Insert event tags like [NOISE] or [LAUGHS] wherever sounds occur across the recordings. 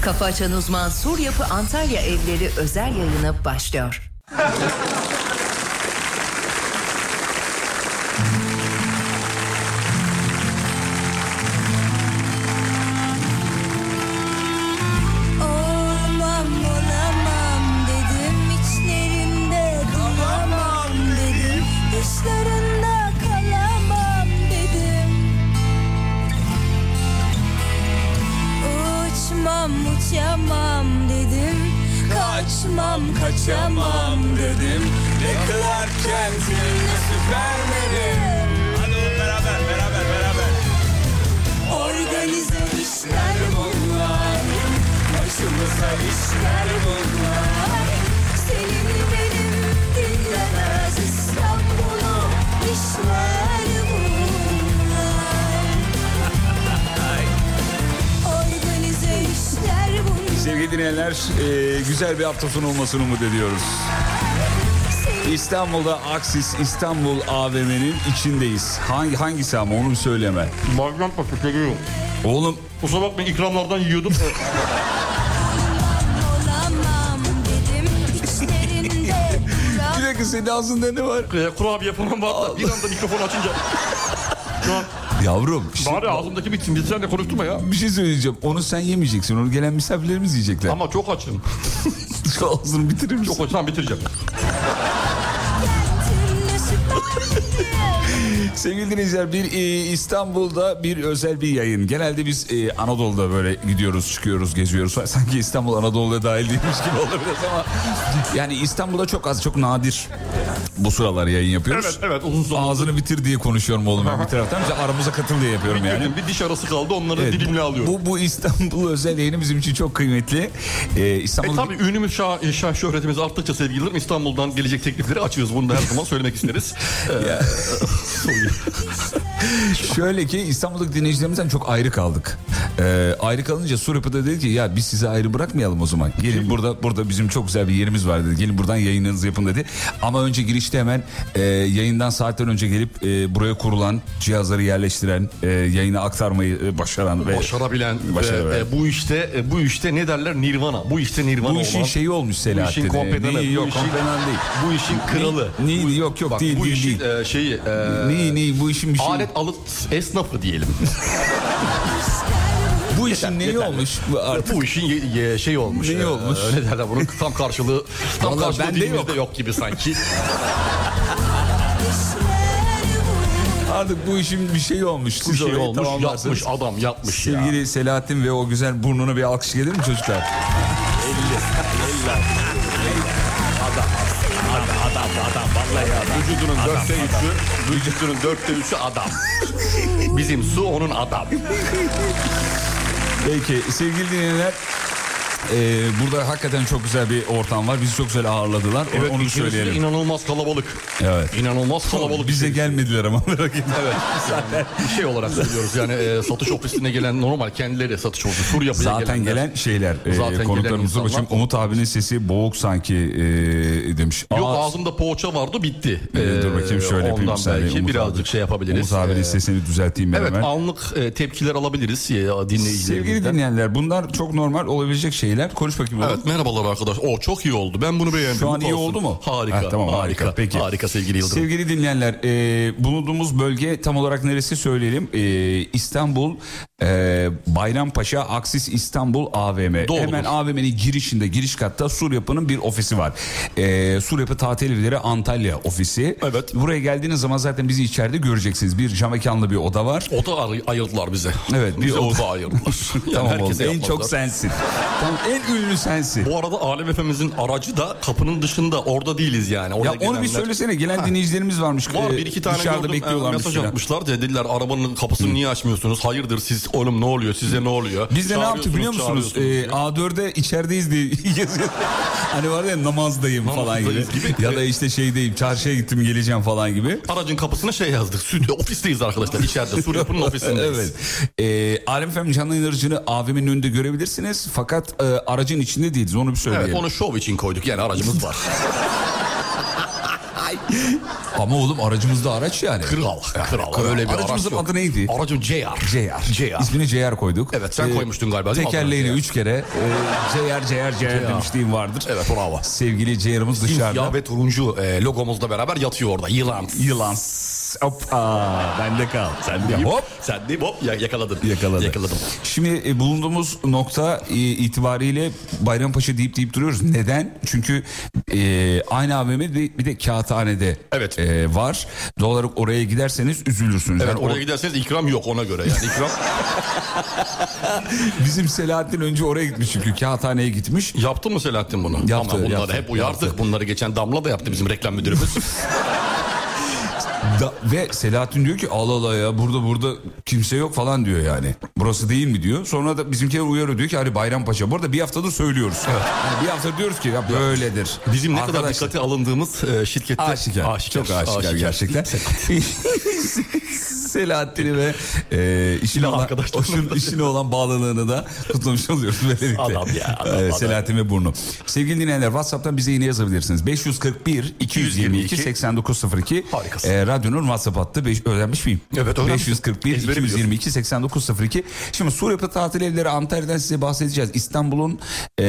Kafa Açan Uzman Sur Yapı Antalya Evleri özel yayını başlıyor. Olmam olamam dedim içlerinde kalamam dedim Dışlarında kalamam dedim Uçmam uçamam dedim Kaçmam kaçamam dedim. Ne Clark Kent'im ne Superman'im. Hadi oğlum beraber beraber beraber. Organize işler bunlar Başımıza işler bunlar. Senin benim dinlemez İstanbul'u işler bunlar Organize işler bunlar Sevgili dinleyenler e, güzel bir hafta sonu olmasını umut ediyoruz. Senin İstanbul'da Aksis İstanbul AVM'nin içindeyiz. Hangi, hangisi ama onu söyleme. Magnum paketleri yok. Oğlum Kusura bakma [LAUGHS] ikramlardan yiyordum. olamam dedim [LAUGHS] içlerinde bir duramam dakika senin ağzında ne var? Ee, kurabiye falan vardı. Bir anda mikrofon açınca. Şu an Yavrum bir şey, bari ağzımdaki bitsin. Bitsen de konuşturma ya. bir şey söyleyeceğim. Onu sen yemeyeceksin. Onu gelen misafirlerimiz yiyecekler. Ama... Ama [LAUGHS] çok açım. Ağzını bitirir misin? Çok açım. Tamam, bitireceğim. Tüm süper Sevgili dinleyiciler bir e, İstanbul'da bir özel bir yayın. Genelde biz e, Anadolu'da böyle gidiyoruz, çıkıyoruz, geziyoruz. [LAUGHS] Sanki İstanbul Anadolu'ya dahil değilmiş gibi olabilir ama yani İstanbul'da çok az, çok nadir bu sıralar yayın yapıyoruz. Evet evet uzun zaman. Ağzını bitir diye konuşuyorum oğlum ben bir taraftan. Bize aramıza katıl diye yapıyorum yani. Bir diş arası kaldı onları Evet, dilimle alıyorum. Bu, bu İstanbul [LAUGHS] özel yayını bizim için çok kıymetli. Ee, E İstanbul tabi ünümüz, şah, e, şah şöhretimiz arttıkça sevgililerim İstanbul'dan gelecek teklifleri açıyoruz. Bunu da her zaman [LAUGHS] söylemek isteriz. Ee, Şöyle ki İstanbul'daki dinleyicilerimizden çok ayrı kaldık. Ee, ayrı kalınca Suripa'da dedi ki ya biz sizi ayrı bırakmayalım o zaman. Gelin burada burada bizim çok güzel bir yerimiz var dedi. Gelin buradan yayınlarınızı yapın dedi. Ama önce girişte hemen e, yayından saatler önce gelip e, buraya kurulan cihazları yerleştiren, e, yayına aktarmayı e, başaran ve Başarabilen ve- Başarabilen. ve bu işte e, bu işte ne derler nirvana. Bu işte nirvana bu işin olan- şeyi olmuş Selahattin. işin kompedanı, Neyi bu yok işin- kompedan değil. Bu işin kralı. Ni- bu, yok, yok, bak, değil, bu değil, işin e, şeyi e, Neyi neyi bu işin bir şey. alet alıt esnafı diyelim. [LAUGHS] bu işin neyi yeter. olmuş Bu artık. bu işin ye- ye- şey olmuş. Neyi e, olmuş? ne derler bunun tam karşılığı tam Vallahi karşılığı bende dilimizde yok. yok. gibi [LAUGHS] sanki. işler bunlar Artık bu işin bir şeyi olmuş. bu Siz şey orayı olmuş tamamlarsınız. yapmış adam yapmış ya. Sevgili Selahattin ve o güzel burnuna bir alkış gelir mi çocuklar? Adam adam vallahi adam. Vücudunun dörtte üçü, vücudunun dörtte üçü [LAUGHS] adam. Bizim su onun adam. Peki sevgili dinleyenler e, burada hakikaten çok güzel bir ortam var. Bizi çok güzel ağırladılar. O- Evet, Onu içerisi söyleyelim. İnanılmaz kalabalık. Evet. İnanılmaz kalabalık. şey. Bize içerisi. gelmediler ama merak etme. [LAUGHS] Evet. Zaten şey olarak söylüyoruz yani e, satış ofisine gelen normal kendileri satış ofisi sur yapıya Zaten gelenler. gelen şeyler. E, Zaten gelen konuklarımız dur insanlar- bakayım. Umut abinin sesi boğuk sanki e, demiş. Yok Aa, ağzımda poğaça vardı bitti. e, dur bakayım Ee, şöyle yapayım. Ondan bir saniye. belki Umut birazcık abi- şey yapabiliriz. Umut abinin Ee, sesini düzelteyim ben Evet hemen. anlık e, tepkiler alabiliriz e, Sevgili dinleyicilerimizden. dinleyenler bunlar çok normal olabilecek şeyler. Konuş bakayım. oğlum. Evet merhabalar arkadaş. O çok iyi oldu. Ben bunu beğendim. Şu an Bu iyi olsun. oldu mu? Harika. Ha, tamam harika. harika. Peki. Harika sevgili Yıldırım. Sevgili dinleyenler, e, bulunduğumuz bölge tam olarak neresi söyleyelim? E, İstanbul e, Bayrampaşa Aksis İstanbul AVM. Doğrudur. Hemen AVM'nin girişinde, giriş katta Sur Yapı'nın bir ofisi var. E, Sur Yapı Tatil Evleri Antalya ofisi. Evet. Buraya geldiğiniz zaman zaten bizi içeride göreceksiniz. Bir cam mekanlı bir oda var. Oda ar- ayırdılar bize. Evet, bir bize oda. oda ayırdılar. Yani tamam oldu. herkese En çok yapmadılar. sensin. tamam, en ünlü sensin. Bu arada Alem Efemizin aracı da kapının dışında orada değiliz yani. Oraya Ya onu bir gelenler- söylesene. Gelen dinleyicilerimiz varmış. Var E, bir iki tane dışarıda gördüm, e, bekliyorlarmış mesaj filan. atmışlar dediler arabanın kapısını niye açmıyorsunuz? Hayırdır siz oğlum ne oluyor size ne oluyor? Biz de ne yaptık Çağırıyorsunuz, biliyor musunuz? Ee, çağırıyorsunuz. A4'e içerideyiz diye [LAUGHS] yazıyor. hani var ya namazdayım falan gibi. Namazdayız gibi. ya da işte şeydeyim çarşıya gittim geleceğim falan gibi. Aracın kapısına şey yazdık. Stüdyo, ofisteyiz arkadaşlar içeride. Suryapı'nın [LAUGHS] ofisindeyiz. Evet. Ee, Alem Efendim canlı yayın aracını AVM'nin önünde görebilirsiniz. Fakat e, aracın içinde değiliz onu bir Evet söyleyelim. [LAUGHS] onu şov için koyduk yani aracımız var. Ama oğlum aracımızda araç yani. Kral. Kral. Öyle bir araç Aracımızın yok. adı neydi? Aracın JR. JR. JR. İsmini JR koyduk. Evet, sen koymuştun galiba, değil mi? Ee, Tekerleğini Adını JR. üç kere e, JR JR JR demişliğim vardır. Evet bravo. Sevgili JR'ımız Siyah dışarıda. ve turuncu e, logomuzla beraber yatıyor orada. Yılan. Yılan. Hoppa. Bende kal. Sen de hop. Sen de hop ya- yakaladın. Yakaladı. Yakaladım. Şimdi e, bulunduğumuz nokta e, itibariyle Bayrampaşa deyip deyip duruyoruz. Neden? Çünkü e, aynı AVM bir, bir de kağıthanede Evet. e, var. Doğal olarak oraya giderseniz üzülürsünüz. Evet Yani oraya o- giderseniz ikram yok ona göre yani. İkram [LAUGHS] Bizim Selahattin önce oraya gitmiş çünkü kağıthaneye gitmiş. yaptı mı Selahattin bunu? Yaptı, Ama bunları yaptı, hep uyardık. Bunları geçen Damla da yaptı bizim reklam müdürümüz. Da- ve Selahattin diyor ki Allah Allah ya burada burada kimse yok falan diyor yani. Burası değil mi diyor. Sonra da bizimkiler uyarıyor diyor ki hani Bayrampaşa. Bu arada bir haftadır söylüyoruz. Yani bir hafta diyoruz ki ya böyledir. Bizim ne kadar Arkadaşlar- dikkate alındığımız e, şirkette Aşikar. Çok aşikar, gerçekten. [LAUGHS] Selahattin'i ve e, işine, olan, arkadaşlarını [LAUGHS] hoşun- işine olan bağlılığını da kutlamış oluyoruz böylelikle. Adam ya, adam, E, adam. Selahattin ve Burnu. Sevgili dinleyenler WhatsApp'tan bize yine yazabilirsiniz. 541 222 8902 Harikasın. E, radyonun WhatsApp hattı. Beş, öğrenmiş miyim? Evet, öğrenmişsin. 541 Ezbere 222 8902 Şimdi Sur Yapı Tatil Evleri Antalya'dan size bahsedeceğiz. İstanbul'un e,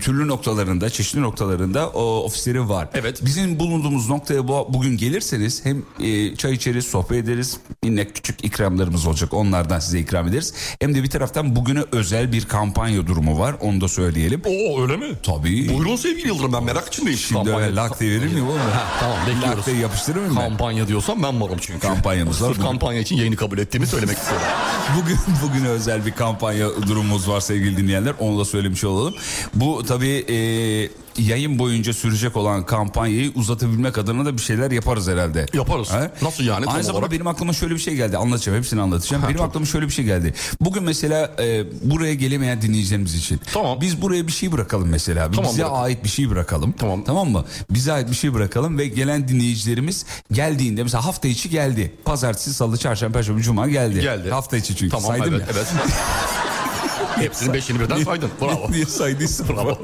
türlü noktalarında, çeşitli noktalarında o ofisleri var. Evet. Bizim bulunduğumuz noktaya bu, bugün gelirseniz hem e, çay içeriz, sohbet ederiz. Yine küçük ikramlarımız olacak. Onlardan size ikram ederiz. Hem de bir taraftan bugüne özel bir kampanya durumu var. Onu da söyleyelim. Oo öyle mi? Tabii. Buyurun sevgili Yıldırım ben merak [LAUGHS] içindeyim. Şimdi öyle lak diye verir miyim [LAUGHS] oğlum? tamam, bekliyoruz. Lak diye yapıştırır mıyım ben? Kampanya diyorsam ben varım çünkü. Kampanyamız var. Sırf kampanya için yayını kabul ettiğimi söylemek istiyorum. [LAUGHS] Bugün bugün özel bir kampanya durumumuz var sevgili dinleyenler. Onu da söylemiş olalım. Bu tabii e, yayın boyunca sürecek olan kampanyayı uzatabilmek adına da bir şeyler yaparız herhalde. Yaparız. Nasıl yani tam Aynı zamanda olarak? benim aklıma şöyle bir şey geldi. Anlatacağım hepsini anlatacağım. benim aklıma şöyle bir şey geldi. Bugün mesela e, buraya gelemeyen dinleyicilerimiz için. Tamam. Biz buraya bir şey bırakalım mesela. Bir Tamam, bize bırakalım. ait bir şey bırakalım. Tamam. Tamam mı? Bize ait bir şey bırakalım ve gelen dinleyicilerimiz geldiğinde mesela hafta içi geldi. Pazartesi, salı, çarşamba, perşembe, cuma geldi. Geldi. Hafta içi çünkü Tamam saydım evet. ya. [LAUGHS] evet. Hepsinin beşini birden saydın. Bravo. Niye saydıysın? [LAUGHS] Bravo.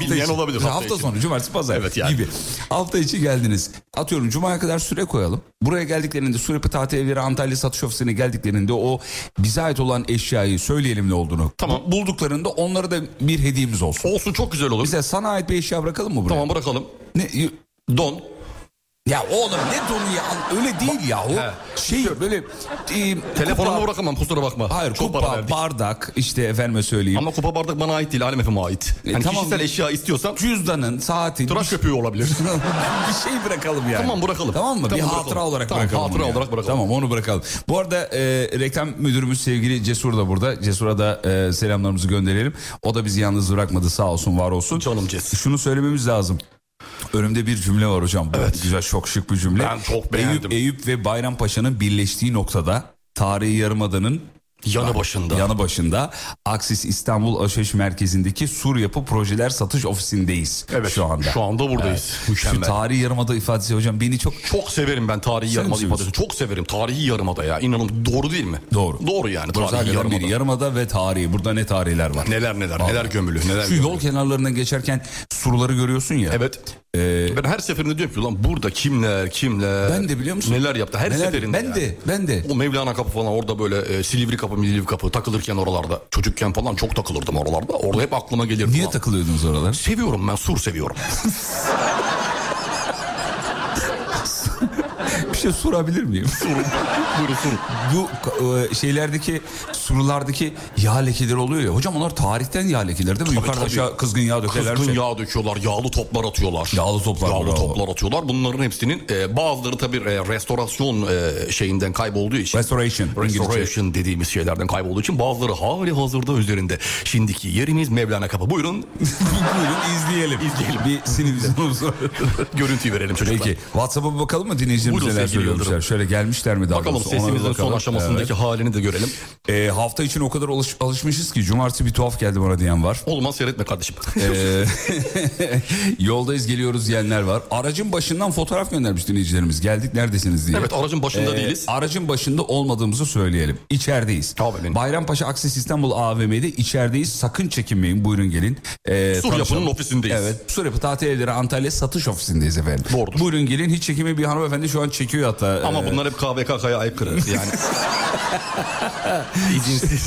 Bilmeyen olabilir Mesela hafta hafta, içi. sonu, cumartesi, pazar Evet yani. gibi. Hafta içi geldiniz. Atıyorum cumaya kadar süre koyalım. Buraya geldiklerinde Surepi Tatil Evleri Antalya Satış Ofisi'ne geldiklerinde o bize ait olan eşyayı söyleyelim ne olduğunu. Tamam. Bu- Bulduklarında onlara da bir hediyemiz olsun. Olsun çok güzel olur. Bize sana ait bir eşya bırakalım mı buraya? Tamam bırakalım. Ne, Don. ya oğlum ne donu ya öyle değil ya o He. şey böyle e, Telefonuma kupa- bırakamam kusura bakma. Hayır çok kupa, para verdik. bardak işte efendime söyleyeyim. E, Ama kupa bardak bana ait değil Alem Efe'me ait. Yani tamam. kişisel eşya istiyorsan Cüzdanın, saatin, tıraş köpüğü olabilir. [LAUGHS] bir şey bırakalım yani. Tamam, bırakalım. Tamam mı? Tamam, bir bırakalım. hatıra olarak Tamam, bırakalım. hatıra onu olarak bırakalım. Tamam onu bırakalım. Bu arada e, reklam müdürümüz sevgili Cesur da burada. Cesur'a da e, selamlarımızı gönderelim. O da bizi yalnız bırakmadı sağ olsun var olsun. Canım Cesur. Şunu söylememiz lazım. Önümde bir cümle var hocam. Evet. Güzel çok şık bir cümle. Ben çok beğendim. Eyüp, Eyüp ve Bayrampaşa'nın birleştiği noktada tarihi yarımadanın Yanı başında. yanı başında Aksis İstanbul Aşeş Merkezi'ndeki Sur Yapı Projeler Satış Ofisindeyiz Evet, şu anda. şu anda buradayız. Mükemmel. Şu tarihi yarımada ifadesi hocam beni çok Çok severim ben tarihi Sen yarımada misin? ifadesini. Çok severim tarihi yarımada ya. İnanın doğru değil mi? Doğru. Doğru yani tarihi Hakikaten yarımada. bir yarımada ve tarihi. Burada ne tarihler var. Neler neler neler gömülü neler Şu gömülü. yol kenarlarından geçerken surları görüyorsun ya. Ee, Evet. ben her seferinde diyorum ki lan burada kimler kimler. Ben de biliyor musun? Neler yaptı her Neler- seferinde. Ben ya. de, ben de. O Mevlana kapı falan orada böyle e, Silivri kapı Milivri kapı takılırken oralarda. Çocukken falan çok takılırdım oralarda. Orada hep aklıma gelirdi. Niye lan. takılıyordunuz oralar? Seviyorum ben sur seviyorum. Bir şey sorabilir miyim? Buyurun sur. Bu e, şeylerdeki surlardaki yağ lekeleri oluyor ya. Hocam onlar tarihten yağ lekeleri değil mi? Yukarıdan tabii. aşağı kızgın yağ dökerler. Kızgın şey. yağ döküyorlar, yağlı toplar atıyorlar. Yağlı toplar, Yağlı bravo. toplar atıyorlar. Bunların hepsinin e, bazıları tabii e, restorasyon e, şeyinden kaybolduğu için. Restoration, İngilizce. Restoration dediğimiz şeylerden kaybolduğu için bazıları hali hazırda üzerinde. Şimdiki yerimiz Mevlana Kapı. Buyurun Buyurun izleyelim. İzleyelim. Bir sinirimiz olsun. [LAUGHS] görüntüyü verelim çocuklar. Peki WhatsApp'a bir bakalım mı dinleyicilerimiz Buyurun neler söylemişler. sevgili Yıldırım. Şöyle gelmişler mi daha Bakalım doğrusu? Ona bir sesimizin son bakalım. aşamasındaki halini de görelim. Evet. Ee, hafta için o kadar alış- alışmışız ki cumartesi bir tuhaf geldi bana diyen var. Olmaz seyretme kardeşim. Ee, [LAUGHS] yoldayız geliyoruz diyenler var. Aracın başından fotoğraf göndermiş dinleyicilerimiz. Geldik neredesiniz diye. Evet, aracın başında Ee, değiliz. Aracın başında olmadığımızı söyleyelim. İçerideyiz. Tabii benim. Bayrampaşa Akses İstanbul AVM'de içerideyiz. Sakın çekinmeyin buyurun gelin. Ee, Sur tanışalım. Yapı'nın ofisindeyiz. Evet. Sur Yapı Tatil Evleri Antalya satış ofisindeyiz efendim. Doğrudur. Buyurun gelin hiç çekimi bir hanımefendi şu an çekiyor hatta. Ama Ee, bunlar hep KVKK'ya ayıp [LAUGHS] kırarız [LAUGHS] yani. [LAUGHS] İzinsiz.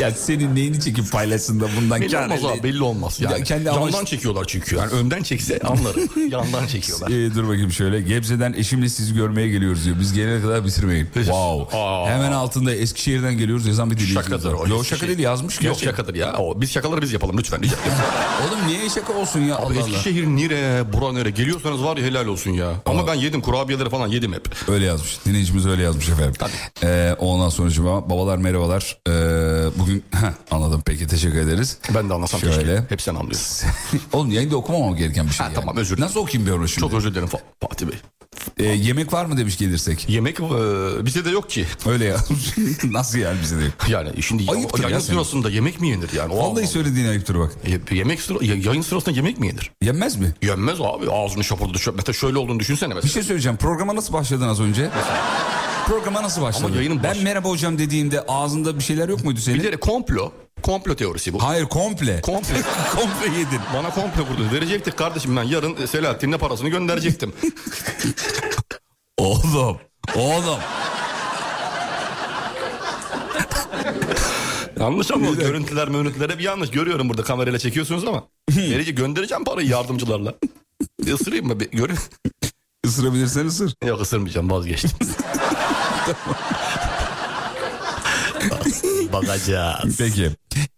Ya senin neyini çekip [LAUGHS] paylaşsın da bundan belli kâr olmaz elde- abi belli olmaz. Yani. Ya kendi Yandan amaç- çekiyorlar çünkü. Yani önden çekse anlarım. Yandan çekiyorlar. Ee, dur bakayım şöyle. Gebze'den eşimle sizi görmeye geliyoruz diyor. Biz gelene kadar bitirmeyin. Wow. Aa. Hemen altında Eskişehir'den geliyoruz yazan bir dinleyicimiz Şakadır var. o. Yo şaka değil yazmış. Yok gerçekten. şakadır ya. O, biz şakaları biz yapalım lütfen. Rica ederim. [LAUGHS] Oğlum niye şaka olsun ya Allah Allah. Eskişehir nire, bura nere geliyorsanız var ya helal olsun ya. Ama ben yedim kurabiyeleri falan yedim hep. Öyle yazmış. Dinleyicimiz öyle yazmış efendim. Ee, ondan sonucuma babalar merhabalar. Ee, bugün [LAUGHS] Heh, anladım peki teşekkür ederiz. Ben de anlasam Şöyle. keşke. Hep sen anlıyorsun. [LAUGHS] Oğlum yayında okumamam gereken bir şey. Ha, yani. tamam, özür dilerim. Nasıl okuyayım ben onu şimdi? Çok özür dilerim Fa- Fatih Bey. Ee, yemek var mı demiş gelirsek. Yemek e, bize de yok ki. Öyle ya. [LAUGHS] Nasıl yani bize de. Yani e, şimdi ya, Ayıptır ya yayın senin. sırasında yemek mi yenir yani? O Vallahi anlamda. söylediğin ayıptır bak. Y- Yemek sıra, y- yayın sırasında yemek mi yenir? Yenmez mi? Yenmez abi. Ağzını şapırdı. şöyle- Mesela şöyle olduğunu düşünsene Bir mesela. şey söyleyeceğim. Programa nasıl başladın az önce? Programa nasıl başladın? Ama yayının ben baş- merhaba hocam dediğimde ağzında bir şeyler yok muydu senin? Bir de komplo. Komplo teorisi bu. Hayır komple. Komplo. [LAUGHS] komple yedin. Bana komplo vurdu. Verecektik kardeşim ben yarın Selahattin'le parasını gönderecektim. [LAUGHS] Oğlum. Oğlum. yanlış ama o görüntüler mönüntüler hep yanlış. Görüyorum burada kamerayla çekiyorsunuz ama. Hmm. Verici göndereceğim parayı yardımcılarla. Isırayım mı? Bir, görün. Isırabilirsen ısır. Yok [LAUGHS] ısırmayacağım vazgeçtim. Bakacağız. Peki.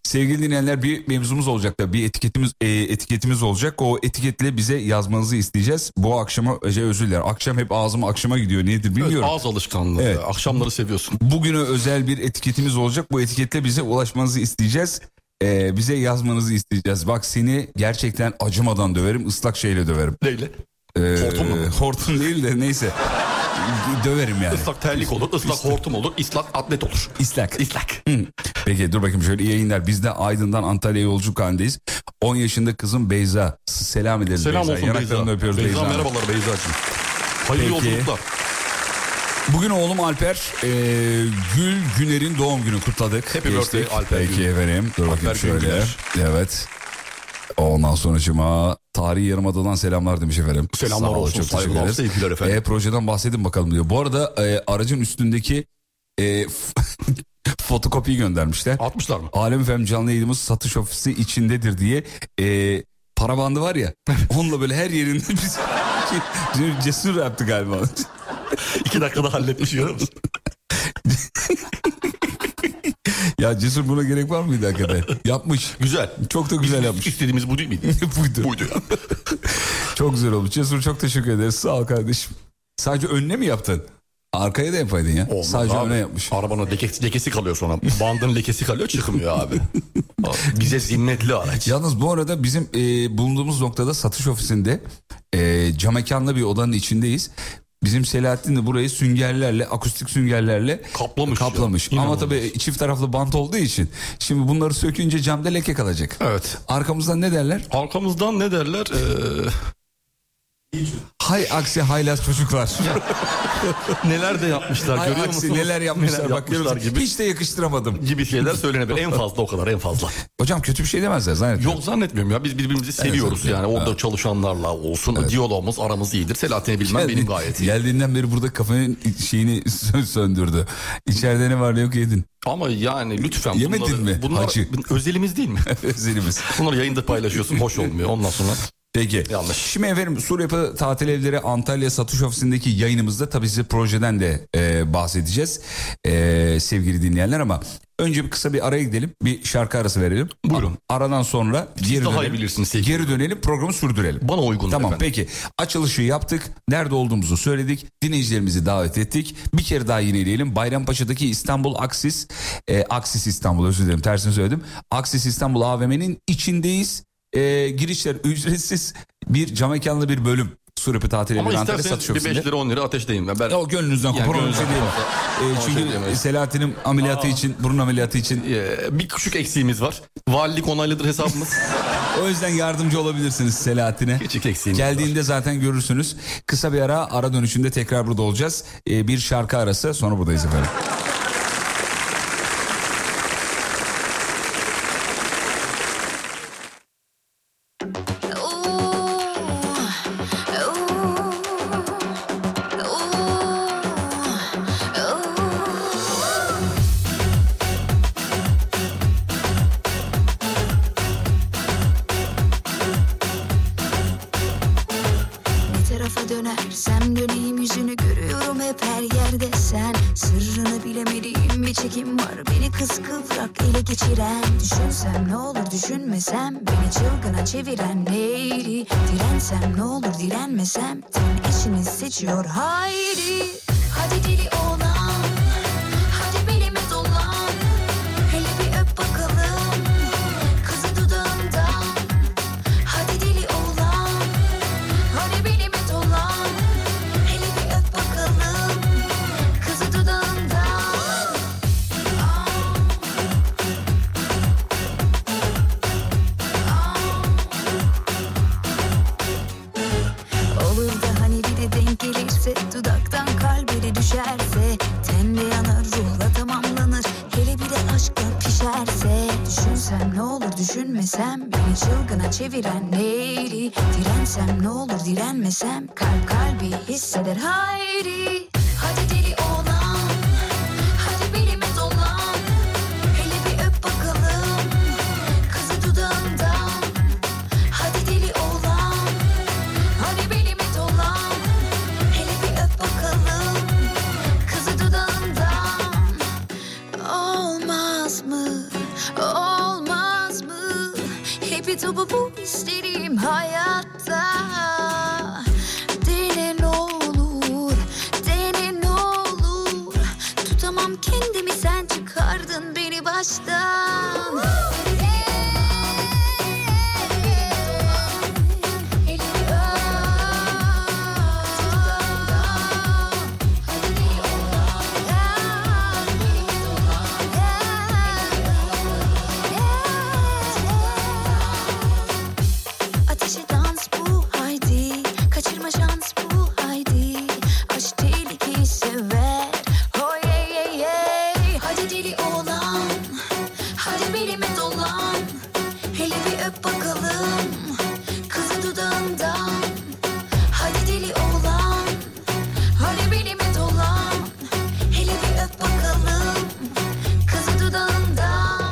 Sevgili dinleyenler bir mevzumuz olacak da bir etiketimiz e, etiketimiz olacak. O etiketle bize yazmanızı isteyeceğiz. Bu akşama Ece özür diler. Akşam hep ağzım akşama gidiyor. Nedir Evet, bilmiyorum. ağız alışkanlığı. Evet. Akşamları seviyorsun. Bugüne özel bir etiketimiz olacak. Bu etiketle bize ulaşmanızı isteyeceğiz. Ee, bize yazmanızı isteyeceğiz. Bak seni gerçekten acımadan döverim, ıslak şeyle döverim. Neyle? Ee, Hortum mu? Hortum değil de neyse. döverim yani. Islak terlik olur, ıslak hortum olur, ıslak atlet olur. İslak. Islak. Peki dur bakayım şöyle iyi yayınlar. Biz de Aydın'dan Antalya yolculuk halindeyiz. 10 yaşında kızım Beyza. S- Selam ederiz Selam Beyza. olsun Beyza. Yanaklarını öpüyoruz Beyza. Beyza merhabalar Beyza'cığım. Hayırlı Peki. yolculuklar. Bugün oğlum Alper e, Gül Güner'in doğum günü kutladık. Happy Geçtik. birthday Alper Peki Gül. efendim. Dur Alper bakayım Gül şöyle. Güner. Evet. Ondan sonra cuma tarihi yarımadadan selamlar demiş efendim. Selamlar olun, olsun, teşekkür saygılar, ederiz. sevgiler efendim. E, projeden bahsedin bakalım diyor. Bu arada e, aracın üstündeki e, [LAUGHS] fotokopiyi göndermişler. Atmışlar mı? Alem FM canlı yayınımız satış ofisi içindedir diye e, para bandı var ya onunla böyle her yerinde biz bizim [LAUGHS] cesur yaptı galiba. [LAUGHS] İki dakikada halletmiş görüyor musun? [LAUGHS] ya cesur buna gerek var mıydı hakikaten? Yapmış. Güzel. Çok da güzel yapmış. İstediğimiz bu değil miydi? [LAUGHS] Buydu. Buydu ya. Çok güzel olmuş. Cesur çok teşekkür ederiz. Sağ ol kardeşim. Sadece önüne mi yaptın? Arkaya da yapaydın ya. Olmaz Sadece abi. öne yapmış. Arabanın lekesi, lekesi kalıyor sonra. Bandın lekesi kalıyor çıkmıyor abi. Abi, [LAUGHS] Bize zimmetli araç. Yalnız bu arada bizim e, bulunduğumuz noktada satış ofisinde e, cam mekanlı bir odanın içindeyiz. Bizim Selahattin de burayı süngerlerle, akustik süngerlerle Kaplamış ya. kaplamış. Ama İnanılmaz. tabii çift taraflı bant olduğu için şimdi bunları sökünce camda leke kalacak. Evet. Arkamızdan ne derler? Arkamızdan ne derler? Ee, Hay aksi haylaz çocuklar. [LAUGHS] neler de yapmışlar Hay görüyor aksi musunuz? neler yapmışlar, Neler bak görüyor yapmışlar musun? gibi. Hiç de yakıştıramadım. gibi şeyler [LAUGHS] söylenebilir. En fazla o kadar en fazla. Hocam kötü bir şey demezler zannetmiyorum. Yok zannetmiyorum ya biz birbirimizi seviyoruz zannetmiyorum. yani orada çalışanlarla olsun diyalogumuz aramız iyidir. Selahattin'i bilmem Geldi- benim gayet iyi. Geldiğinden beri burada kafanın şeyini sö- söndürdü. İçeride ne var ne yok yedin. Ama yani lütfen Yemedin bunları, mi bunlar hacı? özelimiz değil mi? [LAUGHS] Özelimiz. Bunları yayında paylaşıyorsun hoş olmuyor ondan sonra. Peki. Yanlış. Şimdi efendim Sur Yapı Tatil Evleri Antalya satış ofisindeki yayınımızda tabii size projeden de e, bahsedeceğiz E, sevgili dinleyenler ama önce bir kısa bir araya gidelim bir şarkı arası verelim. Buyurun. Aradan sonra geri daha iyi dönelim. bilirsiniz sevgili. Geri dönelim programı sürdürelim. Bana uygun Tamam efendim. peki açılışı yaptık nerede olduğumuzu söyledik dinleyicilerimizi davet ettik bir kere daha yineleyelim Bayrampaşa'daki İstanbul Aksis e, Aksis İstanbul özür dilerim tersini söyledim Aksis İstanbul AVM'nin içindeyiz E, girişler ücretsiz bir cam mekanlı bir bölüm Surip'i tatil Ama evi Antalya satış isterseniz bir 5 ofisinde. lira 10 lira ateşleyin. Ben, ben O gönlünüzden Yani kopar onun gönlünüzden şey için değil. kopar. Ee, Onu çünkü söyleyemeyiz. Selahattin'in ameliyatı için, burun ameliyatı için. Ee, bir küçük eksiğimiz var. Valilik [LAUGHS] onaylıdır hesabımız. O yüzden yardımcı olabilirsiniz Selahattin'e. Küçük eksiğimiz var. Geldiğinde zaten görürsünüz. Kısa bir ara, ara dönüşünde tekrar burada olacağız. Ee, bir şarkı arası sonra buradayız efendim. Ne tarafa dönersem döneyim yüzünü görüyorum hep her yerde sen Sırrını bilemediğim bir çekim var beni kıskıvrak ele geçiren Düşünsem ne olur düşünmesem beni çılgına çeviren neydi Dirensem ne olur direnmesem ten eşini seçiyor haydi Hadi deli oğlan hadi belime dolan Hele bir öp bakalım kızı dudağından Hadi deli oğlan Hani benim et olan Hele bir öp bakalım Kızı dudağından Olur da hani bir de denk gelirse Dudaktan kalbere düşerse Tenle yanar ruhla tamamlanır Hele bir de aşkla pişerse Düşünsem ne olur düşünmesem Beni çılgına çeviren neydi Dirensem ne olur direnmesem Kalp kalbi hisseder hayri Hadi deli oğlan Hadi belime dolan Hele bir öp bakalım Kızı dudağından Hadi deli oğlan Hani belime dolan Hele bir öp bakalım Kızı dudağından Olmaz mı? Olmaz mı? Hep topu bu isterim hayatta Dene ne olur Dene ne olur Tutamam kendimi sen çıkardın beni baştan Ateşe dans bu haydi Kaçırma şans bu haydi Aşk tehlikeyi sever Oh yeah yeah yeah Hadi deli oğlan Hadi belime dolan Hele bir öp bakalım Kızı dudağından Hadi deli oğlan Hadi belime dolan Hele bir öp bakalım Kızı dudağından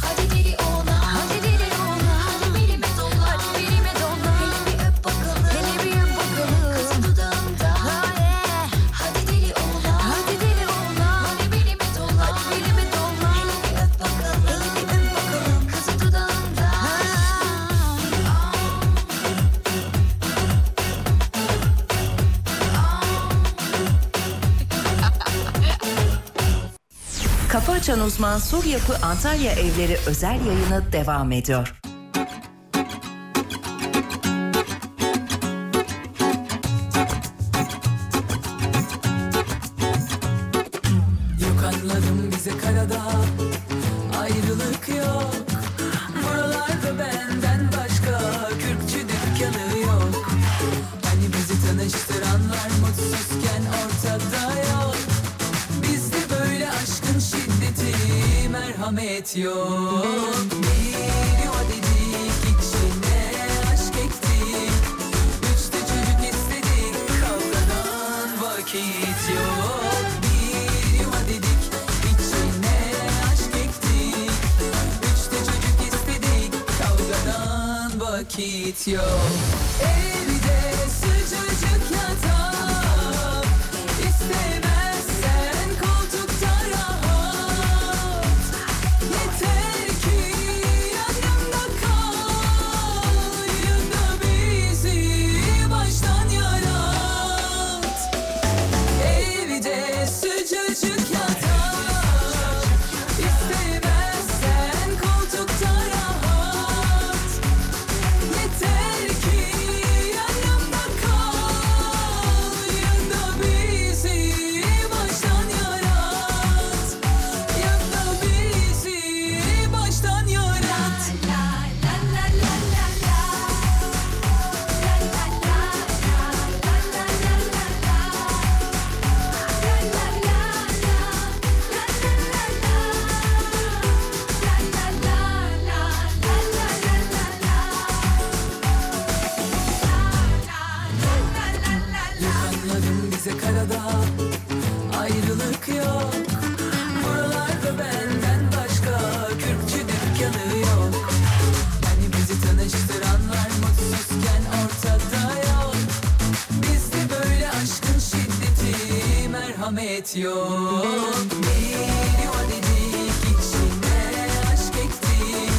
Hadi deli oğlan Hadi deli oğlan Hadi belime dolan Hadi belime dolan Hele bir öp bakalım Hele bir öp bakalım Kızı dudağından Hadi deli oğlan Hadi deli oğlan Hadi belime dolan Hadi belime dolan Hele bir öp bakalım Hele bir öp bakalım Kızı dudağından Kafa Açan Uzman Sur Yapı Antalya Evleri özel yayını devam ediyor. Yok anladım bize karada ayrılık yok Buralarda benden başka kürkçü dükkanı yok Hani bizi tanıştıranlar mutsuzken ortada yok Bizde böyle aşkın şiddeti merhamet yok Bir yuva dedik içine aşk ektik Üçte çocuk istedik kavgadan vakit yok Bir yuva dedik içine aşk ektik Üçte çocuk istedik kavgadan vakit yok Evde sıcacık yatak İstemezsen koltukta rahat Yeter ki yanımda kal Yine bizi baştan yarat Evde sıcacık yatak İstemezsen koltukta rahat Yeter ki yanımda Hani merhamet yok Bir yuva dedik içine aşk ektik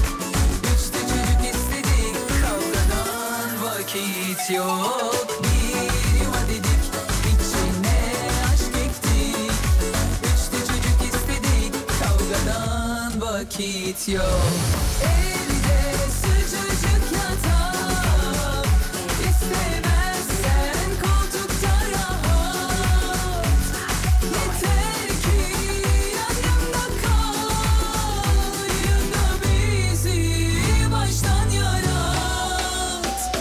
Üçte çocuk istedik kavgadan vakit yok Bir yuva dedik içine aşk ektik Üçte çocuk istedik kavgadan vakit yok Evde sıcacık yatak İstemezsen koltukta rahat Yeter ki yanımda kal Yanımda bizi baştan yarat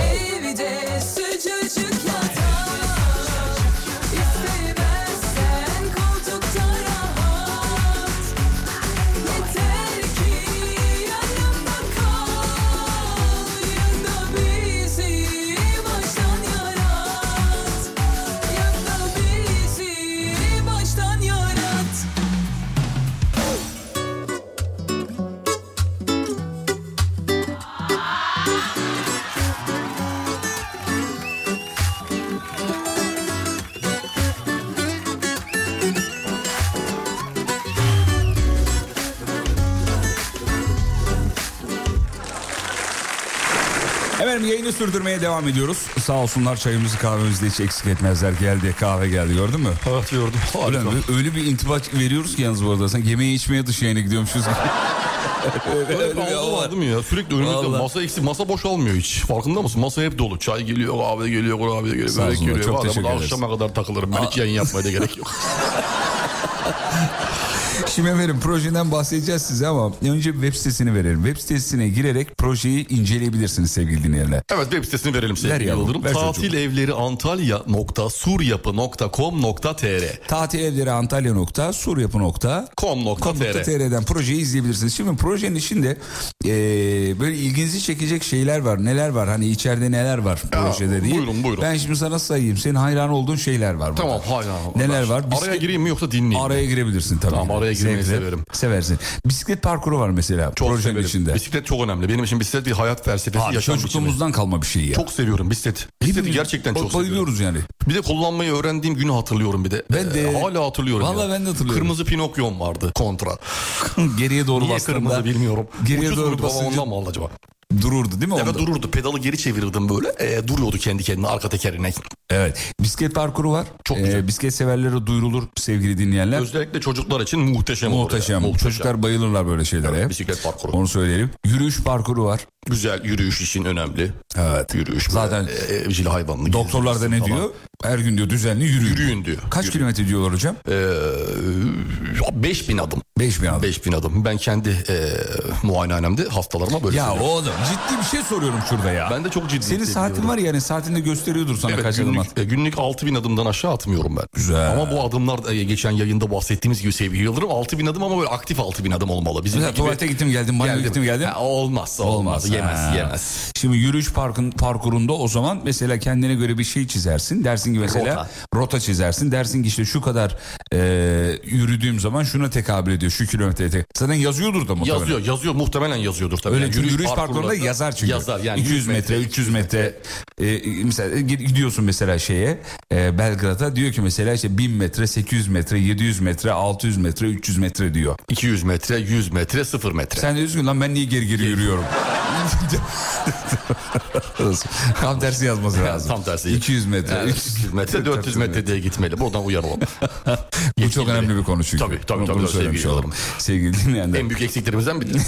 Evde sıcacık yatak İstemezsen koltukta rahat Yeter ki yanımda kal Yanımda bizi baştan yarat Yanımda bizi baştan yarat Efendim yayını sürdürmeye devam ediyoruz. Sağ olsunlar çayımızı kahvemizi de hiç eksik etmezler. Geldi kahve geldi gördün mü? Evet gördüm. Öyle, öyle bir intiba veriyoruz ki yalnız bu arada. Sanki yemeği içmeye dış yayına gidiyormuşuz [LAUGHS] gibi. Öyle bir bir algı hava var. var değil mi ya? Sürekli önümüzde Vallahi. masa eksik, masa boşalmıyor hiç. Farkında mısın? Masa hep dolu. Çay geliyor, kahve geliyor, kurabiye geliyor, Sağ börek olsunlar, geliyor. çok Bazen teşekkür burada ederiz. akşama kadar takılırım. Ben hiç yayın yapmaya da [LAUGHS] gerek yok. Şimdi efendim projeden bahsedeceğiz size ama önce web sitesini verelim. Web sitesine girerek projeyi inceleyebilirsiniz sevgili dinleyenler. Evet web sitesini verelim Ver sevgili yavrum, Yıldırım. ver çocuğum. Tatil evleri antalya.suryapı.com.tr Tatil evleri Antalya nokta, Suryapı nokta, com.tr TR'den projeyi izleyebilirsiniz. Şimdi projenin içinde eee, böyle ilginizi çekecek şeyler var. Neler var? Hani içeride neler var projede diye. buyurun, buyurun. Ben şimdi sana sayayım. Senin hayran olduğun şeyler var. burada. Tamam hayran. Neler var? Araya Bisiklet- gireyim mi yoksa dinleyeyim mi? Araya girebilirsin tabii. Tamam, araya girmeyi Zevkle. severim. Seversin. Bisiklet parkuru var mesela Çok projenin severim. içinde. Bisiklet çok önemli. Benim için bisiklet bir hayat felsefesi, Ha, yaşam biçimi. çocukluğumuzdan kalma bir şey ya. Çok seviyorum bisiklet. Bisikleti Hepimiz gerçekten çok seviyorum. Bayılıyoruz yani. Bir de kullanmayı öğrendiğim günü hatırlıyorum bir de. Ben Ee, de- hala hatırlıyorum. Vallahi ya. ben de hatırlıyorum. Kırmızı Pinokyo'm vardı kontra. [LAUGHS] Geriye doğru Niye bastığında kırmızı bilmiyorum. Geriye Ucuz doğru muydu baba basınca ondan mı aldı acaba? dururdu değil mi Ya onda? da dururdu pedalı geri çevirirdim böyle. Ee, duruyordu kendi kendine arka tekerine. Evet. Bisiklet parkuru var. Çok Ee, güzel. bisiklet severlere duyurulur sevgili dinleyenler. Özellikle çocuklar için muhteşem olur. Muhteşem. yani. Çocuklar bayılırlar böyle şeylere. Bisiklet parkuru. Onu söyleyelim. Yürüyüş parkuru var. Güzel yürüyüş için önemli. Evet. Yürüyüş. Zaten böyle, e, evcil hayvanlı. doktorlar da ne gezdirmesi diyor? Her gün diyor düzenli yürüyün. falan. Yürüyün diyor. Kaç kilometre diyorlar hocam? Ee, 5000 adım. 5000 adım. 5000 adım. Ben kendi e, muayenehanemde hastalarıma böyle Ya söylüyorum. oğlum ciddi bir şey soruyorum şurada ya. Ben de çok ciddi. şey Senin saatin var yani saatinde gösteriyordur sana Evet, kaç adım at. günlük, e, günlük 6000 adımdan aşağı atmıyorum ben. Güzel. Ama bu adımlar e, geçen yayında bahsettiğimiz gibi sevgili Yıldırım 6000 adım ama böyle aktif 6000 adım olmalı. Bizim Mesela tuvalete gittim geldim, banyoya gittim geldim. olmaz, olmaz. Olmaz, Yemez, ha. yemez. Şimdi yürüyüş parkın parkurunda o zaman mesela kendine göre bir şey çizersin. Dersin ki mesela rota, Rota. çizersin. Dersin ki işte şu kadar e, yürüdüğüm zaman şuna tekabül ediyor. Şu kilometreye tekabül Zaten yazıyordur da muhtemelen. Yazıyor, yazıyor. Muhtemelen yazıyordur tabii. Öyle Yani çünkü yürüyüş, parkurunda parkurlarında yazar çünkü. Yazar yani 200 metre, 300 metre. E, mesela gidiyorsun mesela şeye e, Belgrad'a diyor ki mesela işte 1000 metre, 800 metre, 700 metre, 600 metre, 300 metre diyor. 200 metre, 100 metre, 0 metre. Sen de üzgün lan ben niye geri geri yürüyorum? Tam [LAUGHS] tersi yazması lazım. Tam tersi. 200 metre. [LAUGHS] Yani 300 300 metre, 400 metre diye gitmeli. [LAUGHS] Buradan uyaralım. Bu çok önemli bir konu çünkü. Tabii, tabii, Bunu- tabii, bunu tabii, söylemiş sevgili olalım. Sevgili dinleyenler. En büyük eksiklerimizden biri. [LAUGHS]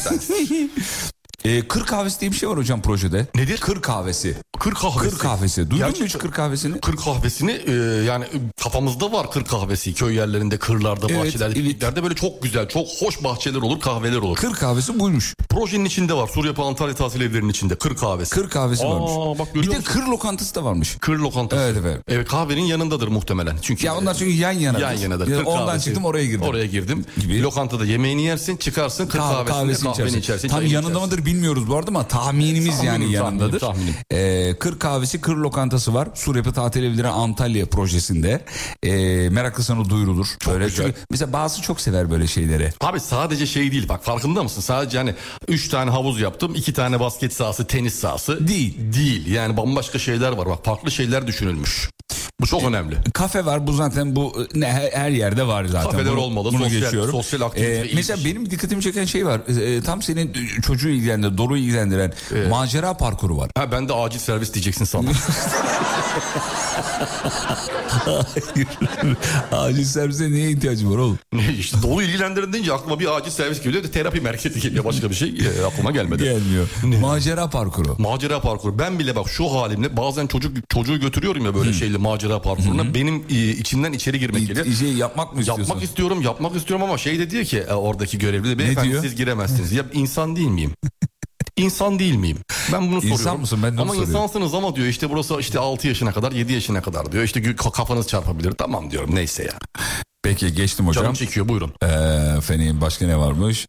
E, kır kahvesi diye bir şey var hocam projede. Nedir? Kır kahvesi. Kır kahvesi. Kır kahvesi. Duydun mu hiç Gerçekten- kır kahvesini? Kır kahvesini e, yani kafamızda var kır kahvesi. Köy yerlerinde, kırlarda, Evet, bahçelerde, evet. pikniklerde böyle çok güzel, çok hoş bahçeler olur, kahveler olur. Kır kahvesi buymuş. Projenin içinde var. Suryapı Antalya tatil evlerinin içinde kır kahvesi. Kır kahvesi Aa, varmış. bak görüyor bir de musun? kır lokantası da varmış. Kır lokantası. Evet efendim. Evet kahvenin yanındadır muhtemelen. Çünkü Ya onlar çünkü yan yana. yan yanadır. Ya Kır Ondan kahvesi. çıktım oraya girdim. Oraya girdim. Gibi. Lokantada yemeğini yersin, çıkarsın kır Kahve- kahvesini, kahveni kahvesini içersin. içersin. Tam çayını yanında içersin. mıdır bilmiyoruz bu arada ama tahminimiz Tahminim, yani tahminim, yanındadır. tahminim. Ee, kır kahvesi, kır lokantası var. Surepe Tatil Evleri Antalya projesinde. Ee, meraklısına duyurulur. Çok güzel. mesela bazı çok sever böyle şeyleri. Abi sadece şey değil bak farkında mısın? Sadece hani 3 tane havuz yaptım, 2 tane basket sahası, tenis sahası. Değil. Değil yani bambaşka şeyler var bak farklı şeyler düşünülmüş. Bu çok önemli. Kafe var bu zaten bu e, ne her, her yerde var zaten. Kafeler Bunu- olmalı, Bunu sosyal- geçiyorum. Ee, sosyal aktivite, ilgi. mesela benim dikkatimi çeken şey var. E, e, tam senin e, çocuğu ilgilendiren, Doruk'u ilgilendiren macera parkuru var. Ha ben de acil servis diyeceksin sandım. [LAUGHS] [LAUGHS] Acil servise niye ihtiyacı var oğlum? Ne işte dolu ilgilendirin deyince aklıma bir acil servis geliyor da terapi merkezi geliyor. Başka bir şey e, aklıma gelmedi. Gelmiyor. Macera parkuru. Macera parkuru. Ben bile bak şu halimle bazen çocuk çocuğu götürüyorum ya böyle şeyle macera parkuruna. Benim e, içinden içeri girmek geliyor. Bir şey yapmak mı istiyorsun? Yapmak istiyorum, yapmak istiyorum ama şey de diyor ki e, oradaki görevli de beyefendi diyor? siz giremezsiniz. Ya insan [LAUGHS] değil miyim? İnsan değil miyim? Ben bunu soruyorum. mısın? Ben de onu ama soruyorum. insansınız ama diyor işte burası işte 6 yaşına kadar 7 yaşına kadar diyor. İşte gü- kafanız çarpabilir. Tamam diyorum neyse ya. Peki geçtim Canım hocam. çekiyor buyurun. Ee, Feney'in başka ne varmış?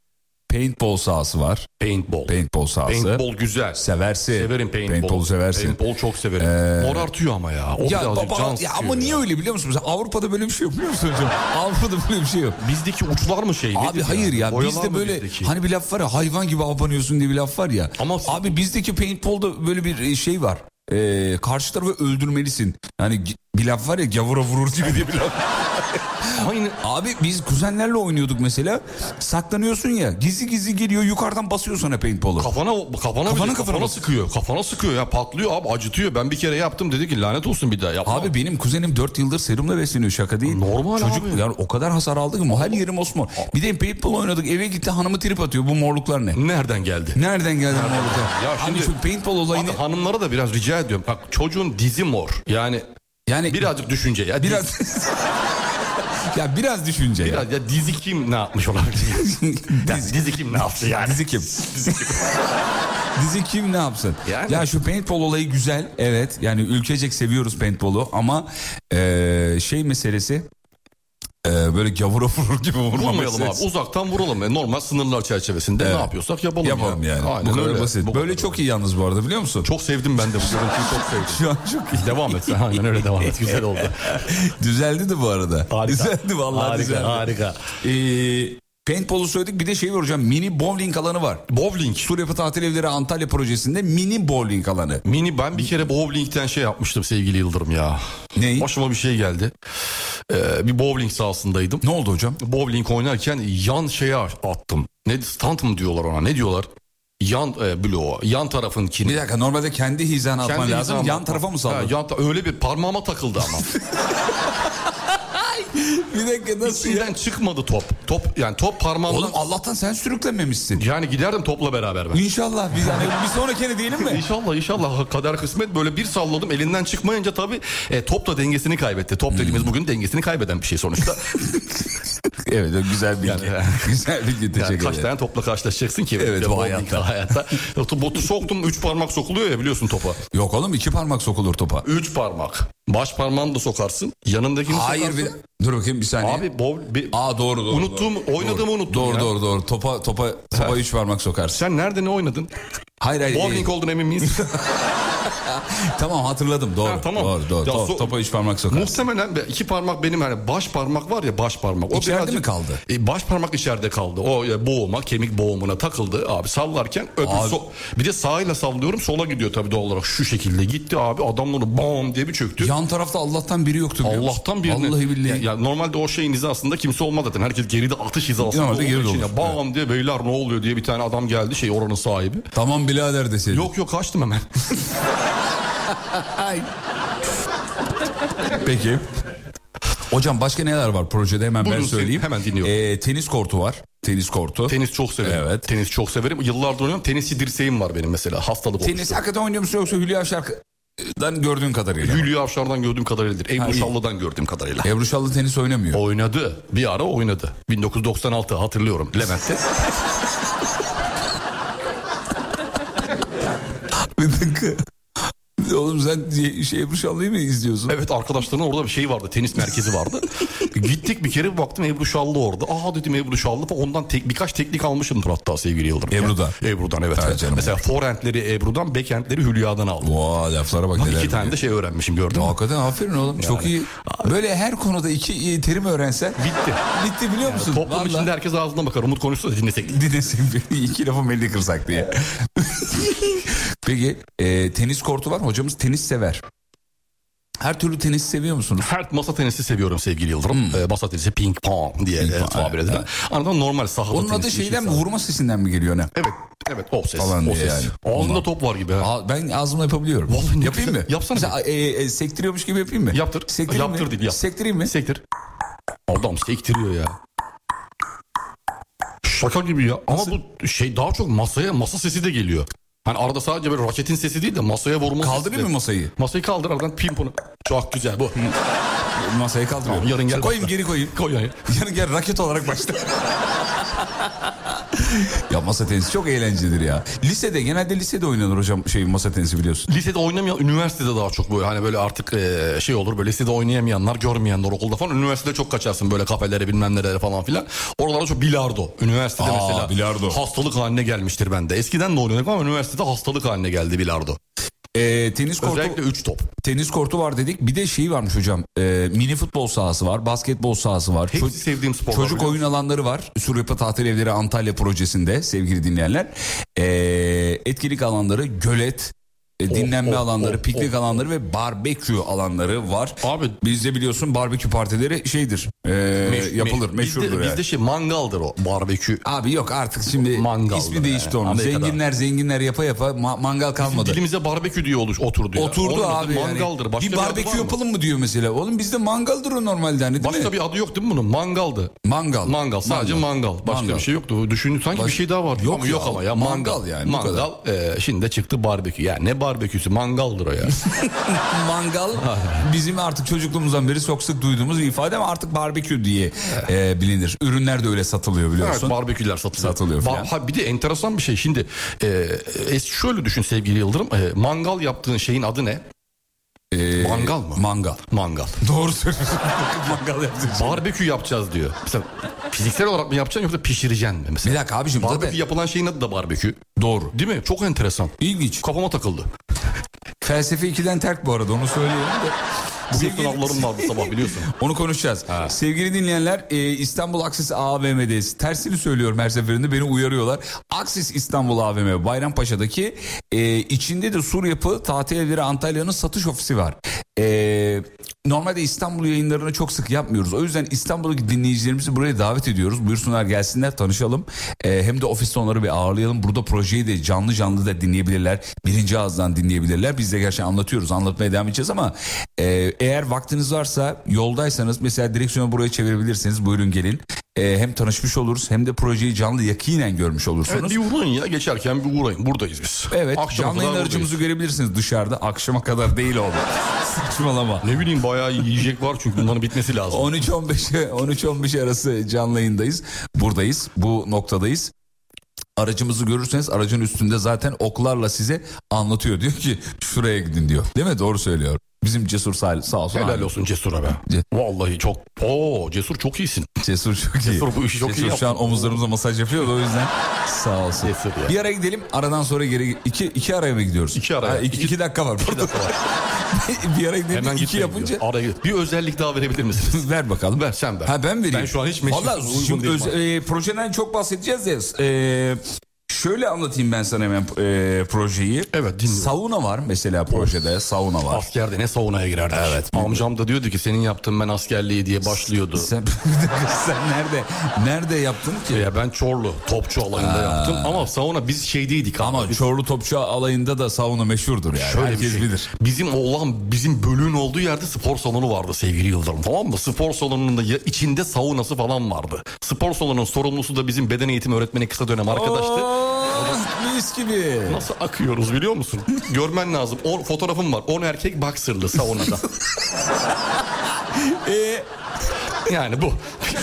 Paintball sahası var. Paintball. Paintball sahası. Paintball güzel. Seversin. Severim paintball. Paintball'u seversin. Ee, Paintball çok severim. Morartıyor ama ya. O Ya, birazcık baba, can ya sıkıyor ama niye öyle biliyor musun? Mesela Avrupa'da böyle bir şey yok biliyor musun hocam? [LAUGHS] Avrupa'da böyle bir şey yok. Bizdeki uçlar mı şey? Abi Nedir hayır ya Boyalar bizde mı böyle bizdeki? hani bir laf var ya hayvan gibi abanıyorsun diye bir laf var ya. Ama- Abi bizdeki paintball'da böyle bir şey var. Ee, karşı tarafı öldürmelisin. Yani gi- bir laf var ya gavura vurur gibi diye bir laf. [LAUGHS] Aynı- Abi biz kuzenlerle oynuyorduk mesela. Saklanıyorsun ya gizli gizli geliyor yukarıdan basıyor sana paintball'u. Kafana kafana Kafana kafana, kafana kafana bas. sıkıyor. Kafana sıkıyor ya patlıyor abi acıtıyor. Ben bir kere yaptım dedi ki lanet olsun bir daha yapma. Abi benim kuzenim 4 yıldır serumla besleniyor şaka değil. Normal Çocuk abi. yani o kadar hasar aldı ki her yerim osmor. Bir de paintball oynadık eve gitti hanımı trip atıyor bu morluklar ne? nereden geldi? Nereden geldi [LAUGHS] morluklar? Ya Abi şimdi- şu paintball olayını Abi hanımlara da biraz rica ediyorum. Bak çocuğun dizi mor. Yani yani birazcık düşünce ya. Diz- biraz [LAUGHS] ya biraz düşünce ya. biraz ya dizi kim ne yapmış olabilir? [LAUGHS] Ya dizi kim ne yaptı yani? Dizi [LAUGHS] kim? [LAUGHS] Dizi kim ne yapsın? Yani. Ya şu paintball olayı güzel. Evet yani ülkecek seviyoruz paintball'u ama eee, şey meselesi eee, böyle gavura vurur gibi vurma Vurmayalım abi. meselesi. Uzaktan vuralım. E, Normal sınırlar çerçevesinde ne yapıyorsak yapalım. Yapalım ya. yani. Aynen bu kadar öyle. basit. Bu böyle kadar çok iyi yalnız bu arada biliyor musun? Çok sevdim ben de bu görüntüyü çok sevdim. [LAUGHS] Şu an çok iyi. Devam et sen aynen öyle [LAUGHS] devam et güzel oldu. Düzeldi de bu arada. Düzeldi vallahi Harika, düzeldi. harika. Ee, paintball'u söyledik bir de şey var hocam mini bowling alanı var. Bowling. Surya Tatil Evleri Antalya projesinde mini bowling alanı. Mini ben bir kere bowling'den şey yapmıştım sevgili Yıldırım ya. Neyi? Başıma bir şey geldi. Ee, bir bowling sahasındaydım. Ne oldu hocam? Bowling oynarken yan şeye attım. Ne stand mı diyorlar ona ne diyorlar? Yan e, bloğa yan tarafınkini. Bir dakika normalde kendi hizana atman Kendi lazım. hizama- Yan tarafa mı Ha, salladın? yan ta- öyle bir parmağıma takıldı [LAUGHS] ama. bir dakika nasıl ya? İçinden çıkmadı top. Top yani top parmağımdan. Oğlum Allah'tan sen sürüklememişsin. Yani giderdim topla beraber ben. İnşallah bir, [LAUGHS] bir sonrakine diyelim mi? İnşallah inşallah kader kısmet böyle bir salladım elinden çıkmayınca tabii e, top da dengesini kaybetti. Top dediğimiz bugün dengesini kaybeden bir şey sonuçta. [LAUGHS] e, evet güzel bilgi. güzel bilgi Yani teşekkür kaç ederim. tane topla karşılaşacaksın ki? Evet, bu bu hayatta. hayatta. Botu soktum 3 parmak sokuluyor ya biliyorsun topa. Yok oğlum iki parmak sokulur topa. 3 parmak. Baş parmağını da sokarsın. Yanındakini Hayır bir... sokarsın. Dur bakayım bir saniye. Abi bol bir... Aa doğru doğru. Unuttum, doğru. oynadığımı Doğru. unuttum Doğru ya. doğru doğru. Topa topa topa üç parmak sokarsın. Sen nerede ne oynadın? Hayır hayır. Bowling e, oldun [LAUGHS] emin miyiz? tamam hatırladım doğru. Ha, tamam. Doğru doğru. Ya, Top- so- topa üç parmak sokarsın. Muhtemelen be- iki parmak benim hani baş parmak var ya baş parmak. O İçeride mi kaldı? E, baş parmak içeride kaldı. O e, boğuma kemik boğumuna takıldı abi sallarken öbür Abi- so- bir de sağıyla sallıyorum sola gidiyor tabii doğal olarak şu şekilde gitti abi adam bunu bam diye bir çöktü. Yan tarafta Allah'tan biri yoktu. biliyor musun? Allah'tan birine. Vallahi Ya, billahi. ya normalde o şeyin hizasında kimse olmaz zaten. Herkes geride atış hizasında Normalde olduğu geride için olur. ya Bağım diye beyler ne oluyor diye bir tane adam geldi şey oranın sahibi. Tamam birader deseydin. Yok yok kaçtım hemen. Peki. Hocam başka neler var projede hemen ben Buyurun, söyleyeyim. hemen dinliyorum. Ee, tenis kortu var. Tenis kortu. Tenis çok severim. Evet. Tenis çok severim. Yıllardır oynuyorum. Tenisçi dirseğim var benim mesela. Hastalık Tenis olmuştu. hakikaten oynuyor musun yoksa Hülya Şarkı'dan gördüğün kadarıyla? mı? Hülya Avşar'dan gördüğüm kadarıyladır. Ha, Ebru iyi. Şallı'dan gördüğüm kadarıyla. Ebru Şallı tenis oynamıyor. Oynadı. Bir ara oynadı. 1996 hatırlıyorum. Levent'te. [LAUGHS] Bir dakika. Oğlum sen şey- şey Ebru Şallı'yı mı izliyorsun? Evet arkadaşların orada bir şey vardı. Tenis merkezi [LAUGHS] vardı. Gittik bir kere baktım Ebru Şallı orada. Aha dedim Ebru Şallı. falan. Ondan tek, birkaç teknik almışımdır hatta sevgili Yıldırım. [LAUGHS] Ebru'dan. Ebru'dan evet. Ha, canım. Mesela forehandleri Ebru'dan, backhandleri Hülya'dan aldım. Vaa laflara bak Bak, neler. iki tane de şey öğrenmişim gördün mü? Hakikaten aferin oğlum çok iyi. Böyle her konuda iki iyi terim öğrensen. Bitti. Bitti biliyor musun? Toplum Vallahi. içinde herkes ağzına bakar. Umut konuşsa da [LAUGHS] dinlesek. Dinesin bir- iki lafı belli kırsak diye. Peki e, tenis kortu var hocamız tenis sever. Her türlü tenis seviyor musunuz? Hmm. Her masa tenisi seviyorum sevgili Yıldırım. Ee, masa tenisi ping pong diye e, tabir edilen. Ardından normal sahada Onun tenisi. adı yeşil şeyden mi? saha. Vurma sesinden mi geliyor ne? Evet, evet o ses. Falan o diye ses. yani. Ağzında Ondan. top var gibi. ha. Aa, ben ağzımla yapabiliyorum. Vallahi ne yapayım güzel. mı? Yapsana Mesela, e, e, sektiriyormuş gibi yapayım mı? Yaptır. Sektireyim Yaptır mi? değil, yap. Sektireyim mi? Sektir. Adam sektiriyor ya. Şaka gibi ya. Ama bu şey daha çok masaya masa sesi de geliyor. Hani arada sadece böyle raketin sesi değil de masaya vurma sesi Kaldırayım de. mı masayı? Masayı kaldır aradan pimponu. Çok güzel bu. Masayı kaldırıyorum. Tamam, yarın gel Koyayım başla. geri koyayım. Koy yani. [LAUGHS] Yarın gel raket olarak başla. ya masa tenisi çok eğlencelidir ya. Lisede genelde lisede oynanır hocam şey masa tenisi biliyorsun. Lisede oynamayan, üniversitede daha çok böyle hani böyle artık e, şey olur böyle lisede oynayamayanlar, görmeyenler okulda falan. Üniversitede çok kaçarsın böyle kafelere bilmem nerelere falan filan. Oralarda çok bilardo. Üniversitede Aa, mesela bilardo. hastalık haline gelmiştir bende. Eskiden de oynuyorduk ama üniversitede hastalık haline geldi bilardo. Ee, tenis kortu Özellikle 3 top. tenis kortu var dedik. Bir de şey varmış hocam. Ee, mini futbol sahası var, basketbol sahası var. Hepsi Ço- sevdiğim sporlar. Çocuk biliyor oyun alanları var. Suryopa Tatil Evleri Antalya projesinde sevgili dinleyenler. Ee, etkinlik alanları gölet, e, dinlenme oh, alanları, oh, piknik alanları ve barbekü alanları var. Abi- bizde biliyorsun barbekü partileri şeydir. e, musun? yapılır, bizde, meşhurdur yani. Bizde şey mangaldır o barbekü. Abi yok artık şimdi Mangaldır ismi yani. değişti onun. Amerika'da. Zenginler zenginler yapa yapa ma- mangal kalmadı. Dilimize barbekü diye oluş oturdu ya. Oturdu Onun adı abi yani. Mangaldır. Başka bir adı var barbekü mı? yapalım mı diyor mesela. Oğlum bizde mangaldır o normalde hani değil mi? Başka bir adı yok değil mi bunun? Mangaldı. Mangal. Mangal sadece mangal. Başka Mangal. bir şey yoktu. Düşündük sanki Baş- bir şey daha vardı. Yok Yok ama ya, yok ama ya mangal mangal. yani, bu Mangal e, şimdi de çıktı barbekü. Ya ne barbeküsü [LAUGHS] mangaldır o ya. Mangal [LAUGHS] bizim artık çocukluğumuzdan beri çok sık duyduğumuz bir ifade ama artık barbekü diye e, bilinir. Ürünler de öyle satılıyor evet, biliyorsun. barbeküler satılıyor. Satılıyor Ba- filan. ha, bir de enteresan bir şey. Şimdi e, e, şöyle düşün sevgili Yıldırım. E, mangal yaptığın şeyin adı ne? E, mangal mı? Mangal. Mangal. [LAUGHS] Doğru söylüyorsun. mangal şey. yaptık. Barbekü yapacağız diyor. Mesela fiziksel olarak mı yapacaksın yoksa pişireceksin mi? Bir Mesela dakika abicim barbekü zaten yapılan şeyin adı da barbekü. doğru. Değil mi? Çok enteresan. İlginç. Kafama takıldı. Felsefe 2'den terk bu arada onu söyleyeyim. de. [LAUGHS] Bugün Sevgili- sınavlarım vardı sabah biliyorsun. [LAUGHS] Onu konuşacağız. Sevgili dinleyenler e, İstanbul Aksis AVM'deyiz. Tersini söylüyorum her seferinde beni uyarıyorlar. Aksis İstanbul AVM Bayrampaşa'daki e, içinde de Sur Yapı Tatil Evleri Antalya'nın satış ofisi var. E, normalde İstanbul yayınlarını çok sık yapmıyoruz. O yüzden İstanbul'daki dinleyicilerimizi buraya davet ediyoruz. Buyursunlar gelsinler tanışalım. E, hem de ofiste onları bir ağırlayalım. Burada projeyi de canlı canlı da dinleyebilirler. Birinci ağızdan dinleyebilirler. Biz de gerçekten anlatıyoruz. Anlatmaya devam edeceğiz ama e, eğer vaktiniz varsa yoldaysanız mesela direksiyonu buraya çevirebilirsiniz. Buyurun gelin. E, hem tanışmış oluruz hem de projeyi canlı yakinen görmüş Evet olursunuz. bir uğrayın ya geçerken bir uğrayın. Buradayız biz. Evet, Akşama canlı kadar yayın aracımızı görebilirsiniz dışarıda. Akşama kadar değil [LAUGHS] oğlum. Saçmalama. buradayız. Ne bileyim bayağı yiyecek var çünkü bunların bitmesi lazım. 13-15'e 13-15 arası canlı yayındayız. Buradayız. Bu noktadayız. Aracımızı görürseniz aracın üstünde zaten oklarla size anlatıyor. Diyor ki şuraya gidin diyor. Değil mi? Doğru söylüyor. Bizim cesur sağ, sağ olsun. Helal abi. olsun Cesur'a be. Ce- Vallahi çok. Oo Cesur çok iyisin. Cesur çok iyi. Cesur bu işi çok iyi Cesur şu an yaptı. omuzlarımıza masaj yapıyor da o yüzden sağ olsun. Cesur ya. Bir araya gidelim. Aradan sonra geri iki, iki araya mı gidiyoruz? İki araya. Ha, iki, İki- iki dakika var. Pardon. [LAUGHS] bir araya gidelim. Hemen iki gitmeyin yapınca diyor. Araya bir özellik daha verebilir [LAUGHS] misiniz? Ver bakalım. Ver, sen ver. Ha ben vereyim. Ben şu an hiç meşgul- Valla uygun şimdi değilim öz- abi. e, projeden çok bahsedeceğiz ya. E, şöyle anlatayım ben sana hemen e, projeyi. Evet, dinliyorum. Sauna var mesela projede. Sauna var. Askerde ne saunaya girerdik. Evet. Amcam da diyordu ki senin yaptığın ben askerliği diye başlıyordu. Sen, [LAUGHS] bir dakika, [LAUGHS] sen nerede nerede yaptın ki? Ya ben Çorlu topçu alanında yaptım ama sauna biz şeydeydik Ama abi. Çorlu Topçu alayında da sauna meşhurdur yani. Şöyle Herkes bir şey. bilir. Bizim oğlan bizim bölüğün olduğu yerde spor salonu vardı sevgili Yıldırım tamam mı? Spor salonunun da ya- içinde saunası falan vardı. Spor salonunun sorumlusu da bizim beden eğitimi öğretmeni kısa dönem arkadaştı. Oo, mis gibi. Nasıl akıyoruz biliyor musun? Görmen lazım. O, fotoğrafım var. 10 erkek boxerlı saunada. [LAUGHS] E, yani bu.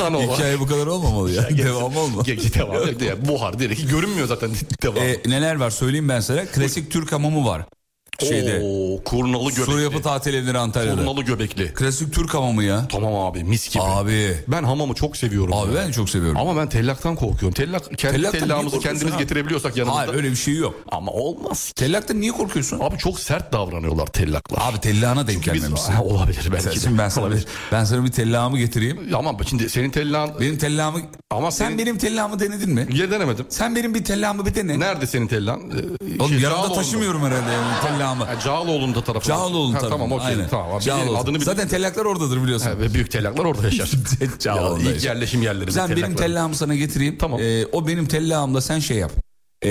Ana olarak. hikaye bu kadar olmamalı ya. Devam olma. Ge- Devam. ediyor. Buhar direkt. [LAUGHS] Görünmüyor zaten. [LAUGHS] Devam. E, neler var söyleyeyim ben sana. Klasik Türk hamamı var. Şeyde. Oo, kurnalı göbekli. Sur yapı tatil evleri Antalya'da. Kurnalı göbekli. Klasik Türk hamamı ya. Tamam abi mis gibi. Abi. Ben hamamı çok seviyorum. Abi ya. ben çok seviyorum. Ama ben tellaktan korkuyorum. Tellak kendi Tellaktan niye tellağımızı korkuyorsun kendimiz abi? getirebiliyorsak yanımızda. Hayır öyle bir şey yok. Ama olmaz. Tellakta niye korkuyorsun? Abi çok sert davranıyorlar tellaklar. Abi tellağına denk Biz- gelmemişsin. Ha, olabilir Sen- belki Şimdi de. ben sana, bir, Olabilir. ben sana bir tellağımı getireyim. Ama şimdi senin tellağın Benim tellağımı... Ama sen senin- benim tellağımı denedin mi? Niye denemedim? Sen benim bir tellağımı bir dene. Nerede senin tellan? Ee, Oğlum şey, yanımda sağ olun. taşımıyorum herhalde yani namı. Ha, Cağaloğlu'nun da tarafı. Cağaloğlu Ha, tabii. Tamam okey. Aynen. Tamam. abi. Cağaloğlu. Adını bir... Zaten tellaklar oradadır biliyorsun. Ha, ve büyük tellaklar orada yaşar. [LAUGHS] Cağaloğlu'da Ya, ilk yaşar. yerleşim yerleri. Sen benim tellağımı sana getireyim. Tamam. Ee, o benim tellağımla sen şey yap. Ee,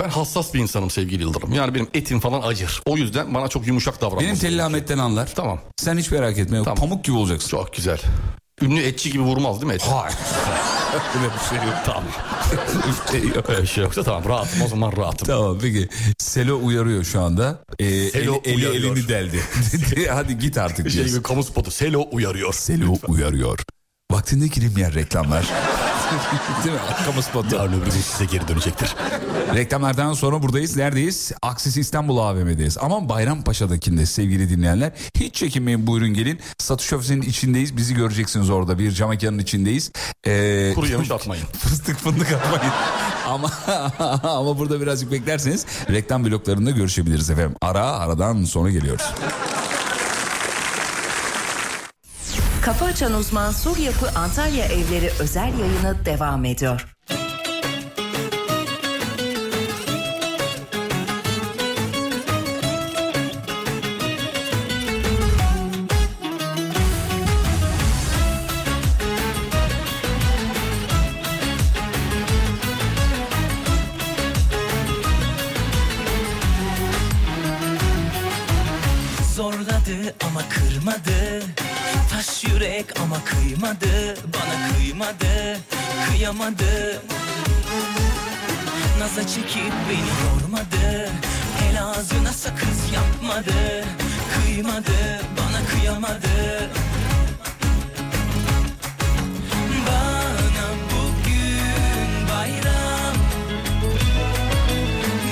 Ben hassas bir insanım sevgili Yıldırım. Yani benim etim falan acır. O yüzden bana çok yumuşak davranması. benim tellametten anlar. Tamam. Sen hiç merak etme. Yok, Tamam. Pamuk gibi olacaksın. Çok güzel. Ünlü etçi gibi vurmaz değil mi et? Hayır. [LAUGHS] Öyle bir şey yok. [LAUGHS] Tamam. Bir şey yok. Öyle bir şey yoksa tamam rahatım o zaman rahatım. Tamam peki. Selo uyarıyor şu anda. Ee, Selo eli, eli uyarıyor. elini deldi. [LAUGHS] Hadi git artık Şey diyorsun. gibi kamu spotu. Selo uyarıyor. Selo uyarıyor. Vaktinde girilmeyen reklamlar. [LAUGHS] Değil mi? Kamu spotu. Yarın öbür gün size geri dönecektir. Reklamlardan sonra buradayız. Neredeyiz? Aksis İstanbul AVM'deyiz. Ama Bayrampaşa'dakinde sevgili dinleyenler. Hiç çekinmeyin buyurun gelin. Satış ofisinin içindeyiz. Bizi göreceksiniz orada. Bir cam mekanın içindeyiz. Ee, Kuru yemiş atmayın. [LAUGHS] fıstık fındık atmayın. ama [LAUGHS] ama burada birazcık beklerseniz reklam bloklarında görüşebiliriz efendim. Ara aradan sonra geliyoruz. Kafa Açan Uzman Sur Yapı Antalya Evleri özel yayını devam ediyor. Zorladı ama kırmadı Taş yürek ama kıymadı Bana kıymadı, kıyamadı Naza çekip beni yormadı El ağzına sakız yapmadı Kıymadı, bana kıyamadı Bana bugün bayram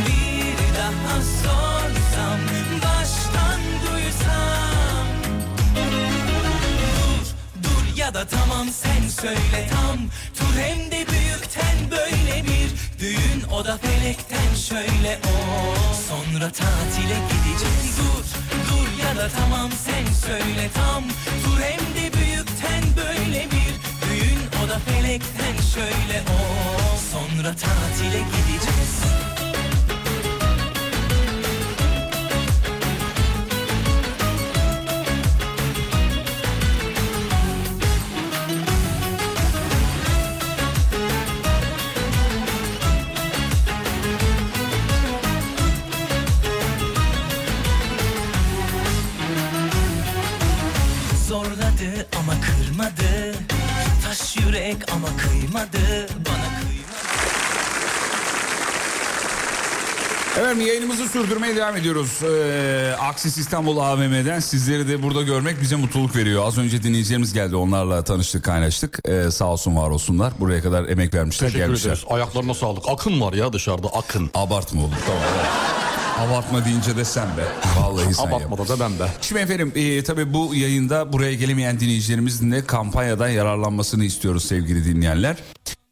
bir daha sorsam baştan duysam Dur dur ya da tamam sen söyle tam Tur hem de büyükten böyle bir Düğün o da felekten şöyle o Sonra tatile gideceğiz Dur dur ya da tamam sen söyle tam Tur hem de büyükten böyle bir Düğün o da felekten şöyle o Sonra tatile gideceğiz Zorladı ama kırmadı Taş yürek ama kıymadı Bana kıymadı Efendim yayınımızı sürdürmeye devam ediyoruz. Ee, Aksis İstanbul AVM'den sizleri de burada görmek bize mutluluk veriyor. Az önce dinleyicilerimiz geldi onlarla tanıştık kaynaştık. Ee, sağ olsun var olsunlar buraya kadar emek vermişler Teşekkür gelmişler. ederiz. Ayaklarına sağlık. Akın var ya dışarıda akın. Abartma oğlum tamam. Abartma deyince de sen be. Vallahi sen yap. Abartmada da ben be. Şimdi efendim e, tabii bu yayında buraya gelemeyen dinleyicilerimizin de kampanyadan yararlanmasını istiyoruz sevgili dinleyenler.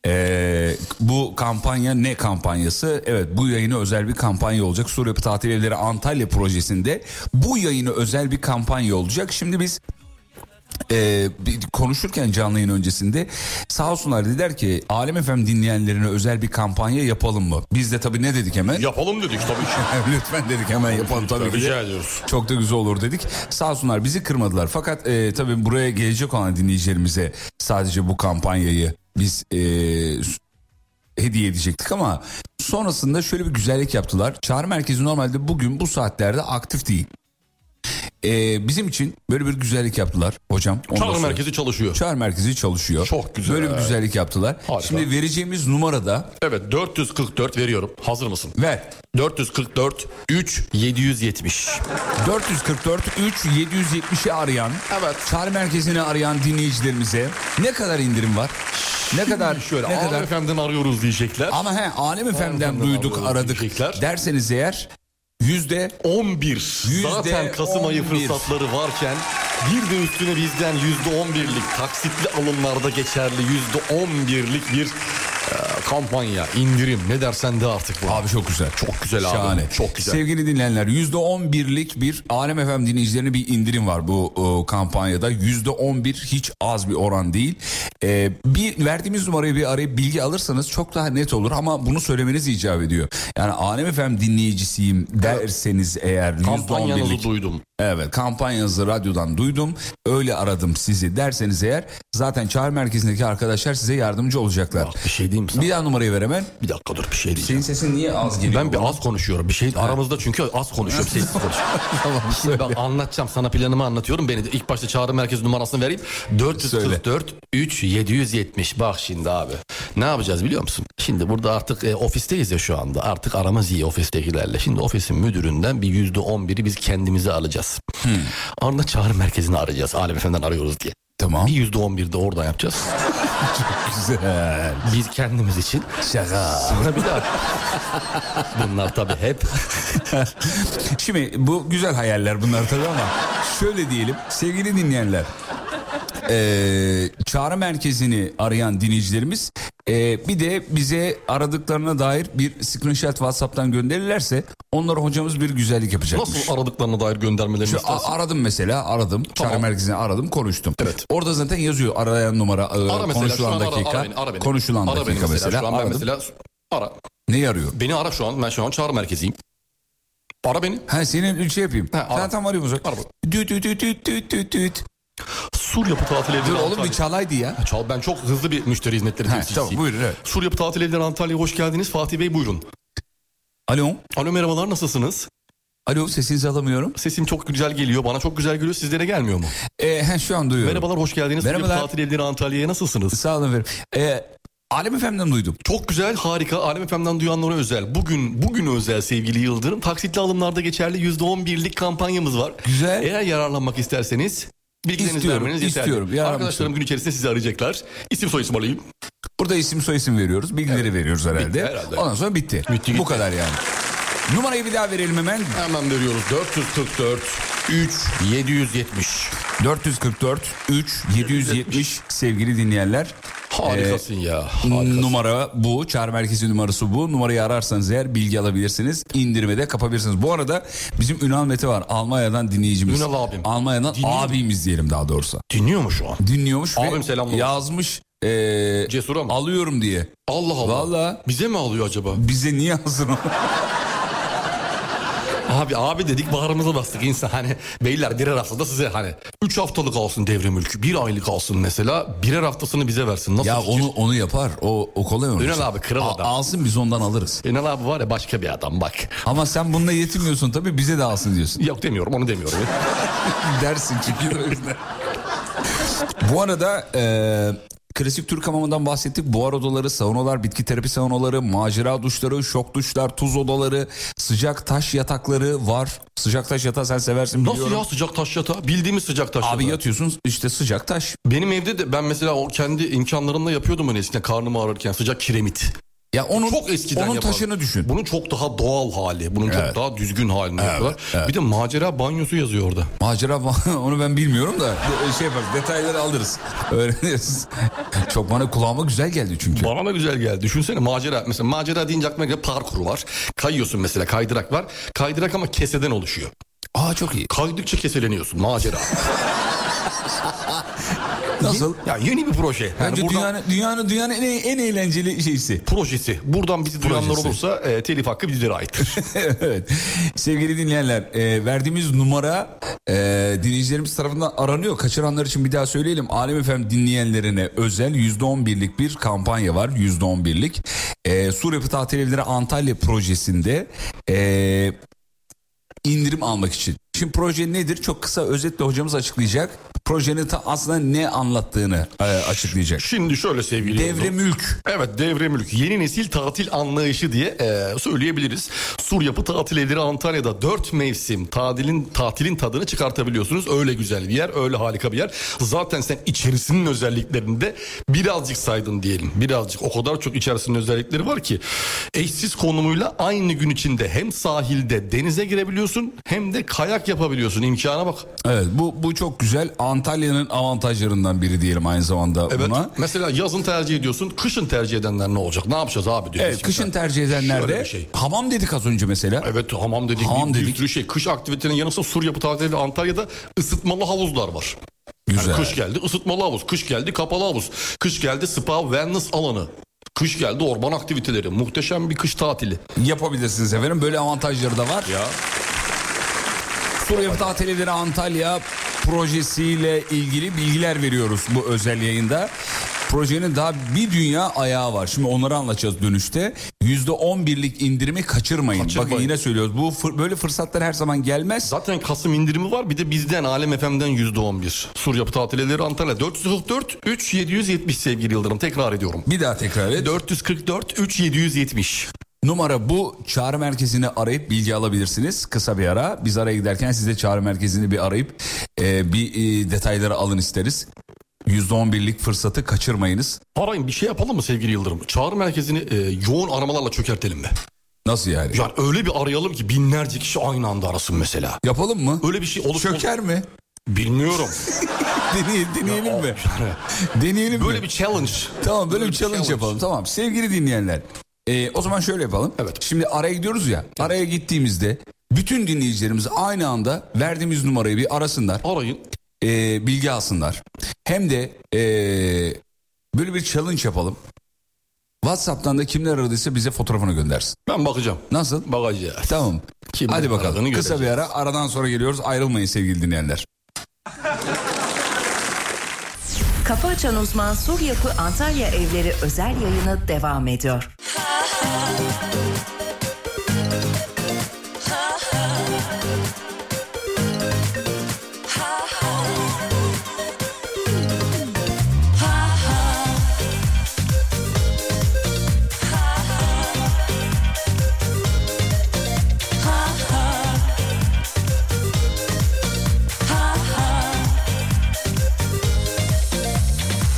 E, bu kampanya ne kampanyası? Evet bu yayına özel bir kampanya olacak. Sur Yapı Tatil Evleri Antalya projesinde bu yayına özel bir kampanya olacak. Şimdi biz ee, bir konuşurken canlı yayın öncesinde sağ olsunlar dediler ki Alem Efem dinleyenlerine özel bir kampanya yapalım mı? Biz de tabii ne dedik hemen? Yapalım dedik tabii [LAUGHS] ki. Lütfen dedik hemen yapalım tabii ki. de. Rica ediyoruz. Çok da güzel olur dedik. Sağ olsunlar bizi kırmadılar. Fakat e, tabii buraya gelecek olan dinleyicilerimize sadece bu kampanyayı biz e, s- hediye edecektik ama sonrasında şöyle bir güzellik yaptılar. Çağrı merkezi normalde bugün bu saatlerde aktif değil. E, bizim için böyle bir güzellik yaptılar hocam. Ondan Çağrı sonra- merkezi çalışıyor. Çağrı merkezi çalışıyor. Çok güzel. Böyle bir güzellik yaptılar. Harika. Şimdi vereceğimiz numarada Evet 444 veriyorum. Hazır mısın? ver 444 3 770. 444 3 770'i arayan Evet. çağrı merkezini arayan dinleyicilerimize ne kadar indirim var? Ne kadar Şöyle ne Ağam kadar Efendi'den arıyoruz diyecekler. ama he Alem Efem'den Efem'den duyduk alıyoruz aradık diyecekler. derseniz eğer yüzde 11. Yüzde Zaten Kasım ayı 11. fırsatları varken bir de üstüne bizden %11'lik taksitli alımlarda geçerli %11'lik bir e, kampanya, indirim ne dersen de artık bu. Abi çok güzel. Çok güzel abi. Şahane. Çok güzel. Sevgili dinleyenler %11'lik bir Alem FM dinleyicilerine bir indirim var bu e, kampanyada. %11 hiç az bir oran değil. E, bir verdiğimiz numarayı bir arayıp bilgi alırsanız çok daha net olur ama bunu söylemeniz icap ediyor. Yani Alem FM dinleyicisiyim derseniz eğer Kampanyanızı %11'lik duydum. Evet kampanyanızı radyodan duydum. Öyle aradım sizi derseniz eğer zaten çağrı merkezindeki arkadaşlar size yardımcı olacaklar. Bak bir şey diyeyim sana. Bir daha numarayı ver hemen. Bir dakika dur bir şey Senin diyeceğim. sesin niye az geliyor? Ben bir az konuşuyorum. Bir şey aramızda çünkü az konuşuyorum. [LAUGHS] Sessiz konuşuyorum. tamam Şimdi bak anlatacağım sana planımı anlatıyorum. Beni de ilk başta çağrı merkez numarasını vereyim. 444 3 770. Bak şimdi abi. Ne yapacağız biliyor musun? Şimdi burada artık e, ofisteyiz ya şu anda. Artık aramız iyi ofistekilerle. Şimdi ofisin müdüründen bir yüzde on biri biz kendimize alacağız. Arna çağrı merkezini arayacağız. Alem Efendi'den arıyoruz diye. Tamam. Bir yüzde on bir de [LAUGHS] oradan yapacağız. Güzel. Biz kendimiz için. Şaka. Sonra bir daha. Bunlar tabii hep Şimdi bu güzel hayaller bunlar tabii ama şöyle diyelim sevgili dinleyenler. Ee, çağrı merkezini arayan dinleyicilerimiz ee, bir de bize aradıklarına dair bir screenshot WhatsApp'tan gönderirlerse onlara hocamız bir güzellik yapacakmış. Nasıl aradıklarına dair göndermelerini Şu istersin? a- aradım mesela aradım. Çağrı merkezini aradım konuştum. Evet. Orada zaten yazıyor arayan numara e, Ara mesela şu konuşulan an ara, dakika. ara beni, ara beni. Konuşulan ara beni dakika mesela. Şu an ben Aradım. mesela ara. Neyi arıyor? Beni ara şu an. Ben şu an çağrı merkeziyim. Ara beni. Ha senin şey yapayım. Ha, ara. Sen tam arıyor musun? Ara Düt düt düt düt düt düt düt. Sur Yapı Tatil Evleri Dur oğlum Antalya. bir çalaydı ya. Çal, ben çok hızlı bir müşteri hizmetleri Ha, temsilcisiyim. tamam, buyurun, evet. Sur Yapı Tatil Evleri Antalya'ya hoş geldiniz. Fatih Bey buyurun. Alo. Alo merhabalar nasılsınız? Alo sesinizi alamıyorum. Sesim çok güzel geliyor. Bana çok güzel geliyor. Sizlere gelmiyor mu? Ee, he, şu an duyuyorum. Merhabalar hoş geldiniz. Sur Yapı Merhabalar. Tatil Evleri Antalya'ya nasılsınız? Sağ olun efendim. Ee, Alem FM'den duydum. Çok güzel, harika. Alem FM'den duyanlara özel. Bugün bugün özel sevgili Yıldırım. Taksitli alımlarda geçerli %11'lik kampanyamız var. Güzel. Eğer yararlanmak isterseniz bilgilerinizi İstiyorum, vermeniz yeterli. istiyorum. Yararlanmak Arkadaşlarım gün içerisinde sizi arayacaklar. İsim soyisim alayım. Burada isim soy isim veriyoruz. Bilgileri veriyoruz herhalde. Bitti, herhalde. Ondan sonra bitti. Bitti, Bu gitti. kadar yani. Numarayı bir daha verelim hemen. Hemen veriyoruz. 444 3 770. 444 3 770 sevgili dinleyenler. Ee, Harikasın ya. Harikasın. Numara bu. Çağrı merkezi numarası bu. Numarayı ararsanız eğer bilgi alabilirsiniz. İndirime de kapabilirsiniz. Bu arada bizim Ünal Mete var. Almanya'dan dinleyicimiz. Ünal abim. Almanya'dan Dinliyor mu? abimiz diyelim daha doğrusu. Dinliyor mu şu an? Dinliyormuş Abim ve selam olsun. yazmış. ee, Cesur'a mı? Alıyorum diye. [LAUGHS] Allah Allah. Valla. Bize mi alıyor acaba? Bize niye hazır [LAUGHS] Abi abi dedik bağrımıza bastık insan hani beyler birer haftada size hani 3 haftalık alsın devre mülkü bir aylık alsın mesela birer haftasını bize versin nasıl Ya fikir? onu onu yapar. O, o kolay olur. Ünal abi kral adam. Alsın biz ondan alırız. Enal abi var ya başka bir adam bak Ama sen bununla yetinmiyorsun tabii bize de alsın diyorsun. yok demiyorum onu demiyorum [LAUGHS] dersin çünkü. o yüzden. Bu arada e, klasik Türk hamamından bahsettik. Buhar odaları, saunalar, bitki terapi saunaları, macera duşları, şok duşlar, tuz odaları, sıcak taş yatakları var. Sıcak taş yatağı sen seversin biliyorum. nasıl ya sıcak taş yatağı bildiğimiz sıcak taş Abi yatağı. yatıyorsun işte sıcak taş. Benim evde de ben mesela o kendi imkanlarımla yapıyordum hani eskiden karnımı ağrırken sıcak kiremit. Ya onun Çok eskiden onun yapardım. taşını düşün. Bunun çok daha doğal hali. Bunun Evet. çok daha düzgün halini yapıyorlar. Bir de macera banyosu yazıyor orada. Macera falan, [LAUGHS] onu ben bilmiyorum da şey yaparız detayları alırız. Öğreniriz. Çok bana kulağıma güzel geldi çünkü. Bana da güzel geldi. Düşünsene macera. Mesela macera deyince aklıma gelen parkur var. Kayıyorsun mesela kaydırak var. Kaydırak ama keseden oluşuyor. Aa çok iyi. Kaydıkça keseleniyorsun macera. [LAUGHS] Nasıl? ya yeni bir proje. Yani Bence buradan- dünyanın, dünyanın, dünyanın en, e-, en eğlenceli şeysi. projesi. Buradan bizi duyanlar Projesi. olursa e, telif hakkı bizlere aittir. [LAUGHS] evet. Sevgili dinleyenler e, verdiğimiz numara e, dinleyicilerimiz tarafından aranıyor. Kaçıranlar için bir daha söyleyelim. Alem FM dinleyenlerine özel %11'lik bir kampanya var. %11'lik. E, Sur Yapı Tatil Evleri Antalya projesinde e, indirim almak için. Şimdi proje nedir? Çok kısa özetle hocamız açıklayacak. Projenin ta aslında ne anlattığını e, açıklayacak. Şimdi şöyle sevgili Devre yoldaşım. mülk. Evet devre mülk. Yeni nesil tatil anlayışı diye e, söyleyebiliriz. Sur Yapı Tatil Evleri Antalya'da 4 mevsim tatilin tatilin tadını çıkartabiliyorsunuz. Öyle güzel bir yer, öyle harika bir yer. Zaten sen içerisinin özelliklerini de birazcık saydın diyelim. Birazcık o kadar çok içerisinin özellikleri var ki eşsiz konumuyla aynı gün içinde hem sahilde denize girebiliyorsun hem de kayak yapabiliyorsun. İmkana bak. Evet bu bu çok güzel. Antalya'nın avantajlarından biri diyelim aynı zamanda Evet. buna. Mesela yazın tercih ediyorsun, kışın tercih edenler ne olacak? Ne yapacağız abi diyor. Evet, kışın tercih edenler Şöyle de bir şey. hamam dedik az önce mesela. Evet hamam dedik, Hamam bir, bir dedik. sürü şey. Kış aktivitelerinin yanı sıra sur yapı tatili Antalya'da ısıtmalı havuzlar var. Güzel. Yani kış geldi ısıtmalı havuz, kış geldi kapalı havuz, kış geldi spa wellness alanı. Kış geldi orman aktiviteleri. Muhteşem bir kış tatili. Yapabilirsiniz efendim. Böyle avantajları da var. Ya. Surya Tatil Evleri Antalya projesiyle ilgili bilgiler veriyoruz bu özel yayında. Projenin daha bir dünya ayağı var. Şimdi onları anlatacağız dönüşte. %11'lik indirimi kaçırmayın. Kaçırmayın. Bakın yine söylüyoruz. Bu fır- böyle fırsatlar her zaman gelmez. Zaten Kasım indirimi var. Bir de bizden Alem FM'den %11. Sur yapı tatilileri Antalya 444 3770 sevgili Yıldırım. Tekrar ediyorum. Bir daha tekrar et. 444 3770. Numara bu. Çağrı merkezini arayıp bilgi alabilirsiniz. Kısa bir ara. Biz araya giderken siz de çağrı merkezini bir arayıp e, bir e, detayları alın isteriz. %11'lik fırsatı kaçırmayınız. Arayın bir şey yapalım mı sevgili Yıldırım? Çağrı merkezini e, yoğun aramalarla çökertelim mi? Nasıl yani? Yani öyle bir arayalım ki binlerce kişi aynı anda arasın mesela. Yapalım mı? Öyle bir şey olur. Çöker mi? Bilmiyorum. [LAUGHS] Deney- deneyelim mi? [LAUGHS] deneyelim mi? Böyle bir challenge. Tamam böyle, Böyle bir bir challenge challenge. yapalım. Tamam sevgili dinleyenler. e, o zaman şöyle yapalım. Evet. Şimdi araya gidiyoruz ya. Araya gittiğimizde bütün dinleyicilerimiz aynı anda verdiğimiz numarayı bir arasınlar. Arayın. e, bilgi alsınlar. Hem de e, böyle bir challenge yapalım. WhatsApp'tan da kimler aradıysa bize fotoğrafını göndersin. Ben bakacağım. Nasıl? Bakacağız. Tamam. Kim Hadi bakalım. aradığını Kısa bir göreceğiz. ara. Aradan sonra geliyoruz. Ayrılmayın sevgili dinleyenler. Kafa Açan Uzman Sur Yapı Antalya Evleri özel yayını devam ediyor.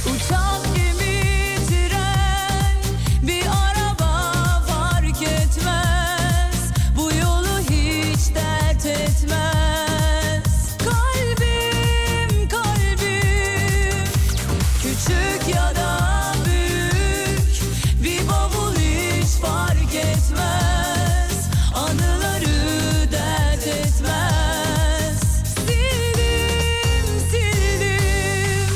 Uçak gemi tren bir araba fark etmez Bu yolu hiç dert etmez Kalbim kalbim küçük ya da büyük Bir bavul hiç fark etmez Anıları dert etmez Sildim sildim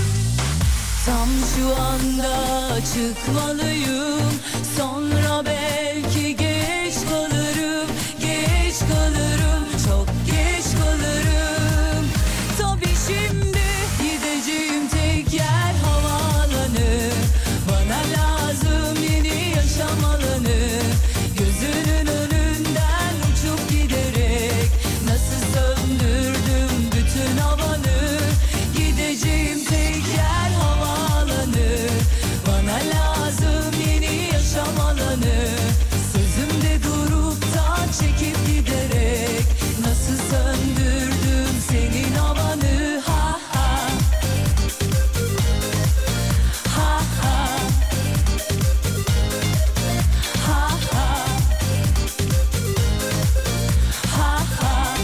Tam şu anda çıkmalıyım Sonra belki geç kalırım Geç kalırım Çok geç kalırım Tabii şimdi gideceğim tek yer havaalanı Bana lazım yeni yaşam alanı Gözünün önünden uçup giderek Nasıl söndürdüm bütün havanı Gideceğim tek yer havaalanı Bana lazım yeni yaşam alanı Sözümde durup da çekip giderek Nasıl söndürdüm senin havanı Ha ha Ha ha Ha ha Ha ha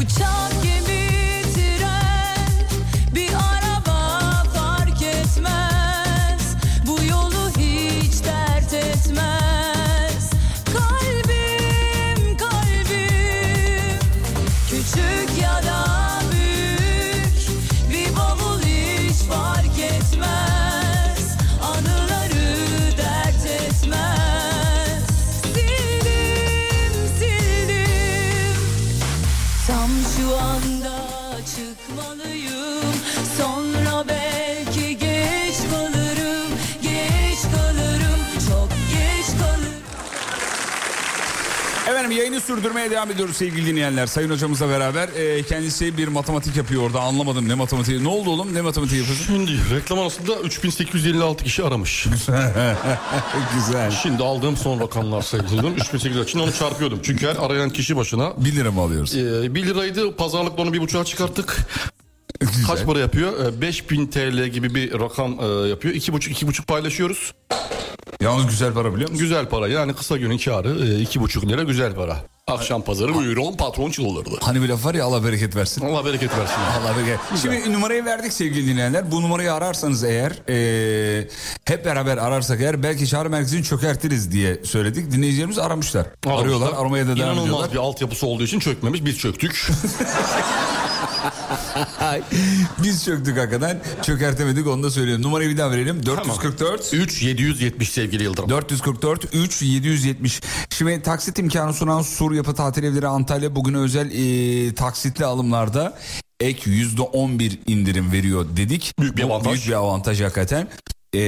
Uçak gemi tren bir araba fark etmez Bu yolu hiç dert etmez Kalbim kalbim küçük ya da büyük Bir bavul hiç fark etmez Anıları dert etmez Sildim sildim Tam şu anda çıkmalıyım Sonra belki geç kalırım Geç kalırım Çok geç kalırım Efendim yayını sürdürmeye devam ediyoruz sevgili dinleyenler. Sayın hocamızla beraber e, kendisi bir matematik yapıyor orada. Anlamadım ne matematiği. Ne oldu oğlum ne matematiği yapıyorsun? Şimdi reklam arasında 3856 kişi aramış. [LAUGHS] Güzel. Şimdi aldığım son rakamlar sevgili Yıldırım. 3856. Şimdi onu çarpıyordum. Çünkü her arayan kişi başına 1 lira mı alıyoruz? 1 liraydı. Pazarlıkla onu 1,5'a çıkarttık. Güzel. Kaç para yapıyor? Ee, 5000 TL gibi bir rakam e, yapıyor. 2,5 2,5 paylaşıyoruz. Yalnız güzel para biliyor musun? Güzel para yani kısa günün karı e, iki buçuk lira güzel para. Akşam pazarı buyurun patron çıldırdı. Hani bir laf var ya Allah bereket versin. Allah bereket versin. Allah bereket. Şimdi numarayı verdik sevgili dinleyenler. Bu numarayı ararsanız eğer e, hep beraber ararsak eğer belki çağrı merkezini çökertiriz diye söyledik. Dinleyicilerimiz aramışlar. Arıyorlar aramaya da devam İnanılmaz ediyorlar. bir altyapısı olduğu için çökmemiş biz çöktük. [LAUGHS] Biz çöktük hakikaten. Çökertemedik onu da söylüyorum. Numarayı bir daha verelim. 444 3 770 sevgili Yıldırım. 444 3 770. Şimdi taksit imkanı sunan Sur Yapı Tatil Evleri Antalya bugün özel e, taksitli alımlarda ek %11 indirim veriyor dedik. Büyük bir Bu avantaj. Büyük bir avantaj hakikaten. E,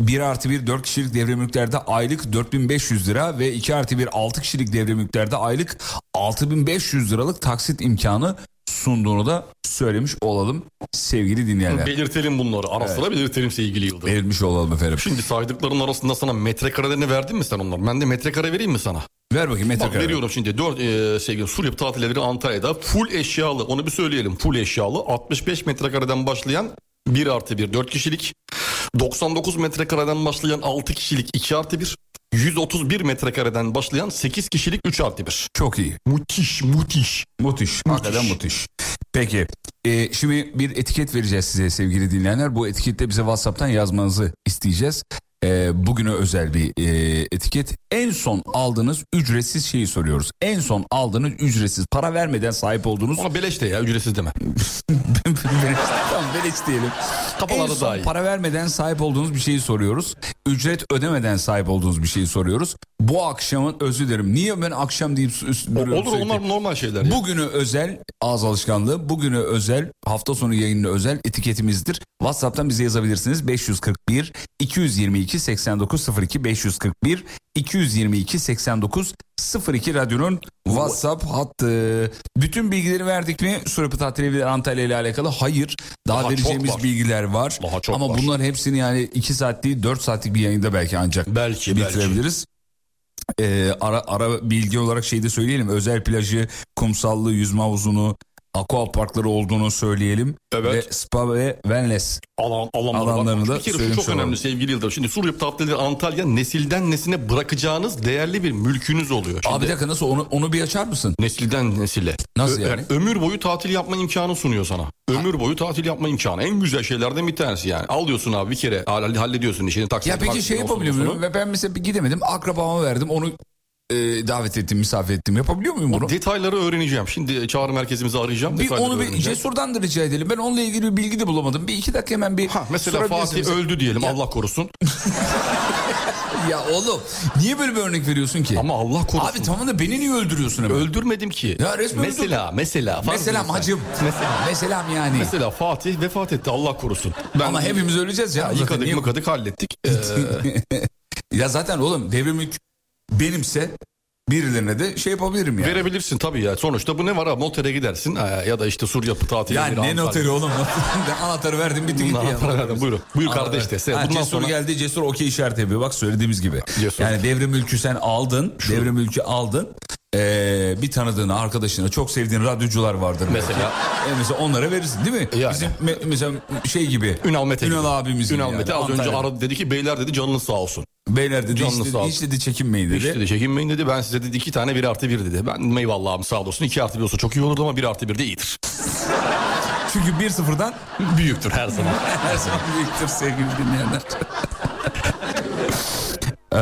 1 artı 1 4 kişilik devre mülklerde aylık 4500 lira ve 2 artı 1 6 kişilik devre mülklerde aylık 6500 liralık taksit imkanı sunduğunu da söylemiş olalım sevgili dinleyenler. Belirtelim bunları. Ara sıra belirtelim sevgili Yıldırım. Verilmiş olalım efendim. Şimdi saydıkların arasında sana metrekarelerini verdim mi sen onları? Ben de metrekare vereyim mi sana? Ver bakayım Bak metrekare. veriyorum şimdi 4 e, sevgili Suryap tatilleri Antalya'da full eşyalı onu bir söyleyelim full eşyalı 65 metrekareden başlayan 1 artı 1 4 kişilik 99 metrekareden başlayan 6 kişilik 2 artı 1 131 metrekareden başlayan 8 kişilik 3 artı 1. Çok iyi. [LAUGHS] Müthiş müthiş. Müthiş. Hakikaten müthiş. Peki. e, şimdi bir etiket vereceğiz size sevgili dinleyenler. Bu etikette bize WhatsApp'tan yazmanızı isteyeceğiz. E, bugüne özel bir e, etiket. En son aldığınız ücretsiz şeyi soruyoruz. En son aldığınız ücretsiz para vermeden sahip olduğunuz... Ona beleş de ya ücretsiz deme. [LAUGHS] tamam beleş diyelim. Kafalarda en son daha iyi. para vermeden sahip olduğunuz bir şeyi soruyoruz. Ücret ödemeden sahip olduğunuz bir şeyi soruyoruz. Bu akşamın özür dilerim. Niye ben akşam deyip üst, duruyorum Olur sürekli? onlar normal şeyler. Bu Bugünü özel ağız alışkanlığı, bugünü özel hafta sonu yayını özel etiketimizdir. WhatsApp'tan bize yazabilirsiniz. 541 222 8902 541 222 8902 radyonun WhatsApp hattı. Bütün bilgileri verdik mi? Surapı Tatil Evleri Antalya ile alakalı. Hayır. Daha, Daha vereceğimiz çok var. bilgiler var. Daha çok Ama var. bunların hepsini yani 2 saat değil 4 saatlik bir yayında belki ancak belki belki. bitirebiliriz. Ee, ara, ara bilgi olarak şey de söyleyelim. Özel plajı, kumsallı, yüzme havuzunu, aqua parkları olduğunu söyleyelim. Evet. Ve spa ve wellness. alan, alanlara Alanlarını bakmak. da Bir kere şu söylemiş çok olalım. önemli sevgili Yıldırım. Şimdi Suriyap Tatlıları Antalya nesilden nesine bırakacağınız değerli bir mülkünüz oluyor. Şimdi Abi bir dakika nasıl onu, onu bir açar mısın? Nesilden nesile. Nasıl Ö- yani? ömür boyu tatil yapma imkanı sunuyor sana. Ömür boyu tatil yapma imkanı. En güzel şeylerden bir tanesi yani. Alıyorsun abi bir kere hall- hallediyorsun işini taksini. Ya peki maksini, şey olsun, yapabiliyor busunu. muyum? Ve ben mesela bir gidemedim akrabama verdim onu e, davet ettim misafir ettim. Yapabiliyor muyum bunu? Detayları öğreneceğim. Şimdi çağrı merkezimizi arayacağım. Bir detayları onu bir öğreneceğim. cesurdan da rica edelim. Ben onunla ilgili bir bilgi de bulamadım. Bir iki dakika hemen bir Ha, mesela sorabilirsiniz. Fatih öldü diyelim Allah korusun. Ya oğlum niye böyle bir örnek veriyorsun ki? Ama Allah korusun. Abi tamam da beni niye öldürüyorsun hemen? Öldürmedim ki. Ya resmen mesela, mesela. fark Meselam etmez. hacım. Mesela. Meselam yani. Mesela Fatih vefat etti Allah korusun. Ben Ama hepimiz öleceğiz ya. Zaten yıkadık niye- [LAUGHS] mıkadık hallettik. Ee, ya zaten oğlum devrim mülk benimse birilerine de şey yapabilirim yani. verebilirsin tabii ya. Sonuçta bu ne var abi notere gidersin ee, ya da işte sur yapı tatili. ya bir ne Antalya. noteri oğlum? [LAUGHS] Ne anahtarı verdim bitti gitti Bundan ya. para verdim, buyurun. Buyur kardeş de. Sen Ha, bundan cesur sonra- geldi cesur okey işareti yapıyor. Bak söylediğimiz gibi. Cesur. Yani devrim mülkü sen aldın. Devrim mülkü aldın. Ee, bir tanıdığına, arkadaşına, çok sevdiğin radyocular vardır. belki. Mesela. Ee, mesela onlara verirsin değil mi? Yani. Bizim me- mesela şey gibi. Ünal Mete. gibi. Ünal abimiz gibi Ünal yani. Mete az önce Antalya'da. aradı dedi ki beyler dedi canınız sağ olsun. Beyler dedi Canlı hiç, sağ dedi, ol. hiç dedi çekinmeyin dedi. İşte dedi çekinmeyin dedi ben size dedi iki tane bir artı bir dedi. Ben dedim, eyvallah abi sağ olasın iki artı bir olsa çok iyi olurdu ama bir artı bir de iyidir. [LAUGHS] Çünkü 1-0'dan Büyüktür her zaman. [LAUGHS] her zaman büyüktür sevgili dinleyenler. Ee,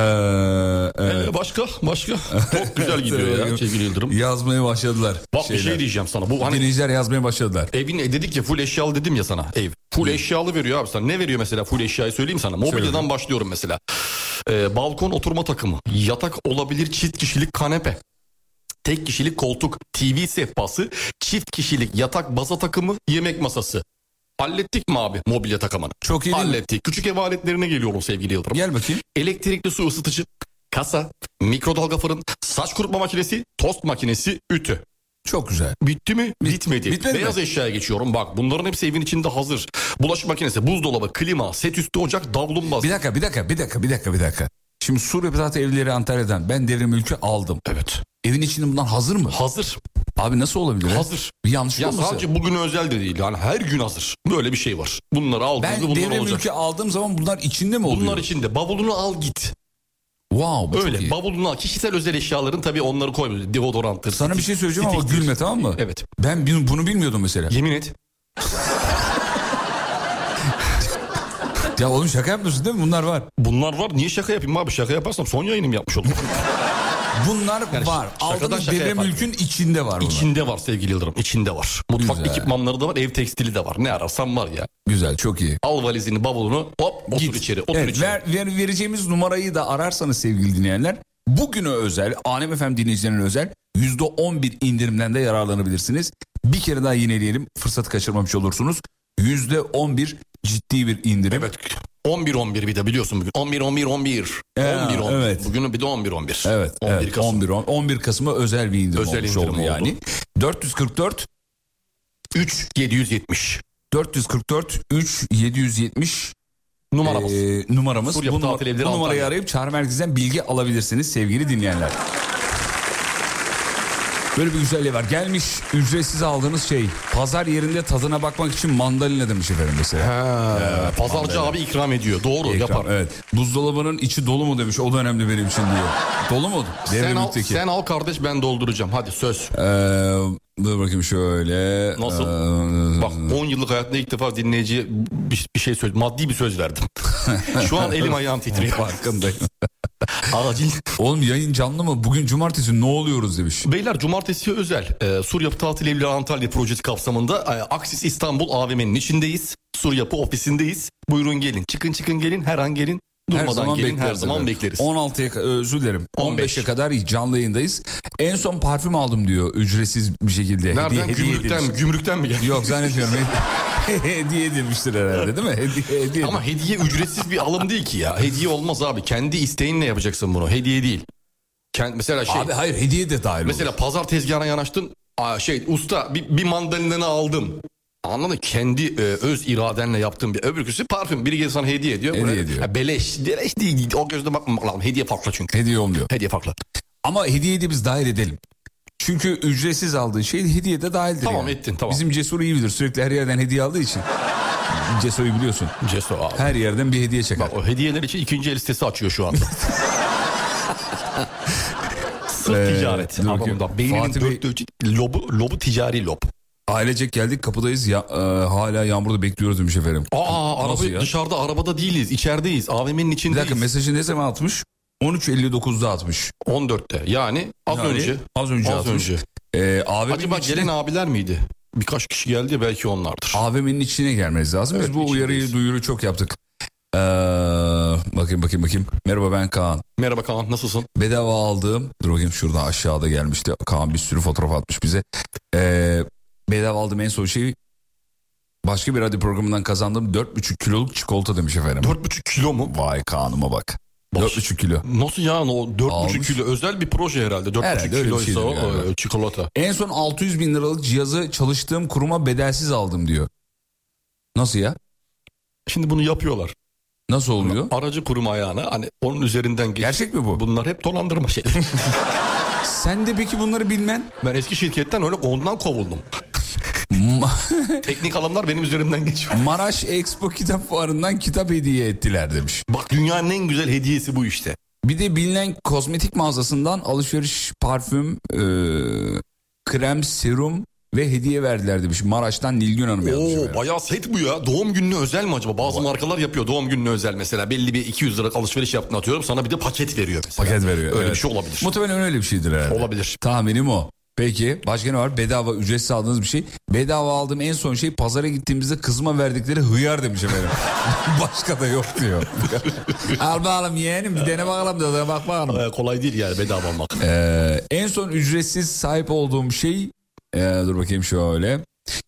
evet. [LAUGHS] Ee, başka başka. Çok güzel gidiyor ya sevgili Yıldırım. Yazmaya başladılar. Bak bir şey şeyler. diyeceğim sana. Bu hani E, Dinleyiciler yazmaya başladılar. Evin dedik ya full eşyalı dedim ya sana ev. Full eşyalı veriyor abi sana. Ne veriyor mesela full eşyayı söyleyeyim sana. Mobilyadan Söyle. başlıyorum mesela. Ee, balkon oturma takımı, yatak olabilir çift kişilik kanepe. Tek kişilik koltuk, TV sehpası, çift kişilik yatak baza takımı, yemek masası. Hallettik mi abi mobilya takımını? Çok iyi değil mi? Hallettik. Küçük ev aletlerine geliyorum sevgili Yıldırım. Gel bakayım. Elektrikli su ısıtıcı, kasa, mikrodalga fırın, saç kurutma makinesi, tost makinesi, ütü. Çok güzel. Bitti mi? Bitmedi. bitmedi Beyaz mi? eşyaya geçiyorum. Bak bunların hepsi evin içinde hazır. Bulaşık makinesi, buzdolabı, klima, set üstü ocak, davlumbaz. Bir dakika, bir dakika, bir dakika, bir dakika, bir dakika. Şimdi Sur Reputası Evleri Antalya'dan ben devrim mülkü aldım. Evet. Evin içinde bunlar hazır mı? Hazır. Abi nasıl olabilir? ya? Hazır. Bir yanlış Ya olması. sadece bugün özel de değil. Yani her gün hazır. Böyle bir şey var. Bunları aldığınızda ben bunlar devre olacak. mülkü aldığım zaman bunlar içinde mi oluyor? Bunlar içinde. Bavulunu al git. Wow bu çok iyi. Öyle. Bavulunu al. Kişisel özel eşyaların tabii onları koymuyor. Deodoranttır. Sana bir şey söyleyeceğim ama titiktir. gülme tamam mı? Evet. Ben bin- bunu bilmiyordum mesela. Yemin et. Ya oğlum şaka yapmıyorsun değil mi? Bunlar var. Bunlar var. Niye şaka yapayım abi? Şaka yaparsam son yayınımı yapmış olurum. [LAUGHS] Bunlar var. şakadan Aldığımız şaka devre yapar. mülkün içinde var bunlar. İçinde var sevgili Yıldırım. İçinde var. Mutfak Güzel. ekipmanları da var. Ev tekstili de var. Ne ararsan var ya. Güzel çok iyi. Al valizini bavulunu hop otur Git. içeri. Otur Evet, içeri. ver- ver- vereceğimiz numarayı da ararsanız sevgili dinleyenler bugüne özel Alem FM dinleyicilerine özel %11 indirimden de yararlanabilirsiniz. Bir kere daha yineleyelim fırsatı kaçırmamış olursunuz. %11 ciddi bir indirim. Evet. 11 11 bir de biliyorsun bugün. 11 11 11. Ee, 11 11. evet. Bugün bir de 11 11. Evet, 11 evet, Kasım. 11 on- 11 Kasım'a özel bir indirim Özel olmuş indirim oldu oldu. yani. 444 3 770. 444 3 770 Numaramız. Ee, numaramız. Sur yapı bu, numara- tatil evleri bu numarayı Antalya. arayıp çağrı merkezinden bilgi alabilirsiniz sevgili dinleyenler. Böyle bir güzelliği var. Gelmiş ücretsiz aldığınız şey. Pazar yerinde tadına bakmak için mandalina demiş efendim mesela. Ha, pazarcı abi ikram ediyor. Doğru İkram, yapar. Evet. Buzdolabının içi dolu mu demiş. O da önemli benim için diyor. Dolu mu? Sen al, Devrimlikteki. sen al kardeş ben dolduracağım. Hadi söz. Ee, dur bakayım şöyle. Nasıl? Ee, Bak 10 yıllık hayatımda ilk defa dinleyiciye bir, bir şey söz, maddi bir [LAUGHS] söz verdim. Şu an elim ayağım titriyor. farkındayım. Acil. Oğlum yayın canlı mı? Bugün cumartesi ne oluyoruz demiş. Beyler cumartesi özel e, Sur Yapı Tatil Evleri Antalya projesi kapsamında e, Aksis İstanbul AVM'nin içindeyiz. Sur Yapı ofisindeyiz. Buyurun gelin. Çıkın çıkın gelin. Her an gelin. Durmadan gelin. her zaman efendim. bekleriz. 16'ya ka- özür dilerim. 15. 15'e kadar canlı yayındayız. En son parfüm aldım diyor ücretsiz bir şekilde. Nereden? gümrükten, edilmiş. mi? gümrükten mi geldi? Yok zannetmiyorum. hediye edilmiştir herhalde değil mi? Hediye, hediye Ama hediye ücretsiz bir alım değil ki ya. Hediye olmaz abi. Kendi isteğinle yapacaksın bunu. Hediye değil. Kend, mesela şey Abi hayır hediye de dahil olur. mesela pazar tezgahına yanaştın. Aa, şey usta bir, bir mandalinanı aldım. Anladın mı? Kendi e, öz iradenle yaptığın bir öbürküsü parfüm. Biri gelir sana hediye ediyor. Hediye Böyle- ediyor. Ha, beleş. Beleş değil. O gözle bakmamak lazım. Hediye farklı çünkü. Hediye olmuyor. Hediye farklı. Ama hediyeyi de biz dahil edelim. Çünkü ücretsiz aldığın şey hediye de dahildir. Tamam, yani. ettin, tamam. Bizim Cesur iyi bilir. Sürekli her yerden hediye aldığı için. Cesur'u biliyorsun. Ceso abi. Her yerden bir hediye çeker. Bak, o hediyeler için ikinci el sitesi açıyor [LAUGHS] şu anda. Sırf Ee, ticaret. dur bakayım. Adamda beyninin Fatih Bey- dörtte üçü lobu, lobu ticari lob. Ailecek geldik kapıdayız. Ya, e, hala yağmurda bekliyoruz demiş efendim. Aa Nasıl araba ya? dışarıda arabada değiliz. içerideyiz. AVM'nin Bir içindeyiz. dakika mesajı ne zaman atmış? 13.59'da atmış. 14'te. Yani az Yani önce. az önce Az atmış. önce. Ee, AVM'nin, Acaba içine, gelen abiler miydi? Birkaç kişi geldi belki onlardır. AVM'nin içine gelmeniz lazım. Evet, Biz bu içindeyiz. uyarıyı duyuru çok yaptık. Ee, bakayım bakayım bakayım. Merhaba ben Kaan. Merhaba Kaan nasılsın? Bedava aldığım. Dur bakayım şurada aşağıda gelmişti. Kaan bir sürü fotoğraf atmış bize. Ee, bedava aldığım en son şey başka bir radyo programından kazandığım 4,5 kiloluk çikolata demiş efendim. 4,5 kilo mu? Vay Kaan'ıma bak. Baş- 4,5 kilo. Nasıl yani o 4,5 Almış. kilo özel bir proje herhalde. 4,5 Herhalde öyle bir kiloysa şeydir o galiba. e, çikolata. En son 600 bin liralık cihazı çalıştığım kuruma bedelsiz aldım diyor. Nasıl ya? Şimdi bunu yapıyorlar. Nasıl oluyor? Aracı kurum ayağına hani onun üzerinden geç. Gerçek mi bu? Bunlar hep dolandırma şeyleri. [LAUGHS] Sen de peki bunları bilmen. ben eski şirketten öyle ondan kovuldum. Ma- [LAUGHS] Teknik alımlar benim üzerimden geçiyor. Maraş Expo Kitap Fuarı'ndan kitap hediye ettiler demiş. Bak dünyanın en güzel hediyesi bu işte. Bir de bilinen kozmetik mağazasından alışveriş, parfüm, e, krem, serum ve hediye verdiler demiş. Maraş'tan Nilgün Hanım yazmış. Oo efendim. bayağı set bu ya. Doğum gününe özel mi acaba? Bazı markalar yapıyor doğum gününe özel mesela. Belli bir 200 liralık alışveriş yaptın atıyorum. Sana bir de paket veriyor mesela. Paket veriyor. Öyle evet. bir şey olabilir. Muhtemelen öyle bir şeydir herhalde. Olabilir. Tahminim o. Peki başka ne var? Bedava ücretsiz aldığınız bir şey. Bedava aldığım en son şey pazara gittiğimizde kızıma verdikleri hıyar demiş efendim. [LAUGHS] başka da yok diyor. [LAUGHS] Al bakalım yeğenim bir dene bakalım da bak bakalım. Ee, kolay değil yani bedava almak. Ee, en son ücretsiz sahip olduğum şey ee, dur bakayım şöyle.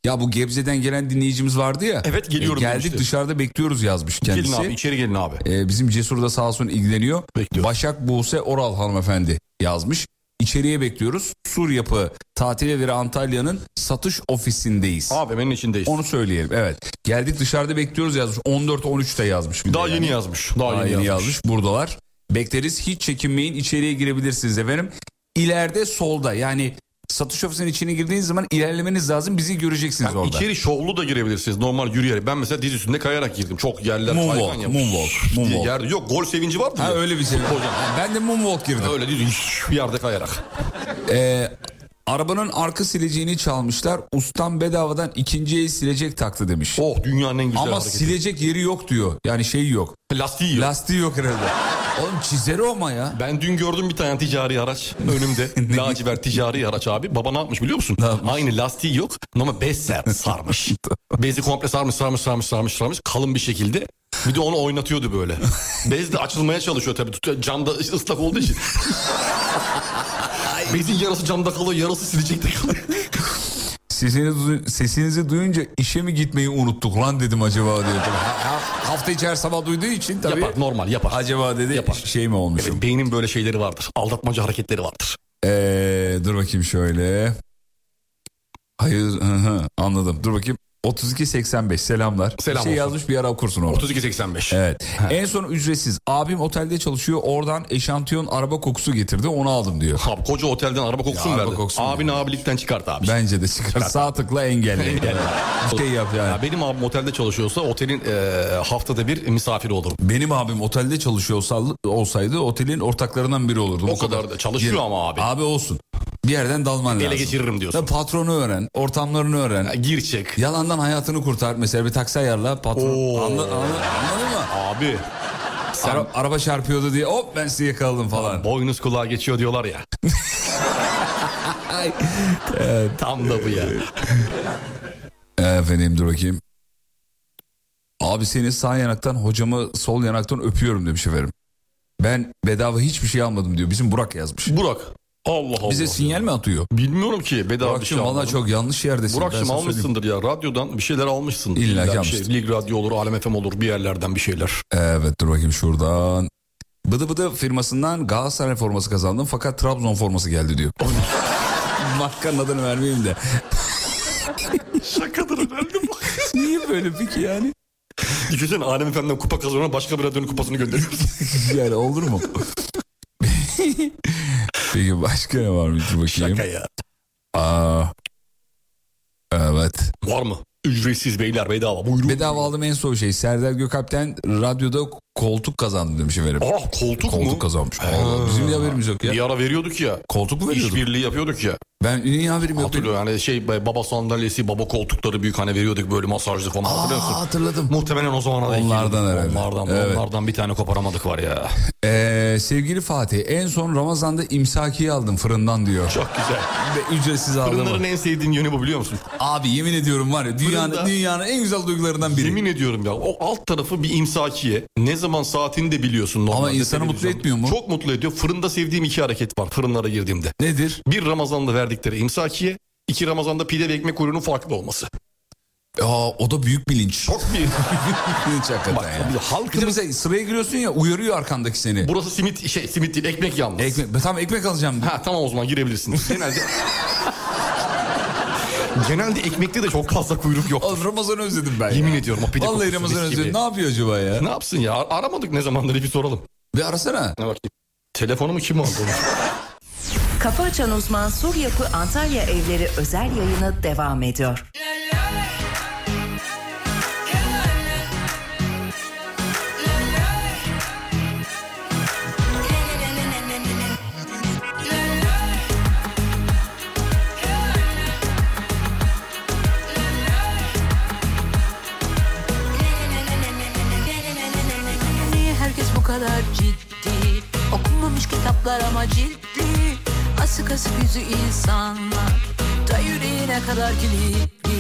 Ya bu Gebze'den gelen dinleyicimiz vardı ya. E, Evet, geliyorum geldik demişti. dışarıda bekliyoruz yazmış kendisi. gelin abi içeri gelin abi. Ee, bizim Cesur da sağ olsun ilgileniyor. Bekliyoruz. Başak Buse Oral hanımefendi yazmış. İçeriye bekliyoruz. Sur Yapı Tatil Evleri Antalya'nın satış ofisindeyiz. AVM'nin içindeyiz. Onu söyleyelim evet. Geldik dışarıda bekliyoruz yazmış. 14-13'te yazmış. bir de Daha yani. yeni yazmış. Daha, Daha yeni yazmış. Buradalar. Bekleriz. Hiç çekinmeyin. içeriye girebilirsiniz efendim. İleride solda yani satış ofisinin içine girdiğiniz zaman ilerlemeniz lazım. Bizi göreceksiniz Yani orada. İçeri şovlu da girebilirsiniz normal yürüyerek. Ben mesela diz üstünde kayarak girdim. Çok yerler Moonwalk, kaygan yapmış. moonwalk, diye moonwalk. Yerde. Yok gol sevinci var mı? Ha öyle bir şey. Ha, Ben de moonwalk girdim. Öyle değil. üf, Yerde kayarak. Ee, arabanın arka sileceğini çalmışlar. Ustam bedavadan ikinci el silecek taktı demiş. Oh dünyanın en güzel Ama hareketi. silecek yeri yok diyor. Yani şeyi yok. Lastiği yiyor. Lastiği yok herhalde. Oğlum çizeri o ama ya. Ben dün gördüm bir tane ticari araç [LAUGHS] önümde. Lacivert ticari araç abi. Baba ne yapmış biliyor musun? Aynı lastiği yok ama bez [LAUGHS] ser- sarmış. Bezi komple sarmış sarmış sarmış sarmış sarmış. Kalın bir şekilde. Bir de onu oynatıyordu [LAUGHS] böyle. Bez de açılmaya çalışıyor tabii. Tutuyor. Cam da ıslak [LAUGHS] olduğu için. Bezin yarısı camda kalıyor, yarısı silecekte kalıyor. Sesinizi, duy- sesinizi duyunca işe mi gitmeyi unuttuk lan dedim acaba diyor. Ha- ha- Hafta içi her sabah duyduğu için tabii. Yapar, normal yapar. Acaba dedi Yapar. şey mi olmuşum? Evet, beynin böyle şeyleri vardır. Aldatmacı hareketleri vardır. Ee, dur bakayım şöyle. Hayır hı hı, anladım. Dur bakayım. 3285 selamlar. Selam Bir şey olsun. yazmış bir ara okursun orada. 3285. Evet. En son ücretsiz. Abim otelde çalışıyor. Oradan eşantiyon araba kokusu getirdi. Onu aldım diyor. Abi koca otelden araba Ya, kokusu mu araba verdi? kokusu mu Abini abilikten çıkart abi. Bence de çıkar. [LAUGHS] Sağ tıkla engelle. [LAUGHS] şey yap yani. Ya benim abim otelde çalışıyorsa otelin e, haftada bir misafiri olurum. Benim abim otelde çalışıyor olsa- olsaydı otelin ortaklarından biri olurdu. O kadar da çalışıyor ama abi. Abi olsun. Bir yerden dalman Ele lazım. geçiririm diyorsun. Ya patronu öğren, ortamlarını öğren. Ya Gir çık. Yalandan hayatını kurtar. Mesela bir taksi ayarla patron. Oo. Anla, anla- anladın mı? Abi Ara- araba çarpıyordu diye hop ben sizi yakaladım falan. boynuz kulağa geçiyor diyorlar ya. Tam da bu ya. Ee, Efendim dur bakayım. Abi seni sağ yanaktan hocamı sol yanaktan öpüyorum demiş efendim. Ben bedava hiçbir şey almadım diyor. Bizim Burak yazmış. Burak. Allah Allah. Bize sinyal mi atıyor? Bilmiyorum ki bedava bir şey Burak'cığım valla almadım. çok yanlış yerdesin. Ben Burak'cığım sana söyleyeyim. almışsındır ya radyodan bir şeyler almışsın. İlla ki bir şey. almıştım. Lig Radyo olur, Alem FM olur bir yerlerden bir şeyler. Evet dur bakayım şuradan. Bıdı bıdı firmasından Galatasaray forması kazandım fakat Trabzon forması geldi diyor. [LAUGHS] Markanın adını vermeyeyim de. Şakadır herhalde bu. [LAUGHS] Niye böyle peki yani? [LAUGHS] Düşünsene Alem FM'den kupa kazanan başka bir radyonun kupasını gönderiyorsun. [LAUGHS] yani olur mu? peki başka ne var mı? Dur bakayım. Şaka ya. Aa, evet. Var mı? Ücretsiz beyler bedava. Buyurun. Bedava aldığım en son şey Serdar Gökalp'ten radyoda koltuk kazandım demiş efendim. Aa koltuk, mu? Koltuk kazanmış. Allah, bizim niye haberimiz yok ya? Ee, Bir ara veriyorduk ya. Koltuk mu veriyorduk? İşbirliği yapıyorduk ya. Ben niye haberim yok? Hatırlıyor yani şey baba sandalyesi, baba koltukları büyük hani veriyorduk böyle masajlı falan hatırlıyor Aa, musun? hatırladım. Muhtemelen o zamana denk Onlardan geliyordu. herhalde. Onlardan, Evet. onlardan bir tane koparamadık var ya. Ee, sevgili Fatih en son Ramazan'da imsakiyi aldım fırından diyor. Çok güzel. Ve ücretsiz aldım. Fırınların en sevdiğin yönü bu biliyor musun? Abi yemin ediyorum var ya dünyanın, Fırında- dünyanın en güzel duygularından biri. Yemin ediyorum ya o alt tarafı bir imsakiye. Ne zaman saatini de biliyorsun normalde. Ama insanı mutlu televizyon. etmiyor mu? Çok mutlu ediyor. Fırında sevdiğim iki hareket var fırınlara girdiğimde. Nedir? Bir Ramazan'da verdikleri imsakiye, iki Ramazan'da pide ve ekmek kuyruğunun farklı olması. Aa, o da büyük bilinç. Çok [LAUGHS] bir Büyük bilinç hakikaten Bak, ya. bir de Bir de halkımız mesela sıraya giriyorsun ya uyarıyor arkandaki seni. burası simit şey simit değil ekmek yalnız. Ekmek, ben tam ekmek alacağım. diyor. Ha tamam o zaman girebilirsin. Genelde [LAUGHS] Genelde ekmekte de çok fazla kuyruk yok. Oğlum Ramazan özledim ben. Yemin ya. ediyorum o pide Vallahi kokusu Ramazan mis özledim. gibi. Ne yapıyor acaba ya? Ne yapsın ya? Ar- Aramadık ne zamandır bir soralım. Bir arasana. Ne var ki? Telefonumu [LAUGHS] kim aldı? Kafa Açan Uzman Sur Yapı Antalya Evleri özel yayını devam ediyor. Niye herkes bu kadar ciddi Okunmamış kitaplar ama ciddi Asık asık yüzü insanlar Ta yüreğine kadar kilitli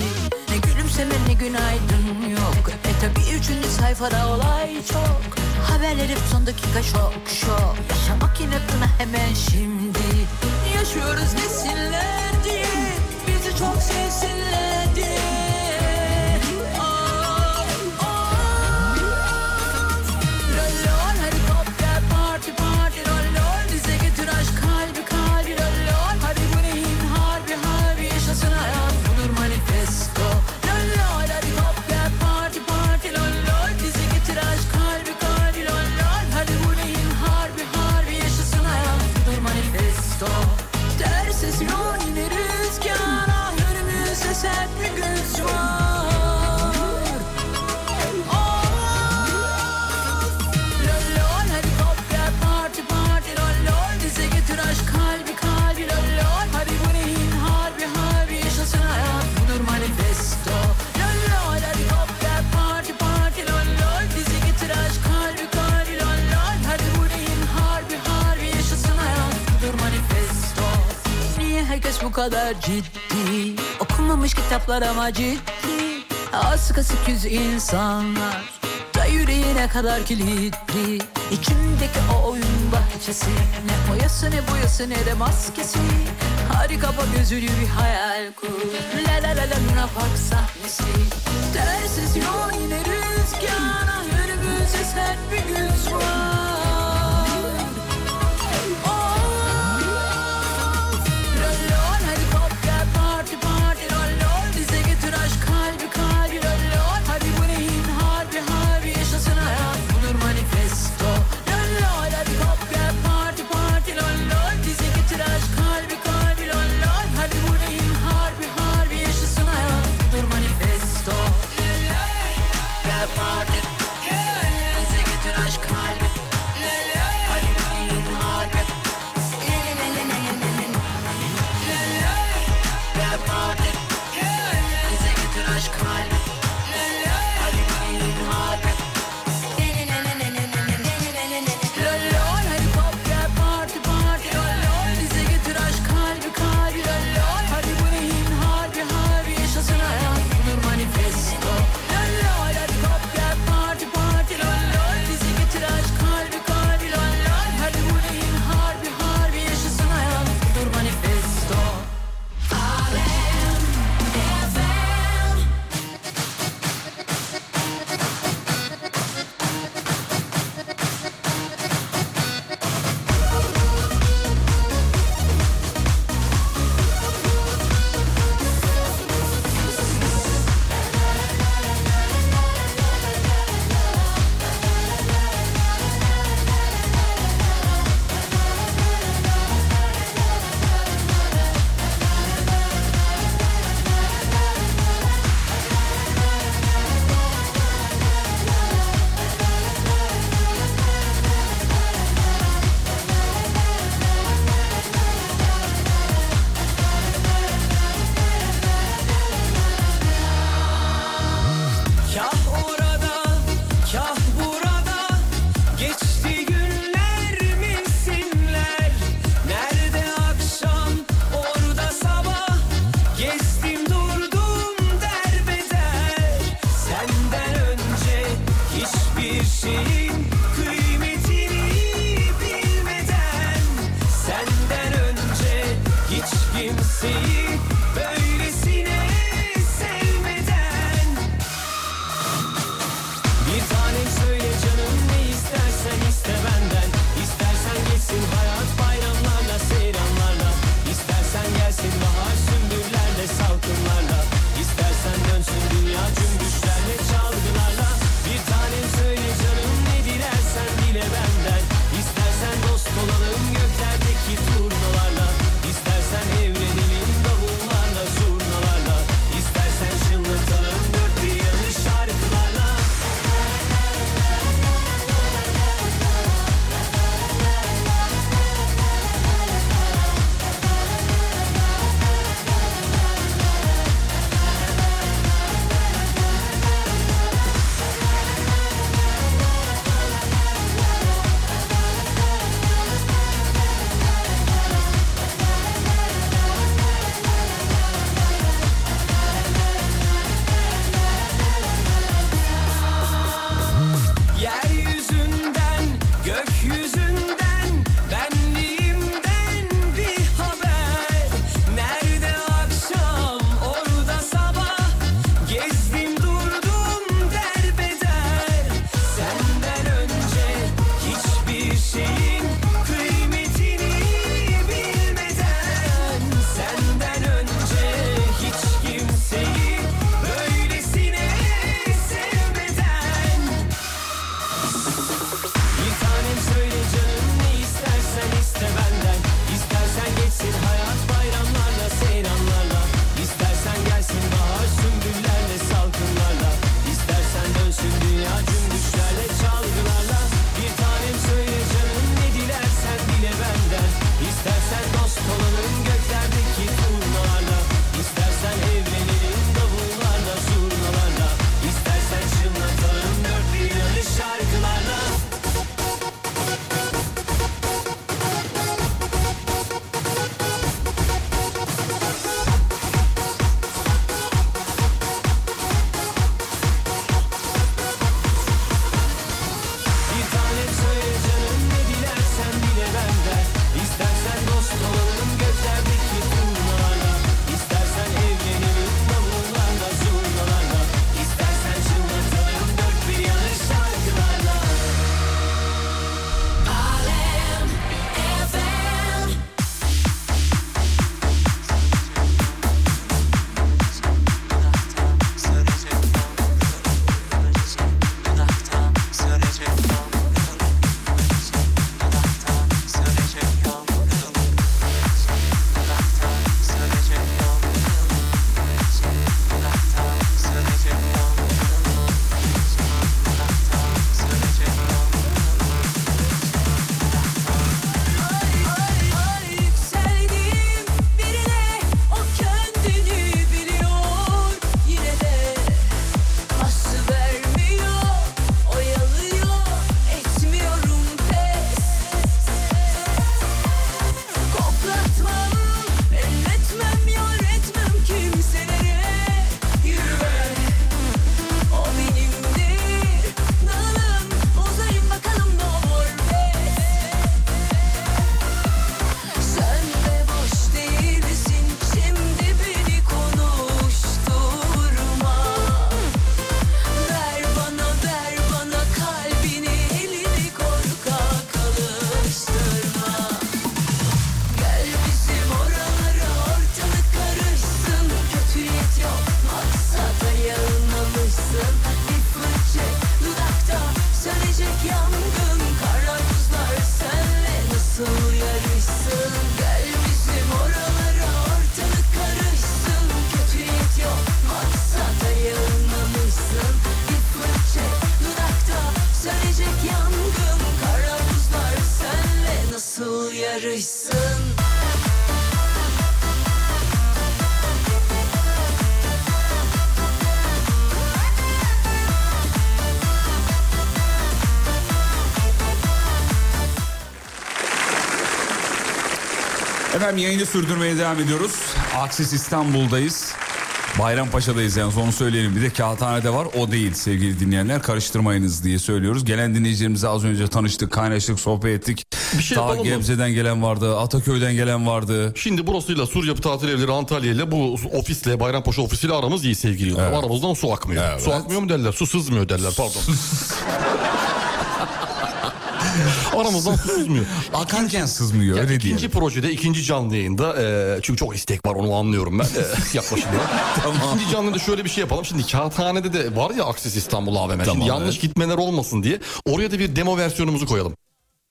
Ne gülümseme ne günaydın yok E tabi üçüncü sayfada olay çok Haberler hep son dakika şok şok Yaşamak inatına hemen şimdi Yaşıyoruz desinler diye Bizi çok sevsinler diye Ah, ah, Rollon hadi topla parti parti rollon Bize getir aşk kalbi kalbi rollon Hadi bu neyin harbi harbi yaşasın hayat Budur manifesto Rollon hadi topla parti parti rollon Bize getir aşk kalbi kalbi rollon Hadi bu neyin harbi harbi yaşasın hayat Budur manifesto Ters sesin on ineri Ah, herkes bu kadar ciddi Okunmamış kitaplar ama ciddi Az kasık yüz insanlar Da yüreğine kadar kilitli İçimdeki o oyun bahçesi Ne oyası ne boyası ne de maskesi Harika bu gözülü bir hayal kur La la la la Luna Park sahnesi Tersiz yol yine rüzgara Önümüz eser bir güç var Oh. Rollon hadi pop gel parti parti Rollon bize getir aşk kalbi kalbi Rollon hadi bu neyin harbi harbi Yaşasın hayat budur manifesto Rollon hadi pop gel parti parti Rollon bize getir aşk kalbi kalbi Rollon hadi bu neyin harbi harbi Yaşasın hayat budur manifesto Rollon gel parti Bize getir aşk kalbi kalsın Gel bizim oralara ortalık karışsın Kötü niyet yok maksata yığılmamışsın Git fırça dudakta sönecek yangın Kara buzlar senle nasıl yarışsın Efendim yayını sürdürmeye devam ediyoruz. Aksis İstanbul'dayız. Bayrampaşa'dayız yani onu söyleyelim. Bir de Kağıthane'de var o değil sevgili dinleyenler karıştırmayınız diye söylüyoruz. Gelen dinleyicilerimize az önce tanıştık, kaynaştık, sohbet ettik. Bir şey Daha yapalım mı? Gebze'den gelen vardı, Ataköy'den gelen vardı. Şimdi burasıyla Sur Yapı Tatil Evleri Antalya ile bu ofisle Bayrampaşa ofisiyle aramız iyi sevgili Yıldırım. Ama Aramızdan su akmıyor. Su akmıyor mu derler? Su sızmıyor derler [LAUGHS] pardon. aramızdan su sızmıyor. Akarken sızmıyor Yani öyle ikinci diyelim. projede, ikinci canlı yayında e, çünkü çok istek var onu anlıyorum [LAUGHS] ben e, yaklaşımda. İkinci canlıda şöyle bir şey yapalım. Şimdi Kağıthane'de de var ya Aksis İstanbul AVM. Şimdi Tamam, yanlış evet. gitmeler olmasın diye oraya da bir demo versiyonumuzu koyalım.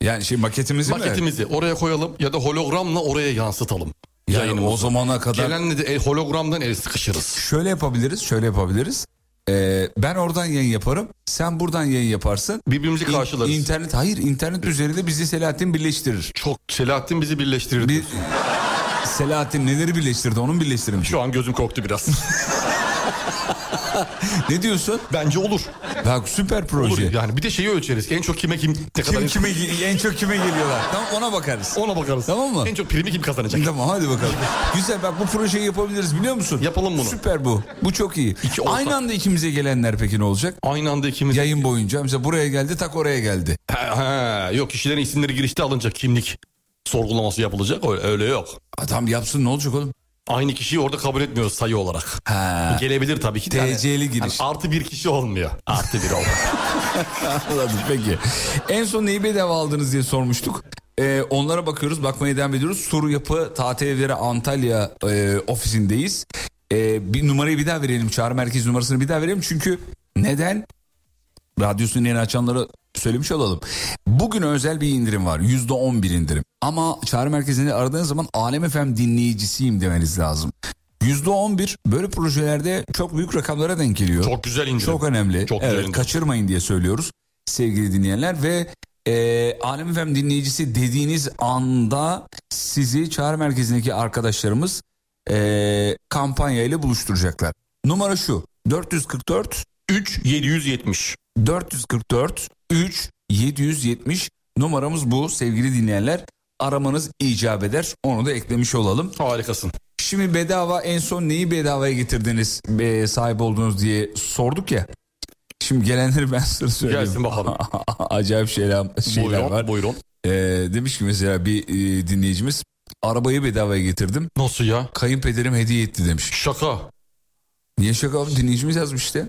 Yani şey maketimizi mi? Maketimizi oraya koyalım ya da hologramla oraya yansıtalım. Yani Yayınımızı. o zamana kadar Gelenle de el, hologramdan el sıkışırız. şöyle yapabiliriz, şöyle yapabiliriz. Ee, ben oradan yayın yaparım, sen buradan yayın yaparsın. Birbirimizi karşılarız. internet hayır internet üzerinde bizi Selahattin birleştirir. Çok Selahattin bizi birleştirirdi. Bir Selahattin neleri birleştirdi onun birleştirmiş. Şu an gözüm korktu [LAUGHS] biraz. Ne diyorsun? Bence olur. Bak süper Olur proje. yani. Bir de şeyi ölçeriz. En çok kime kim ne Kim kadar kime en çok kime geliyorlar? Tamam ona bakarız. ona bakarız. Tamam mı? En çok primi kim kazanacak? Tamam hadi [LAUGHS] bakalım. Güzel bak bu projeyi yapabiliriz biliyor musun? Yapalım bunu. Süper bu. Bu çok iyi. İki ortak. Aynı anda ikimize gelenler peki ne olacak? Aynı anda ikimiz... Yayın boyunca mesela buraya geldi tak oraya geldi. Ha, ha, yok kişilerin isimleri girişte alınacak kimlik sorgulaması yapılacak öyle, öyle yok. Adam yapsın ne olacak oğlum? Aynı kişiyi orada kabul etmiyoruz sayı olarak. Ha. [LAUGHS] Bu Gelebilir tabii ki. de hani- TC'li giriş. hani artı bir kişi olmuyor. Artı bir olmuyor. [LAUGHS] Anladım peki. En son neyi bedava aldınız diye sormuştuk. Ee, onlara bakıyoruz bakmaya devam ediyoruz. Soru Yapı Tatil Evleri Antalya e, ofisindeyiz. Ee, bir numarayı bir daha verelim çağrı merkez numarasını bir daha verelim. Çünkü neden? Radyosunu yeni açanlara söylemiş olalım. Bugün özel bir indirim var. Yüzde on bir indirim. Ama çağrı merkezinde aradığınız zaman Alem FM dinleyicisiyim demeniz lazım. Yüzde on bir böyle projelerde çok büyük rakamlara denk geliyor. Çok güzel indirim. Çok önemli. Çok evet, güzel indirim. kaçırmayın diye söylüyoruz sevgili dinleyenler ve e, Alem Efem dinleyicisi dediğiniz anda sizi çağrı merkezindeki arkadaşlarımız e, kampanya ile buluşturacaklar. Numara şu 444 3 770. 444 3 770 numaramız bu sevgili dinleyenler aramanız icap eder onu da eklemiş olalım. Harikasın. Şimdi bedava en son neyi bedavaya getirdiniz e, sahip oldunuz diye sorduk ya. Şimdi gelenleri ben size söyleyeyim. Gelsin bakalım. [LAUGHS] Acayip şeyler, şeyler buyurun, var. buyurun. E, demiş ki mesela bir e, dinleyicimiz arabayı bedavaya getirdim. Nasıl ya? Kayınpederim hediye etti demiş. Şaka. Niye şaka oğlum? dinleyicimiz yazmış işte.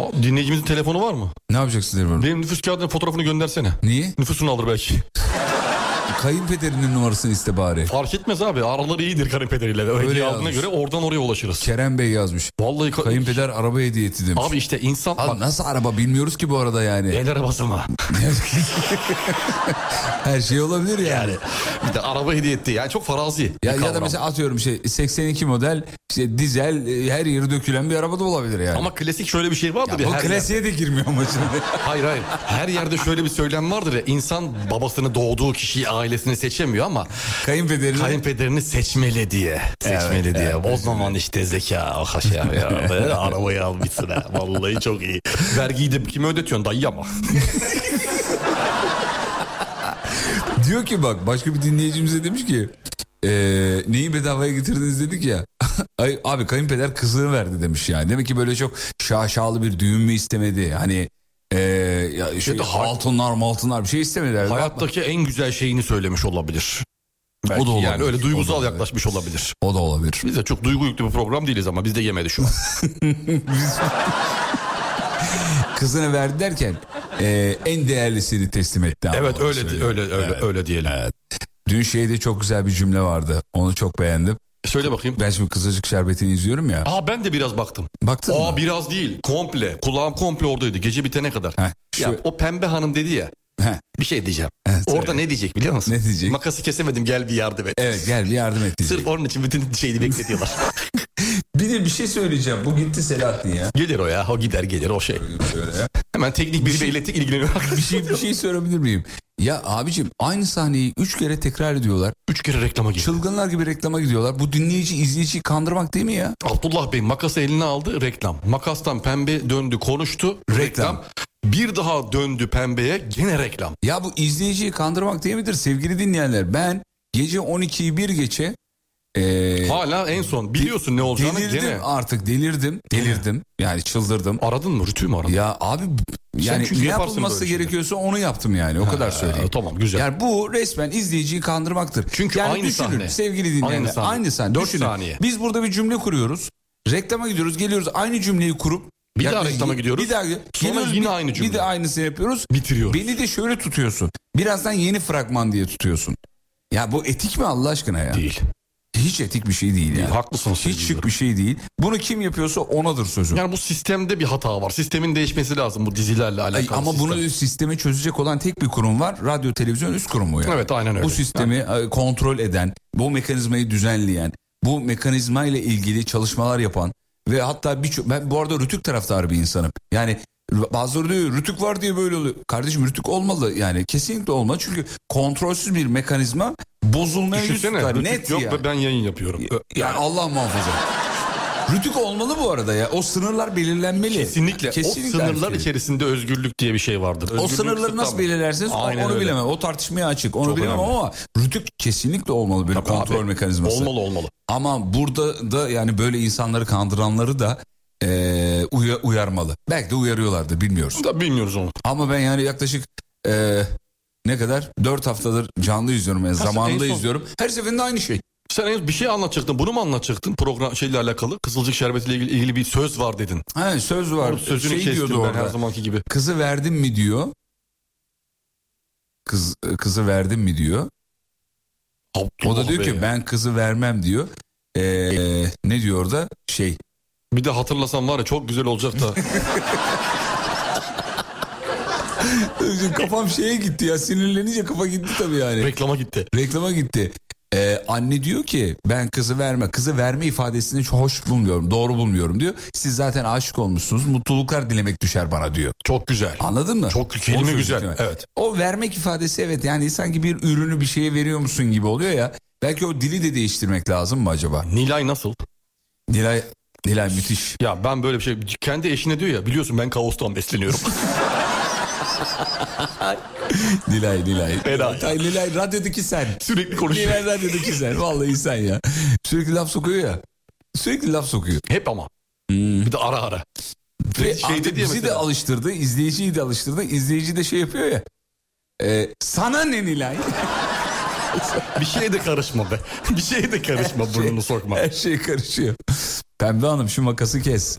Aa, Dinleyicimizin telefonu var mı? Ne yapacaksın derim ben. Benim nüfus kağıdının fotoğrafını göndersene. Niye? Nüfusunu alır belki. [LAUGHS] Kayınpederinin numarasını iste bari. Fark etmez abi. Araları iyidir kayınpederiyle. Öyle aldığına yazmış. göre oradan oraya ulaşırız. Kerem Bey yazmış. Vallahi ka- Kayınpeder araba hediye etti demiş. Abi işte insan... Abi nasıl araba bilmiyoruz ki bu arada yani. El arabası mı? [LAUGHS] Her şey olabilir yani. Yani bir de araba hediye etti. Yani çok farazi. bir Ya, ya da kavram. mesela atıyorum şey 82 model işte dizel e, her yeri dökülen bir araba da olabilir yani. Ama klasik şöyle bir şey vardır Ya ya. bu her yer- klasiğe de girmiyor ama şimdi. [LAUGHS] Hayır hayır. Her yerde şöyle bir söylem vardır ya. İnsan babasını doğduğu kişiyi ailesini seçemiyor ama Kayınpederini kayınpederini seçmeli diye. Seçmeli diye. o zaman işte zeka. O kaşa [LAUGHS] ya. Böyle Arabayı almışsın ha. Vallahi çok iyi. Vergiyi de kime ödetiyorsun dayı ama. diyor ki bak başka bir dinleyicimize demiş ki e, neyi bedavaya getirdiniz dedik ya. [LAUGHS] Ay, abi kayınpeder kızını verdi demiş yani. Demek ki böyle çok şaşalı bir düğün mü istemedi? Hani e, ya şey, da hay- altınlar maltınlar bir şey istemedi. herhalde. [LAUGHS] Hayattaki en güzel şeyini söylemiş olabilir. Belki o da olabilir. Yani öyle duygusal O da- yaklaşmış olabilir. O da olabilir. Biz de çok duygu yüklü bir program değiliz ama biz de [LAUGHS] yemedi şu an. Kızını verdi derken e, en değerlisini teslim etti. evet anlamında öyle di- söylüyor. öyle öyle öyle diyelim. Dün şeyde çok güzel bir cümle vardı. Onu çok beğendim. Söyle bakayım. Ben şimdi Kızılcık Şerbeti'ni izliyorum ya. Aa ben de biraz baktım. Baktın Aa mı? biraz değil. Komple. Kulağım komple oradaydı. Gece bitene kadar. Heh, şu- Ya o pembe hanım dedi ya. Heh. Bir şey diyeceğim. Evet, Orada ne diyecek biliyor musun? Ne diyecek? Makası kesemedim gel bir yardım et. Evet gel bir yardım et. diyecek. Sırf onun için bütün şeyini bekletiyorlar. [LAUGHS] Bir de bir şey söyleyeceğim. Bu gitti Selahattin ya. gelir o ya. O gider gelir o şey. Böyle ya. Hemen teknik bir ilettik ilgileniyor. [LAUGHS] Bir şey, bir şey sorabilir miyim? Ya abicim aynı sahneyi üç kere tekrar ediyorlar. Üç kere reklama girdi. Çılgınlar gibi reklama gidiyorlar. Bu dinleyici izleyiciyi kandırmak değil mi ya? Abdullah Bey makası eline aldı reklam. Makastan pembe döndü konuştu reklam. Reklam. Bir daha döndü pembeye gene reklam. Ya bu izleyiciyi kandırmak değil midir sevgili dinleyenler? Ben gece 12'yi bir geçe eee, Hala en son biliyorsun ne olacağını delirdim gene. artık delirdim. Delirdim yani çıldırdım. Aradın mı? Rütü'yü mü aradın? Ya abi yani çünkü ne yaparsın yapılması böyle şey. şeyleri. gerekiyorsa onu yaptım yani o kadar söyleyeyim. Ha, tamam güzel. Yani bu resmen izleyiciyi kandırmaktır. Çünkü yani aynı düşünün, sahne. sevgili dinleyenler. Aynı Aynı sahne. sahne. Üç Düşünün. saniye. Biz burada bir cümle kuruyoruz. Reklama gidiyoruz geliyoruz aynı cümleyi kurup. Bir daha Yaklaşık- reklama gidiyoruz. Bir daha Sonra geliyoruz, yine bir- aynı cümle. Bir de aynısını yapıyoruz. Bitiriyoruz. Beni de şöyle tutuyorsun. Birazdan yeni fragman diye tutuyorsun. Ya bu etik mi Allah aşkına ya? Değil. Hiç etik bir şey değil ya. Haklısın sevgili Hiç Yıldırım. şık bir şey değil. Bunu kim yapıyorsa onadır sözüm. Yani bu sistemde bir hata var. Sistemin değişmesi lazım bu dizilerle alakalı. Ay, ama sistem. bunu sistemi çözecek olan tek bir kurum var. Radyo televizyon üst kurumu yani. Evet, aynen öyle. Bu sistemi e, kontrol eden, bu mekanizmayı düzenleyen, bu mekanizma ile ilgili çalışmalar yapan ve hatta birçok ben bu arada Rütük taraftarı bir insanım. Yani bazıları diyor Rütük var diye böyle oluyor. Kardeşim Rütük olmalı yani kesinlikle olmalı çünkü kontrolsüz bir mekanizma bozulmaya yüz Düşünsene tutar. Rütük Net yok yani. ve ben yayın yapıyorum. Yani Allah muhafaza. Rütük olmalı bu arada ya. O sınırlar belirlenmeli. Kesinlikle, o sınırlar erkek. içerisinde özgürlük diye bir şey O vardır. Özgürlük sınırları nasıl kısıtlanmaz. belirlersiniz o- Aynen onu öyle. bilemem. O tartışmaya açık. Onu Çok bilemem önemli. ama rütük kesinlikle olmalı böyle Tabii kontrol abi. mekanizması. Olmalı olmalı. Ama burada da yani böyle insanları kandıranları da eee, uya- uyarmalı. Belki de uyarıyorlardı bilmiyoruz. Da bilmiyoruz onu. Ama ben yani yaklaşık eee, ne kadar? 4 haftadır canlı izliyorum. Yani zamanında en son- izliyorum. Her seferinde aynı şey. Sen henüz bir şey anlatacaktın. Bunu mu anlatacaktın? Program şeyle alakalı. Kızılcık şerbetiyle ilgili, ilgili bir söz var dedin. Ha, söz Onun var. sözünü şey kestim diyordu ben orada. her zamanki gibi. Kızı verdim mi diyor. Kız kızı verdim mi diyor. O da Abdullah diyor Bey ki ya. ben kızı vermem diyor. Ee, ne diyor orada? Şey. Bir de hatırlasam var ya çok güzel olacak [LAUGHS] da. Kafam şeye gitti ya sinirlenince kafa gitti tabii yani. Reklama gitti. Reklama gitti. Ee, anne diyor ki ben kızı verme. Kızı verme ifadesini çok hoş bulmuyorum. Doğru bulmuyorum diyor. Siz zaten aşık olmuşsunuz. Mutluluklar dilemek düşer bana diyor. Çok güzel. Anladın mı? Çok kelime Onu söyleyecek güzel, değil mi? evet. O vermek ifadesi evet yani sanki bir ürünü bir şeye veriyor musun gibi oluyor ya. Belki o dili de değiştirmek lazım mı acaba? Nilay nasıl? Nilay, Nilay müthiş. Ya ben böyle bir şey kendi eşine diyor ya biliyorsun ben kaostan besleniyorum. [LAUGHS] Nilay, Nilay. Fena ya. Nilay, Nilay radyodaki sen. Sürekli konuşuyor. Nilay radyodaki sen. Vallahi sen ya. Sürekli laf sokuyor ya. Sürekli laf sokuyor. Hmm. Hep ama. Bir de ara şey ara. Ve Şeyde artık diye bizi mesela. de alıştırdı, izleyiciyi de alıştırdı. İzleyici de şey yapıyor ya. Ee, sana ne Nilay? Bir şeye de karışma be. [LAUGHS] Bir şeye de karışma burnunu sokma. Her şey karışıyor. Pembe Hanım şu makası kes.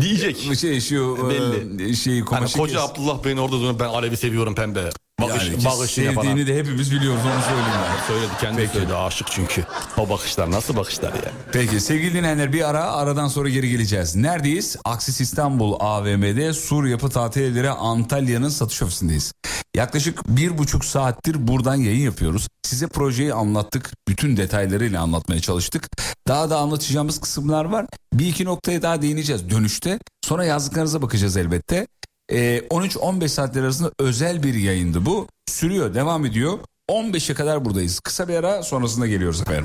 Diyecek. Bu şey şu Belli. e, şeyi Hani kumaşı koca kes. Abdullah Bey'in orada dönüp ben Alevi seviyorum pembe. Bakış, Yani bakışıyla bana. sevdiğini de hepimiz biliyoruz onu söyleyeyim. ben. Söyledi kendi söyledi aşık çünkü. O bakışlar nasıl bakışlar ya. Peki sevgili dinleyenler bir ara aradan sonra geri geleceğiz. Neredeyiz? Aksis İstanbul AVM'de Sur Yapı Tatil Evleri Antalya'nın satış ofisindeyiz. Yaklaşık bir buçuk saattir buradan yayın yapıyoruz. Size projeyi anlattık. Bütün detaylarıyla anlatmaya çalıştık. Daha da anlatacağımız kısımlar var. Bir iki noktaya daha değineceğiz dönüşte. Sonra yazdıklarınıza bakacağız elbette. Ee, 13-15 saatler arasında özel bir yayındı bu. Sürüyor, devam ediyor. 15'e kadar buradayız. Kısa bir ara sonrasında geliyoruz efendim.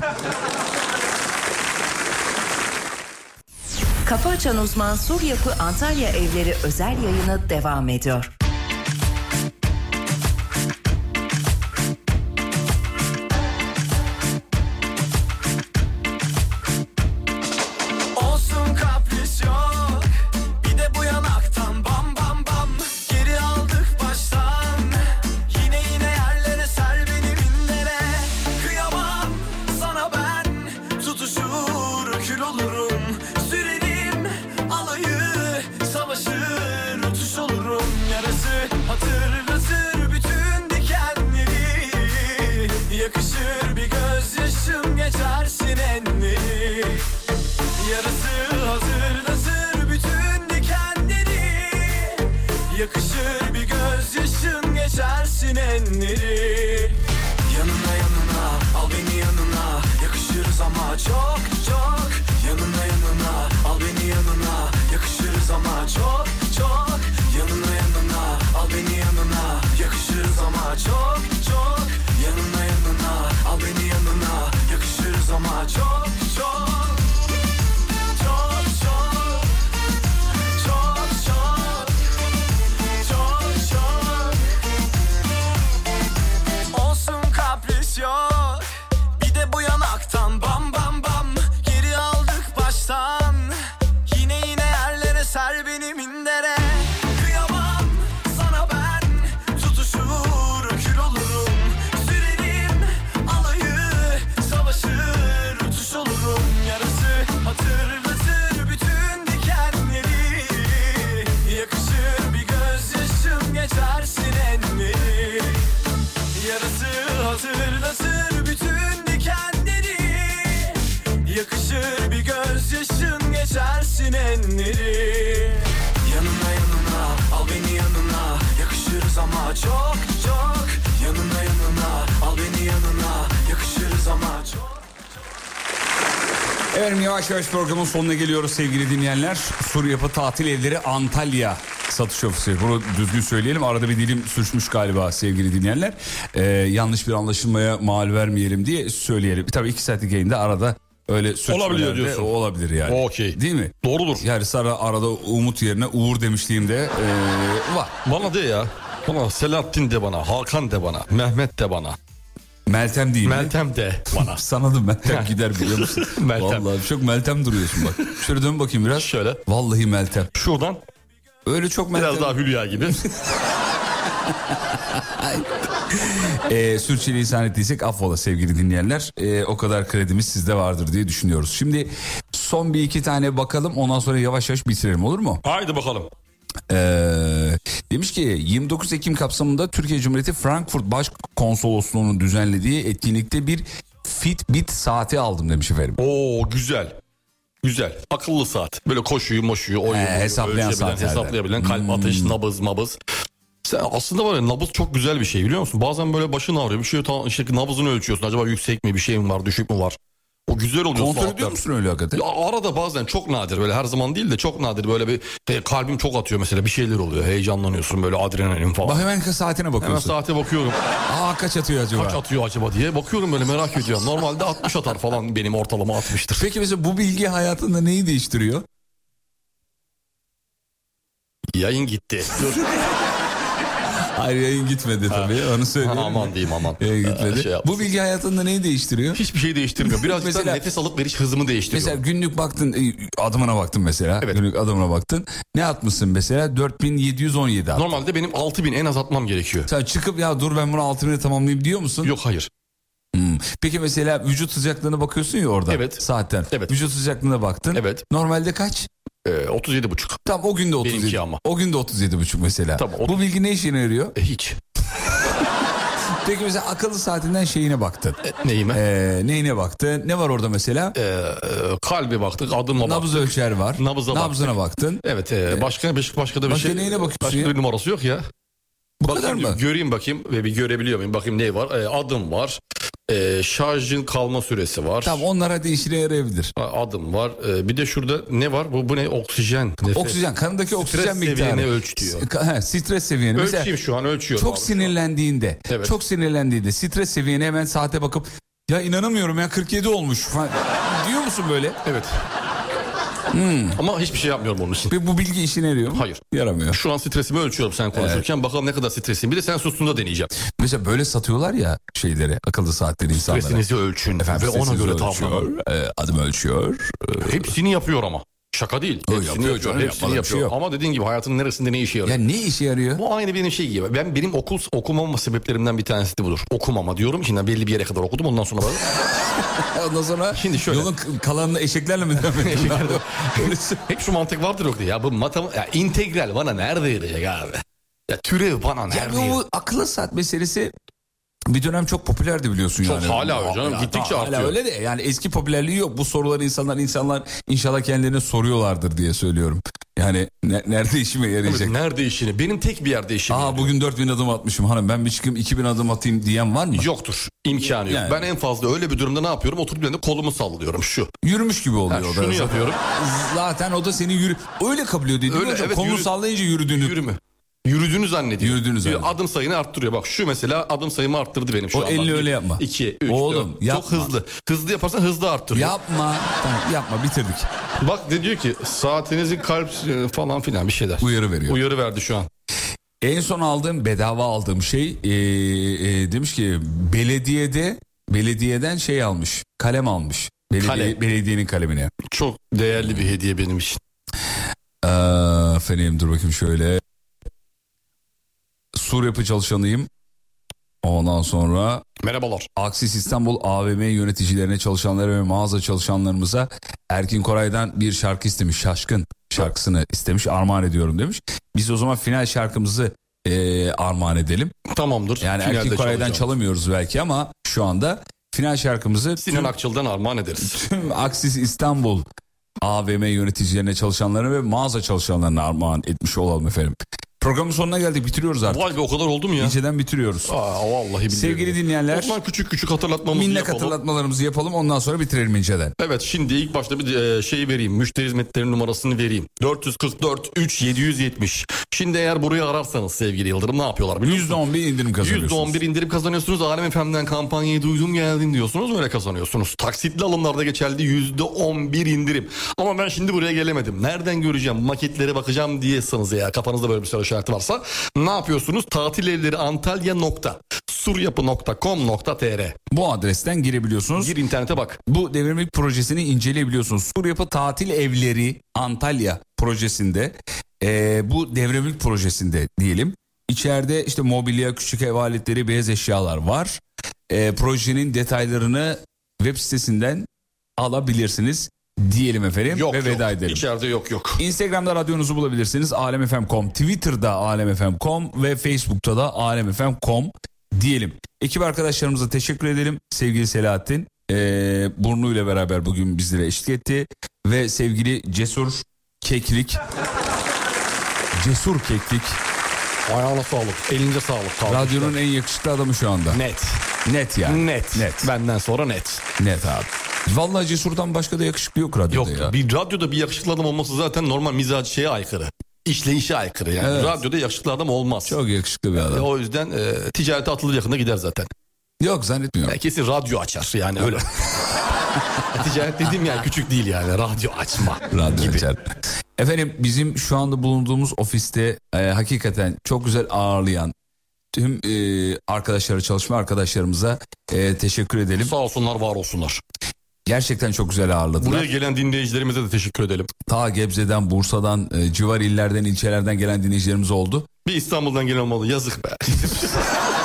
Kafa Açan Uzman Sur Yapı Antalya Evleri özel yayını devam ediyor. Olsun kapris yok Bir de bu yanaktan bam bam bam Geri aldık baştan Yine yine yerlere ser beni binlere Kıyamam sana ben Tutuşur kül olurum Sürerim alayı Savaşır utuş olurum Yarası çok çok Yanına yanına al beni yanına Yakışırız ama çok Efendim yavaş yavaş programın sonuna geliyoruz sevgili dinleyenler. Sur Yapı Tatil Evleri Antalya satış ofisi. Bunu düzgün söyleyelim. Arada bir dilim sürçmüş galiba sevgili dinleyenler. Ee, yanlış bir anlaşılmaya mal vermeyelim diye söyleyelim. Tabii iki saatlik yayında arada öyle sürçmeler Olabiliyor de diyorsun. Olabilir yani. Okey. Değil mi? Doğrudur. Yani Sara arada Umut yerine Uğur demişliğimde ee, var. Bana de ya. Bana Selahattin de bana, Hakan de bana, Mehmet de bana, Meltem değil mi? Meltem de [LAUGHS] bana. Sana da [LAUGHS] Meltem gider biliyor musun? Meltem. Vallahi çok Meltem duruyorsun bak. Şöyle dön bakayım biraz. Şöyle. Vallahi Meltem. Şuradan Öyle çok Meltem. biraz daha [LAUGHS] Hülya gibi. E, sürçülisan ettiysek affola sevgili dinleyenler. Ee, o kadar kredimiz sizde vardır diye düşünüyoruz. Şimdi son bir iki tane bakalım ondan sonra yavaş yavaş bitirelim olur mu? Haydi bakalım. Ee, demiş ki 29 Ekim kapsamında Türkiye Cumhuriyeti Frankfurt Başkonsolosluğu'nun düzenlediği etkinlikte bir Fitbit saati aldım demiş efendim. Oo güzel. Güzel. Akıllı saat. Böyle koşuyu moşuyu oyunu He, hesaplayan Hmm. ölçebilen, saatlerden. hesaplayabilen kalp atış, nabız, mabız. Sen aslında var ya nabız çok güzel bir şey biliyor musun? Bazen böyle başın ağrıyor bir şey tam işte nabızını ölçüyorsun. Acaba yüksek mi bir şey mi var düşük mü var? O güzel oluyor Kontrol saatler. ediyor musun öyle hakikaten? Ya arada bazen çok nadir böyle her zaman değil de çok nadir böyle bir e, kalbim çok atıyor mesela bir şeyler oluyor. Heyecanlanıyorsun böyle adrenalin Bak falan. hemen saatine Hemen bakıyorsun. saate bakıyorum. Aa kaç atıyor acaba? Kaç atıyor acaba diye. Bakıyorum böyle merak ediyorum. Normalde 60 atar falan benim ortalama 60'tır. Peki mesela bu bilgi hayatında neyi değiştiriyor? Yayın gitti. Dur. Hayır yayın gitmedi tabii onu söyleyeyim. aman diyeyim aman. Yayın Ee, gitmedi. şey yapmış. bu bilgi hayatında neyi değiştiriyor? Hiçbir şey değiştirmiyor. [LAUGHS] Birazcık Mesela- da nefes alıp veriş hızımı değiştiriyor. Mesela günlük baktın e, adımına baktın mesela. Evet. Günlük adımına baktın. Ne atmışsın mesela? 4717 at. Normalde benim 6000 en az atmam gerekiyor. Sen çıkıp ya dur ben bunu 6000'e tamamlayayım diyor musun? Yok hayır. Hmm. Peki mesela vücut sıcaklığına bakıyorsun ya orada. Evet. Saatten. Evet. Vücut sıcaklığına baktın. Evet. Normalde kaç? Ee, 37 buçuk. Tam o günde Benimki 37. ama. O günde 37,5 mesela. Tamam, Bu bilgi ne işine yarıyor? E, hiç. [LAUGHS] Peki mesela akıllı saatinden şeyine baktın. E, Neyime? Ee, neyine baktın? Ne var orada mesela? Ee, kalbe baktık, adıma baktık. Nabız ölçer var. Nabıza Nabzına baktın. Ee, Evet, e, başka başka başka da bir Başka şey. neyine bakıyorsun Başka ya? bir numarası yok ya. Bu Bakayım, kadar mı? Göreyim bakayım ve bir görebiliyor muyum? Bakayım ne var? E, adım var. E, şarjın kalma süresi var. Tamam onlar hadi işine yarayabilir. A- Adım var. E, bir de şurada ne var? Bu bu ne? Oksijen. Nefes. Oksijen, kanındaki oksijen seviyeni miktarı. [LAUGHS] ölç diyor. S- ka- he, stres seviyeni. Mesela Ölçeyim şu an ölçüyorum. çok abi. sinirlendiğinde, Evet. çok sinirlendiğinde stres seviyeni hemen saate bakıp ya inanamıyorum ya 47 olmuş falan diyor musun böyle? Evet. Ama hiçbir şey yapmıyorum onun için. Ve Hmm. bu bilgi işine yarıyor mu? Hayır. Yaramıyor. Şu an stresimi ölçüyorum sen konuşurken. Bakalım ne kadar stresliyim. Bir de sen sustuğunda deneyeceğim. Mesela böyle satıyorlar ya şeyleri, akıllı saatleri insanlara. Stresinizi ölçün Efendim, ve ona stresinizi göre ölçüyor, davranın. e, adım ölçüyor. Hepsini yapıyor ama. Şaka değil. Öyle Hepsini yapıyor yapıyor. canım, yapmadan hepsini bir yapıyor. şey yok. Ama dediğin gibi hayatın neresinde ne işe yarıyor? Ya ne işe yarıyor? Bu aynı benim şey gibi. Ben benim okul okumama sebeplerimden bir tanesi de budur. Okumama diyorum. Şimdi belli bir yere kadar okudum. Ondan sonra böyle [LAUGHS] [LAUGHS] Ondan sonra Şimdi şöyle. yolun k- kalanını eşeklerle mi devam ediyorsun? Öyle sö- hep şu mantık vardır yok diye. Ya bu matematik ya integral bana nerede yarayacak abi? Ya türev bana nerede? Ya bu, yarayacak? bu akıllı saat meselesi bir dönem çok popülerdi biliyorsun Çok yani. hala öyle canım, gittikçe hala artıyor. öyle de yani eski popülerliği yok. Bu soruları insanlar insanlar inşallah kendilerine soruyorlardır diye söylüyorum. Yani ne- nerede işime yarayacak? nerede işini? Benim tek bir yerde işim. Aa yarıyor. bugün 4000 adım atmışım hanım ben bir çıkayım 2000 adım atayım diyen var mı? Yoktur. imkanı yok. Yani. Ben en fazla öyle bir durumda ne yapıyorum? Oturup yanında kolumu sallıyorum şu. Yürümüş gibi Ha, oluyor. o da. şunu yapıyorum. Zaten o da seni yürü... Öyle kabul ediyor değil mi Öyle, hocam? evet, Kolunu yürü- sallayınca yürüdüğünü. Yürüme. Yürüdüğünü zannediyor. Yürüdüğünü zannediyor. Adım sayını arttırıyor. Bak şu mesela adım sayımı arttırdı benim şu O anda. elini öyle yapma. 2, 3, Oğlum, Çok yapma. hızlı. Hızlı yaparsan hızlı arttırıyor. Yapma. Tamam, yapma bitirdik. Bak ne diyor ki saatinizin kalp e, falan filan bir şeyler. Uyarı veriyor. Uyarı verdi şu an. En son aldığım bedava aldığım şey e, e, demiş ki belediyede belediyeden şey almış kalem almış. Belediye, Kalem. Belediyenin kalemini. Çok değerli bir hediye benim için. Ee, efendim dur bakayım şöyle. Sur yapı çalışanıyım. Ondan sonra Merhabalar. Aksis İstanbul AVM yöneticilerine çalışanlara ve mağaza çalışanlarımıza Erkin Koray'dan bir şarkı istemiş. Şaşkın şarkısını istemiş. Armağan ediyorum demiş. Biz o zaman final şarkımızı e, armağan edelim. Tamamdır. Yani Finalde Erkin Koray'dan çalacağım. çalamıyoruz belki ama şu anda final şarkımızı Sinan Akçıl'dan armağan ederiz. tüm Aksis İstanbul AVM yöneticilerine çalışanlara ve mağaza çalışanlarına armağan etmiş olalım efendim. Programın sonuna geldik bitiriyoruz artık. Vay be o kadar oldu mu ya? İnceden bitiriyoruz. Aa, vallahi billahi. Sevgili dinleyenler- O zaman küçük küçük hatırlatmamızı Minnak yapalım. hatırlatmalarımızı yapalım ondan sonra bitirelim inceden. Evet şimdi ilk başta bir e, şey vereyim. Müşteri hizmetleri numarasını vereyim. 444 3 770. Şimdi eğer burayı ararsanız sevgili Yıldırım ne yapıyorlar biliyor musun? %11 indirim kazanıyorsunuz. %11 indirim kazanıyorsunuz. Alem FM'den kampanyayı duydum geldim diyorsunuz öyle kazanıyorsunuz. Taksitli alımlarda geçerli %11 indirim. Ama ben şimdi buraya gelemedim. Nereden göreceğim? Maketlere bakacağım diyorsanız eğer kafanızda böyle bir soru işareti varsa ne yapıyorsunuz? Tatil evleri Antalya nokta suryapı.com.tr Bu adresten girebiliyorsunuz. Gir internete bak. Bu devrimlik projesini inceleyebiliyorsunuz. Sur Yapı Tatil Evleri Antalya projesinde eee, bu devrimlik projesinde diyelim. İçeride işte mobilya, küçük ev aletleri, beyaz eşyalar var. Eee, projenin detaylarını web sitesinden alabilirsiniz diyelim efendim Yok ve yok. veda edelim. İçeride yok yok. Instagram'da radyonuzu bulabilirsiniz. Alemfm.com, Twitter'da alemfm.com ve Facebook'ta da alemfm.com diyelim. Ekip arkadaşlarımıza teşekkür edelim. Sevgili Selahattin eee burnuyla beraber bugün bizlere eşlik etti. Ve sevgili Cesur [LAUGHS] Keklik. Cesur Keklik. Ayağına sağlık. Elinize sağlık. Kalkmışlar. Radyonun en yakışıklı adamı şu anda. net. Net yani. Net. Net. Benden sonra net. Net abi. Vallahi Cesur'dan başka da yakışıklı yok radyoda Yok ya. bir radyoda bir yakışıklı adam olması zaten normal mizacı şeye aykırı. İşleyişe aykırı yani. Evet. Radyoda yakışıklı adam olmaz. Çok yakışıklı bir E, adam. O yüzden e, ticarete atılır yakında gider zaten. Yok zannetmiyorum. Yani kesin radyo açar [LAUGHS] yani öyle. Ticaret dediğim yani küçük değil yani radyo açma. Radyo açar. Efendim bizim şu anda bulunduğumuz ofiste e, hakikaten çok güzel ağırlayan tüm e, arkadaşları çalışma arkadaşlarımıza e, teşekkür edelim. Sağ olsunlar var olsunlar. Gerçekten çok güzel ağırladılar. Buraya gelen dinleyicilerimize de teşekkür edelim. Ta Gebze'den, Bursa'dan, e, civar illerden, ilçelerden gelen dinleyicilerimiz oldu. Bir İstanbul'dan gelen olmalı yazık be. [LAUGHS]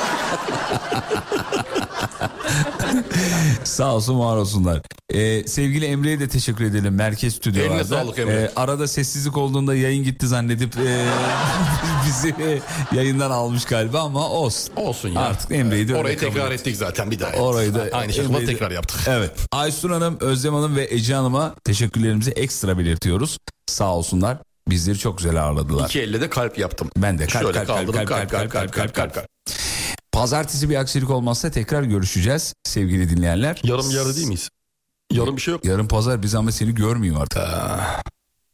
Sağ olsun var olsunlar. E, sevgili Emre'ye de teşekkür edelim. Merkez stüdyolarda. Eline sağlık Emre. E, arada sessizlik olduğunda yayın gitti zannedip e, [LAUGHS] bizi e, yayından almış galiba ama olsun. Olsun ya. e, Artık Emre'yi de öyle Orayı kabul tekrar ettik zaten bir daha. Orayı da Aynı şekilde Emre'yi de- tekrar yaptık. Evet. Aysun Hanım, Özlem Hanım ve Ece Hanım'a teşekkürlerimizi ekstra belirtiyoruz. Sağ olsunlar. Bizleri çok güzel ağırladılar. İki elle de kalp yaptım. Ben de kalp Şöyle kalp kalp kaldırdım, kalp kalp kalp kalp kalp kalp. Pazartesi bir aksilik olmazsa tekrar görüşeceğiz sevgili dinleyenler. Yarım yarı değil miyiz? Yarım bir şey yok. Yarın pazar bir zahmet seni görmeyeyim artık.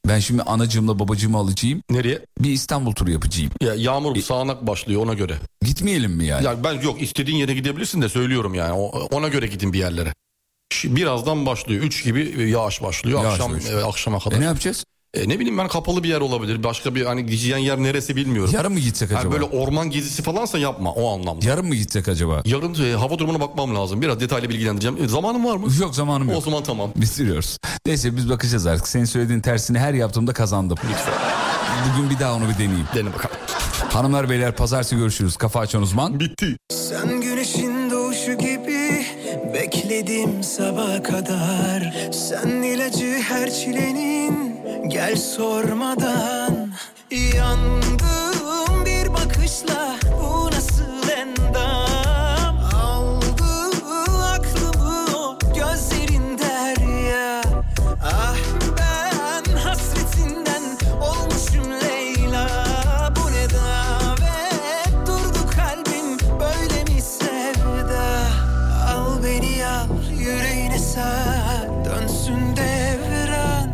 Ben şimdi anacığımla babacığımı alacağım. Nereye? Bir İstanbul turu yapacağım. Ya yağmur sağanak başlıyor ona göre. Gitmeyelim mi yani? Ya ben yok istediğin yere gidebilirsin de söylüyorum yani. O- Ona göre gidin bir yerlere. Şi- Birazdan başlıyor. 3 gibi e, yağış başlıyor. Yağış Akşam başlıyor. e, akşama kadar. E ne E, yapacağız? ne, bileyim ben kapalı bir yer olabilir. Başka bir hani gideceğin yer neresi bilmiyorum. Yarın mı gitsek Yani acaba? böyle orman gezisi falansa yapma o anlamda. Yarın mı gitsek acaba? Yarın e, hava durumuna bakmam lazım. Biraz detaylı bilgilendireceğim. E, zamanın var mı? Yok zamanım yok. O zaman tamam. Bitiriyoruz. Neyse biz bakacağız artık. Senin söylediğin tersini her yaptığımda kazandım. Bugün bir daha onu bir deneyeyim. Dene bakalım. Hanımlar beyler pazartesi görüşürüz. Kafa açan uzman. Bitti. Sen güneşin doğuşu gibi bekledim sabaha kadar Sen ilacı her çilenin gel sormadan Yandım bir bakışla bu nasıl endam Aldı aklımı o gözlerin derya Ah ben hasretinden olmuşum Leyla Bu ne davet durdu kalbim böyle mi sevda Al beni al yüreğine sar dönsün devran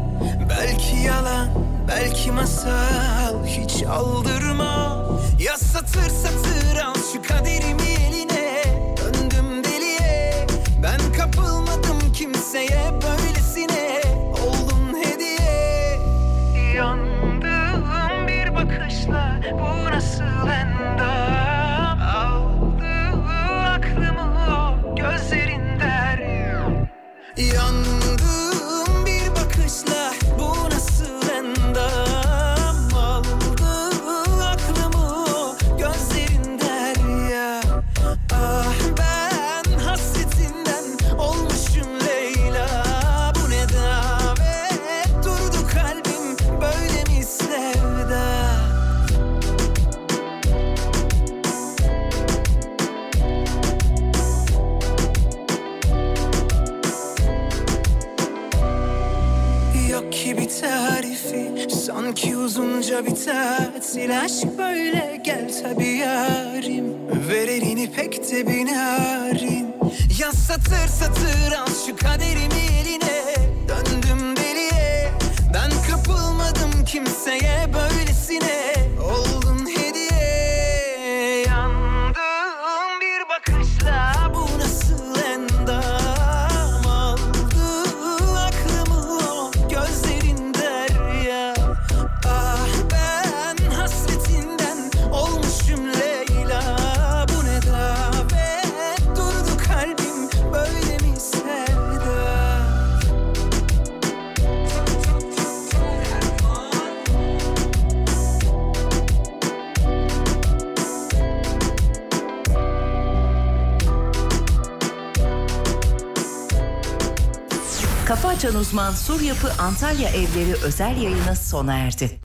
Belki yalan belki masal hiç aldırma Ya satır satır al şu kaderimi eline Döndüm deliye ben kapılmadım kimseye böylesine Oldun hediye Yandığım bir bakışla bu nasıl endam Aldı aklımı o gözlerin derya Yandım bir bakışla bu nasıl endam Aldı aklımı o gözlerin derya Ah ben hasretinden olmuşum Leyla Bu ne davet durdu kalbim böyle mi sevda Yok ki bir tarif tarifi Sanki uzunca bir tatil Aşk böyle gel tabi yarim Ver elini pek de binarin Yaz satır satır al şu kaderimi eline Döndüm deliye Ben kapılmadım kimseye böylesine Oldun hediye Yandım bir bakışla Bu nasıl endam Aldı aklımı o gözlerin derya Ah ben hasretinden olmuşum Leyla Bu ne davet durdu kalbim böyle mi sevda Kafa Açan Uzman Sur Yapı Antalya Evleri özel yayını sona erdi.